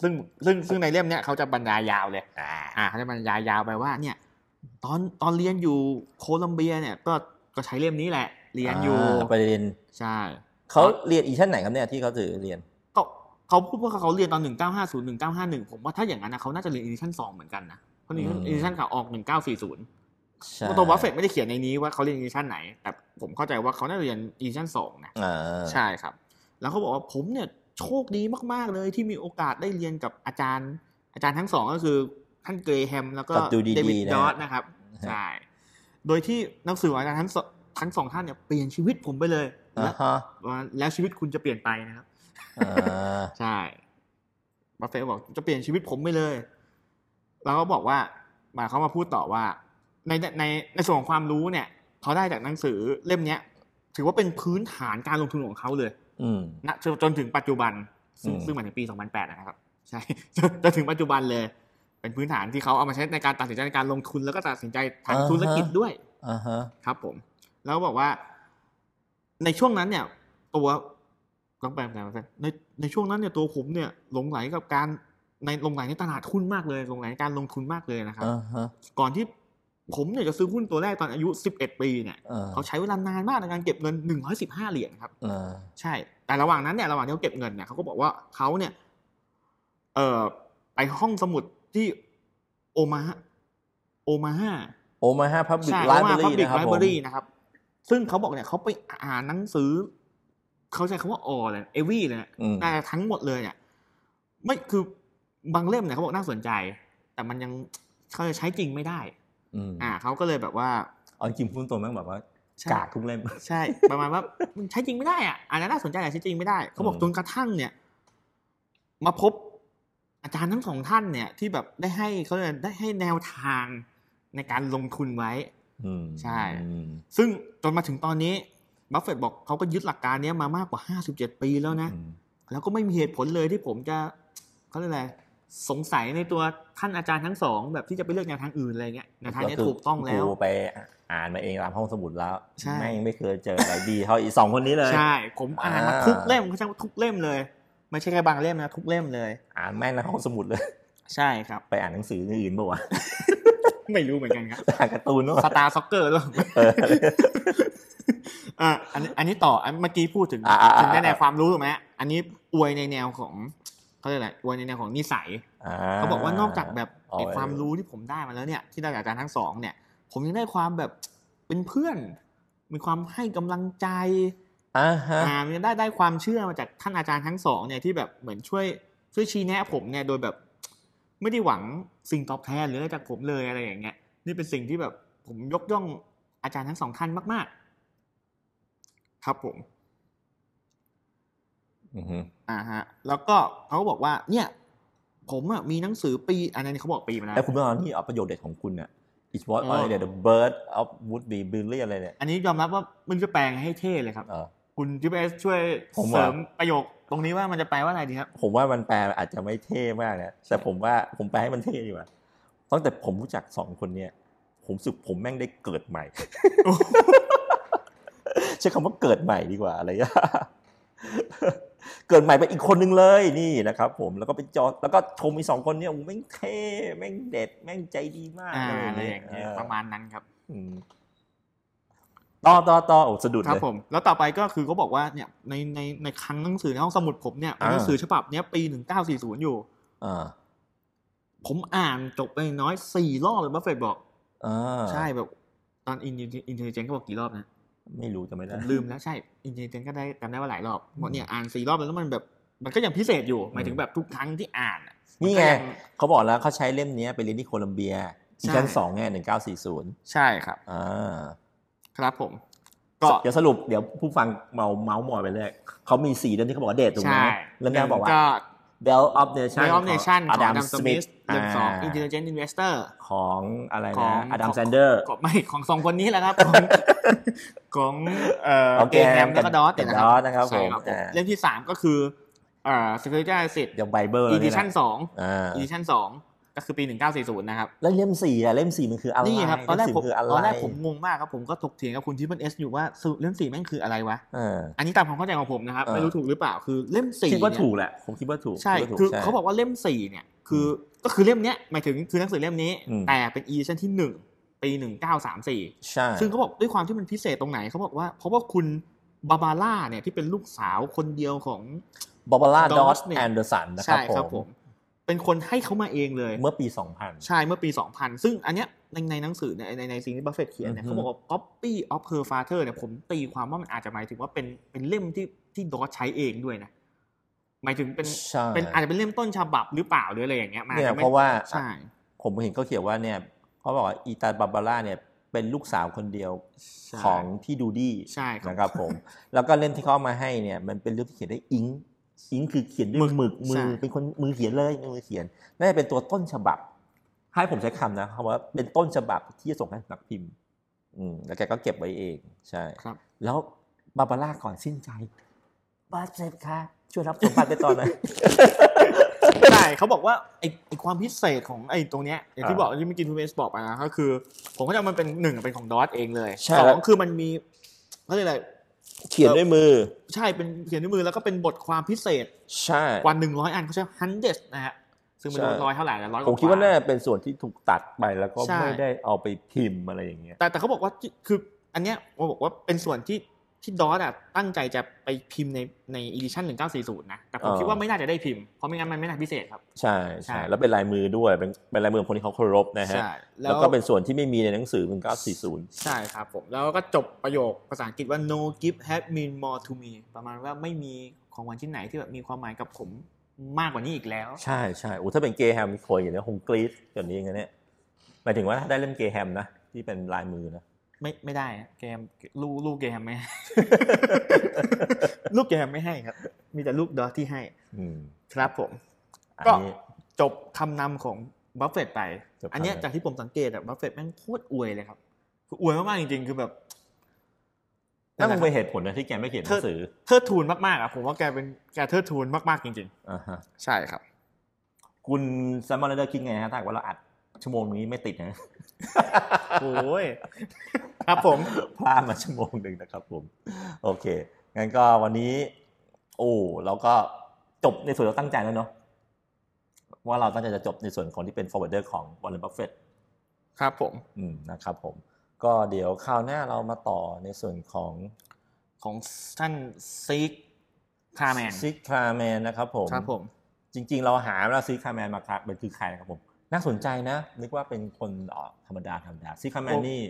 S2: ซึ่งซึ่งซึ่งในเล่มเนี่ยเขาจะบรรยายยาวเลย อ่าเขาจะบรรยายยาวไปว่าเนี่ย ตอนตอนเรียนอยู่โคลัมเบียเนี่ยก็ก็ใช้เล่มนี้แหละ เรียนอยู่
S1: าประเด็น
S2: ใช่
S1: เขาเรียนอีชั้นไหนครับเนี่ยที่เขาถือเรียน
S2: ก็เขาพูดว่าเขาเรียนตอน 1950 1951 ผมว่าถ้าอย่างนั้นนะเขาน่าจะเรียนอินิชั่น2เหมือนกันนะเพราะอินิชั่น
S1: อืม
S2: อินิชั่นเก่าออก 1940
S1: ใช่
S2: ตัววัฟเฟตไม่ได้เขียนในนี้ว่าเขาเรียนอินิชั่นไหน แต่ผมเข้าใจว่าเขาน่าจะเรียนอินิชั่น2นะ
S1: อ่า
S2: ใช่ครับ แล้วเขาบอกว่าผมเนี่ยโชคดีมาก ๆ เลยที่มีโอกาสได้เรียนกับอาจารย์ อาจารย์ทั้งสองก็คือท่านเกรแฮมแล้วก็
S1: กับดูดีๆ
S2: เดวิด
S1: นะ
S2: ดอดนะครับใช่โดยที่หนังสือของอาจารย์ทั้งสองทั้งสองท่านเนี่ยเปลี่ยนชีวิตผมไปเลย
S1: อ่า
S2: และ
S1: ฮะ
S2: แล้วชีวิตคุณจะเปลี่ยนไปนะครับ
S1: อ่า
S2: ใช่บัฟเฟตต์บอกจะเปลี่ยนชีวิตผมไปเลย แล้วก็บอกว่ามาเขามาพูดต่อว่า ในในในส่วนของความรู้เนี่ยเขาได้จากหนังสือเล่มเนี้ย ถือว่าเป็นพื้นฐานการลงทุนของเขาเลย
S1: อืม
S2: ณจนจนถึงปัจจุบัน ซึ่ง
S1: อืม
S2: ซึ่งหมายถึงปี 2008 นะครับ ใช่ (laughs) จนจนถึงปัจจุบันเลย เป็นพื้นฐานที่เขาเอามาใช้ในการตัดสินใจในการลงทุนแล้วก็ตัดสินใจทางธุรกิจด้วย
S1: อ่าฮะ
S2: ครับผม แล้วก็บอกว่า ในช่วงนั้นเนี่ย ตัวต้องแปลเป็นภาษาอังกฤษในในช่วงนั้นเนี่ยตัวผมเนี่ยหลงไหลกับการในหลงไหลในตลาดหุ้นมากเลยหลงไหลในการลงทุนมากเลยนะครับ
S1: อ่าฮะ
S2: ก่อนที่ผมเนี่ยจะซื้อหุ้นตัวแรกตอนอายุ 11 ปีเนี่ย
S1: อ่า
S2: เขาใช้เวลานานมากในการเก็บเงิน 115 เหรียญครับ
S1: อ่า
S2: ใช่ แต่ระหว่างนั้นเนี่ยระหว่างที่เขาเก็บเงินเนี่ยเขาก็บอกว่าเขาเนี่ย เอ่อไปห้องสมุดที่โอมาฮาโอมาฮา
S1: โอมาฮาพับบิก
S2: ใช่
S1: ไล
S2: เพราะ
S1: บ
S2: ว่า
S1: รารี
S2: Public
S1: นะครับผม
S2: Library นะครับ ซึ่งเขาบอกเนี่ยเขาไปอ่านหนังสือ เขาใช้คำว่าออเลยเอวี่เลยนะ
S1: อืม
S2: แต่ทั้งหมดเลยเนี่ยไม่คือบางเล่มเนี่ยเขาบอกน่าสนใจ แต่มันยังเขาจะใช้จริงไม่ได้
S1: อืม
S2: อ่าเขาก็เลยแบบว่า
S1: เอาจริมพุ่งตรงแม่งแบบว่า
S2: ใช่
S1: กากทุกเล่ม
S2: ใช่ ประมาณว่ามันใช้จริงไม่ได้อ่ะอันนั้นน่าสนใจแต่ใช้จริงไม่ได้เขาบอก
S1: อืม
S2: จนกระทั่งเนี่ย มาพบอาจารย์ทั้งสองท่านเนี่ย ที่แบบได้ให้เขาเรียกได้ให้แนวทางในการลงทุนไว้
S1: อืม
S2: ใช่
S1: อืม
S2: ซึ่งจนมาถึงตอนนี้บัฟเฟตต์บอกเขาก็ยึดหลักการเนี้ยมามากกว่า 57 ปีแล้วนะ
S1: อืม
S2: แล้วก็ไม่มีเหตุผลเลยที่ผมจะเขาเรียกอะไรสงสัยในตัวท่านอาจารย์ทั้งสอง แบบที่จะไปเลือกแนวทางอื่นอะไรเงี้ยแนวทางเนี้ยถูกต้องแล้ว
S1: กูไปอ่านมาเองตามห้องสมุดแล้ว
S2: ใช่
S1: แม่งไม่เคยเจออะไรดีเท่าอีสองคนนี้เลย
S2: ใช่ ผมอ่านมา
S1: อ่า
S2: ทุกเล่มเขาใช้ว่าทุกเล่มเลย ไม่ใช่แค่บางเล่มนะทุกเล่มเลย
S1: อ่านแม่งในห้องสมุดเลย
S2: ใช่ครับ
S1: ไปอ่านหนังสืออื่นบ่าวะ (laughs)
S2: ไม่รู้เหมือนกันครับ
S1: อ่านการ์ตูนบ้าง
S2: ส
S1: วะ
S2: ตาร์ซ็อกเกอร์หรือเปล่า
S1: เออ
S2: อ่ะอันนี้อันนี้ต่ออันเมื่อกี้พูดถึง
S1: อ่าอ่าอ่า
S2: ถึงในแนวความรู้ถูกไหมอันนี้อวยในแนวของเขาเรียกอะไรอวยในแนวของนิสัย เขาบอกว่านอกจากแบบ
S1: อ๋อ
S2: ไอ้ความรู้ที่ผมได้มาแล้วเนี่ยที่ได้จากอาจารย์ทั้งสองเนี่ย ผมยังได้ความแบบเป็นเพื่อน มีความให้กำลังใจ
S1: อ่าฮะ
S2: อ่ามันได้ได้ความเชื่อมาจากท่านอาจารย์ทั้งสองเนี่ยที่แบบเหมือนช่วยช่วยชี้แนะผมเนี่ยโดยแบบ ไม่ได้หวังสิ่งตอบแทนหรืออะไรจากผมเลยอะไรอย่างเงี้ยนี่เป็นสิ่งที่แบบผมยกย่องอาจารย์ทั้งสองท่านมาก ๆ ครับผม
S1: อือฮึ
S2: อ่าฮะ แล้วก็เขาก็บอกว่า เนี่ย ผมอะมีหนังสือปีอันนั้นเขาบอกปีมาแล้ว
S1: แล้วคุณเมื่อวานที่เอาประโยชน์เด็ดของคุณเนี่ย it's what
S2: อ๋ออ
S1: อะไรเนี่ย the bird of would be brilliant อะไรเนี่ย
S2: อันนี้ยอมรับว่ามันจะแปลงให้เท่เลยครับ
S1: เออ
S2: คุณจิเบสช่วย
S1: ผมว่า
S2: เสริมประโยค ตรงนี้ว่ามันจะแปลว่าอะไรดีครับ
S1: ผมว่ามันแปลอาจจะไม่เท่มากนะ แต่ผมว่าผมแปลให้มันเท่ดีกว่าตั้งแต่ผมรู้จักสองคนเนี่ย ผมรู้สึกผมแม่งได้เกิดใหม่ (laughs) ใช้คำว่าเกิดใหม่ดีกว่าอะไรอะ (laughs) เกิดใหม่ไปนอีกคนนึงเลยนี่นะครับผมแล้วก็ไปจอแล้วก็ชมอีกสองคนเนี่ยโอ้โหแม่งเท่แม่งเด็ด แม่งใจดีมาก
S2: อ่า
S1: เลย
S2: อะไรอย่างเงี้ย
S1: เออ
S2: ประมาณนั้นครับ
S1: อืมต่อต่อต่อโอ้สะดุด
S2: ครับ
S1: เลย
S2: ผม แล้วต่อไปก็คือเขาบอกว่าเนี่ยในในในครั้งหนังสือในห้องสมุดผมเนี่ย
S1: อ่า
S2: หนังสือฉบับเนี้ยปี 1940 อยู่
S1: อ่า
S2: ผมอ่านจบไปน้อยสี่รอบเลยบัฟเฟตต์บอก
S1: อ่า
S2: ใช่แบบตอนอินอินเทลเจนก็บอกกี่รอบนะ
S1: ไม่รู้จะไม่
S2: ผ
S1: ได้
S2: มลืมแล้วใช่อินเทลเจนก็ได้จำได้ว่าหลายรอบเพราะเนี่ยอ่านสี่รอบแล้วแล้วมันแบบมันก็ยังพิเศษอยู่หมายถึงแบบทุกครั้งที่อ่านอะ
S1: นี่ไง
S2: มัก็ยัง
S1: เขาบอกแล้วเขาใช้เล่มเนี้ยไปเรียนที่โคลัมเบียที่ชั้น
S2: ใช่
S1: สองไงหนึ่งเก้าสี่ศูนย์
S2: ใช่ครับ
S1: อ่า
S2: ครับผม ก็
S1: เดี๋ยวสรุปเดี๋ยวผู้ฟังเมาเมาส์มอยไปเรื่อยเขามีสีเรื่องที่เขาบอกว่าเดทถูกไหม
S2: ใช่
S1: แล้วเนี่ยบอกว่า
S2: ก็
S1: Bell of Nation
S2: Bell of Nation ของ Adam Smith เรื่องสอง
S1: า
S2: Intelligent Investor
S1: ของอะไร
S2: ขอ
S1: นะ
S2: ง
S1: อดัม
S2: ของ
S1: แซนเดอร์
S2: ก็ไม่ของสองคนนี้แหละ
S1: (laughs)
S2: ครับ ของของเอ่อ
S1: ของ
S2: เกแฮม
S1: แกรม
S2: แล้วก็ดอส
S1: กับ
S2: เย
S1: ดอสนะครับ
S2: ใช่
S1: ผมอ่า
S2: เล่มที่สามก็คือเอ่อ Security Asset
S1: เดี๋ยวไบเบิลแล้วเนี่ย
S2: Edition
S1: นะ
S2: สอง
S1: อ่า
S2: Edition สองก็คือปี 1940 นะครับ
S1: แล้วเล่มสี่อะเล่มสี่มันคืออะไร
S2: นี่ครับตอนแรก
S1: เล่ม
S2: ผม
S1: สี่คืออะไร
S2: ตอนแรกผมงงมากครับผมก็ถกเถียงกับคุณทิพย์เอสอยู่ว่าสรุปเล่มสี่แม่งคืออะไรวะ
S1: เออ
S2: อันนี้ตามความเข้าใจของผมนะครับ
S1: เออ
S2: ไม่รู้ถูกหรือเปล่าคือเล่มสี่
S1: คิดว่า
S2: เนี่ย
S1: ถูกแหละ ผมคิดว่าถูก
S2: ใช่
S1: ดว่ถู
S2: คือ
S1: ใช่
S2: เขาบอกว่าเล่มสี่เนี่ยคืออก็คือเล่มเนี้ยหมายถึงคือหนังสือเล่มนี้
S1: อืม
S2: แต่เป็นอีชั่นที่หนึ่งปีหนึ่งเก้าสามสี่
S1: ใช่
S2: ซึ่งเขาบอกด้วยความที่มันพิเศษตรงไหนเขาบอกว่า เพราะว่าคุณบาบาร่าเนี่ยที่เป็นลูกสาวคนเดียวของ
S1: บอบาร่าดอส
S2: Dodge เนี่ย
S1: แอนเดอร์สันนะค
S2: ใช่ค
S1: รั
S2: รั
S1: บบ ผ
S2: ผม ม เป็นคนให้เขามาเองเลย
S1: เมื่อปี 2000
S2: ใช่เมื่อปี 2000 ซึ่งอันเนี้ยในในหนังสือเนี่ยในในในสิ่งที่บัฟเฟตต์เขียนเนี่ย
S1: อือฮึ
S2: เขาบอกว่า copy of her father เนี่ยผมตีความว่ามันอาจจะหมายถึงว่าเป็นเป็นเล่มที่ที่ดอสใช้เองด้วยนะ หมายถึงเป็น
S1: ใช่
S2: เป็นอาจจะเป็นเล่มต้นฉบับหรือเปล่าหรืออะไรอย่างเงี้ยมันอาจ
S1: เนี่ย
S2: จะไม่
S1: เพราะว่า
S2: ใช่
S1: ผมเห็นเขาเขียนว่าเนี่ยเขาบอกว่าอีตาบาบาร่าเนี่ยเป็นลูกสาวคนเดียว
S2: ใช่
S1: ของพี่ดูดี้
S2: ใช่ครับ
S1: นะครับผม แล้วก็เล่มที่เขาเอามาให้เนี่ยมันเป็นเล่มที่เขียนด้วยอิงค์อิงค์คือเขียนด้วยหมึกมื
S2: ใช่
S1: อเป็นคนมือเขียนเลยมือเขียนน่าจะเป็นตัวต้นฉบับ ให้ผมใช้คำนะคำว่าเป็นต้นฉบับที่จะส่งให้สำนักพิมพ์ อืมแล้วแกก็เก็บไว้เองใช่
S2: ครับ
S1: แล้วบาบาร่าก่อนสิ้นใจบาเซฟค่ะช่วยรับสมบัติไปตอนหน่อย (laughs)
S2: ใช่เขาบอกว่าไอไอความพิเศษของไอตรงเนี้ยอย่างที่บอกที่เมื่อกี้ทูเมสบอกไปนะก็คือ ผมก็จะมันเป็นหนึ่งเป็นของดอสเองเลย
S1: ใช่
S2: สอ
S1: แล้ว
S2: งคือมันมีเขาเรียกอะไร
S1: เขียนด้วยมือ
S2: ใช่เป็นเขียนด้วยมือแล้วก็เป็นบทความพิเศษ
S1: ใช่
S2: กว่าหนึ่งร้อยอันเขาใช้ฮันเดสนะฮะ ซึ่งมัน
S1: ใช่
S2: ร้อยเท่าไหร่นะร้อยก
S1: ผ
S2: ว่า
S1: มคิดว่าน่าจะเป็นส่วนที่ถูกตัดไปแล้วก็
S2: ใช่
S1: ไม่ได้เอาไปพิมพ์อะไรอย่างเงี้ย
S2: แต่แต่เขาบอกว่าที่คืออันเนี้ยผมบอกว่าเป็นส่วนที่ที่ดอสอ่ะตั้งใจจะไปพิมพ์ในในอีดิชั่นหนึ่งเก้าสี่ศูนย์นะ แต่ผม
S1: เออ
S2: คิดว่าไม่น่าจะได้พิมพ์ เพราะไม่งั้นมันไม่น่าพิเศษครับ
S1: ใช่
S2: ใช่
S1: ใช่แล้วเป็นลายมือด้วยเป็นเป็นลายมือของคนที่เขาเคารพนะฮะแล้วก็เป็นส่วนที่ไม่มีในหนังสือ 1940
S2: ใช่ครับผม แล้วก็จบประโยคภาษาอังกฤษว่า no gift has mean more to me ประมาณว่าไม่มีของหวานชิ้นไหนที่แบบมีความหมายกับผมมากกว่านี้อีกแล้ว
S1: ใช่ใช่โอ้ถ้าเป็นเกย์แฮมคนอย่างนี้ยคงกรี๊ดอย่างนี้อย่างเงี้ยหมายถึงว่าได้เล่มเกย์แฮมนะที่เป็นลายมือนะ
S2: ไม่ไม่ได้นะเกมลูกลูกเกมไม่ให้ (laughs) ลูกเกมไม่ให้ครับ มีแต่ลูกดอทที่ให้
S1: อืม
S2: ครับผม
S1: อัน
S2: ก็
S1: นี้
S2: จบคำนำของบัฟเฟตต์ไป
S1: จบคำนำ
S2: อันเนี้ยจากที่ผมสังเกตอะบัฟเฟตต์แม่งโคตรอวยเลยครับคืออวยมากๆจริงๆ คือแบบ
S1: นั่นคงเป็นเหตุผลนะที่แกไม่เขียนหนังสือ
S2: เทิดทูนมากๆอะผมว่าแกเป็นแกเทิดทูนมากๆจริง
S1: อ่าฮะ
S2: ๆ ใช่ครับ
S1: คุณแซมมอนเดอร์คิดไงฮะถ้าหากว่าเราอัดชั่วโมงนี้ไม่ติดนะ (laughs)
S2: โอ้ย ครับผม
S1: พลาดมาชั่วโมงหนึ่งนะครับผม โอเค งั้นก็วันนี้ โอ้เราก็จบในส่วนเราตั้งใจแล้วเนาะว่าเราตั้งใจจะจบในส่วนของที่เป็น forwarder ของ Warren Buffett
S2: ครับผม
S1: อืมนะครับผม ก็เดี๋ยวคราวหน้าเรามาต่อในส่วนของ
S2: ของท่านซิกคาแมน
S1: ซิกคาแมนนะครับผม
S2: ครับผม
S1: จริงๆ เราหาเราซิกคาแมนมาครับเป็นคือใครนะครับผม น่าสนใจนะ นึกว่าเป็นคนเอ่อธรรมดาธรรมดาซิกคาแมน
S2: โอ้
S1: นี่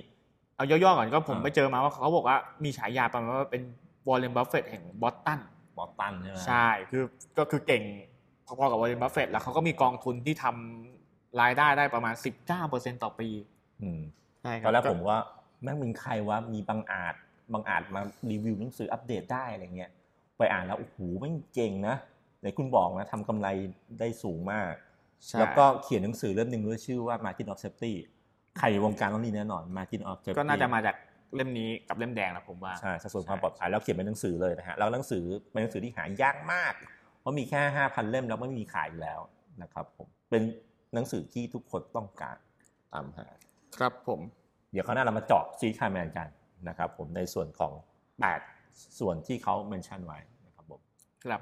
S2: เอาย่อๆก่อนก็ผม
S1: อ่า
S2: ไปเจอมาว่าเขาบอกว่ามีฉายาประมาณว่าเป็นวอลเลนบัฟเฟตแห่งบอสตัน
S1: บอตตันใช่ไหม
S2: ใช่ คือก็คือเก่งพอๆกับวอร์เรนบัฟเฟตต์แล้วเขาก็มีกองทุนที่ทำรายได้ได้ประมาณ 19%ต่อปี
S1: อืม
S2: ใช่ค
S1: ต
S2: รั
S1: อนแรกผมว่าแม่งเป็นใครวะมีบางอาจบางอาจมารีวิวหนังสืออัปเดตได้อะไรเงี้ยไปอ่านแล้วโอ้โหแม่งเจ๋งนะไหนคุณบอกนะทำกำไรได้สูงมาก
S2: ใช่
S1: แล้วก็เขียนหนังสือเล่มหนึ่งด้วยชื่อว่า Margin of Safety ใครอยู่วงการต้องรีแน่นอน Margin of Safety
S2: ก็น่าจะมาจากเล่มนี้กับเล่มแดงแหละผมว่า
S1: ใช่สัดส่วนความปลอดภัยแล้วเขียนเป็นหนังสือเลยนะฮะแล้วหนังสือเป็นหนังสือที่หายากมาก เพราะมีแค่ 5,000 เล่มแล้วไม่มีขายอยู่แล้วนะครับผมเป็นหนังสือที่ทุกคนต้องการตามหา
S2: ครับผม
S1: เดี๋ยวคราวหน้าเรามาเจาะซีคาแมนกันนะครับผมในส่วนของ 8 ส่วนที่เขาเมนชั่นไว้นะครับผม
S2: ครับ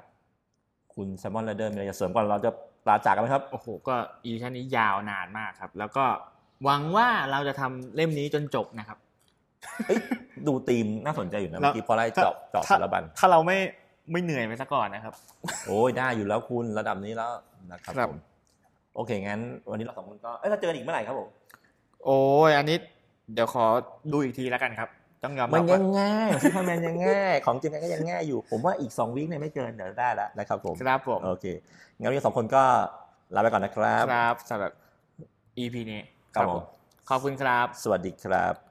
S1: คุณแซมมอนเรเดอร์มีอะไรจะเสริมก่อนเราจะลาจากกันไหมครับ
S2: โอ้โห ก็อีดิชั่นนี้ยาวนานมากครับ แล้วก็หวังว่าเราจะทำเล่มนี้จนจบนะครับ
S1: เอ้ยดูธีมน่าสนใจอยู่นะ
S2: แล้ว
S1: เมื่อกี้พอไล่เจาะเจาะสารบัญ
S2: ถ้าเราไม่ไม่เหนื่อยไปซะก่อนนะครับ
S1: โอ้ยได้อยู่แล้วคุณระดับนี้แล้วนะครับ
S2: ครับ
S1: ผมโอเคงั้นวันนี้เราสองคนก็เอ้ยเราเจอกันอีกเมื่อไหร่ครับผม
S2: โอ้ยอันนี้ เดี๋ยวขอดูอีกทีแล้วกันครับ ต้องยอม
S1: มั
S2: รั
S1: น
S2: บ
S1: ยั
S2: ว่าง
S1: (laughs) ง่ายซูเปอร์แมนยังง่าย ของจริงก็ยังง่ายอยู่ ผมว่าอีก 2วีคเนี่ยไม่เกินเดี๋ยวได้แล้วนะครับผม
S2: ครับผม
S1: โอเค งั้นวันนี้สองคนก็ลาไปก่อนนะครับ
S2: ครับสำหรับ EP นี้
S1: ครับผม
S2: ขอบคุณครับ
S1: สวัสดีครับ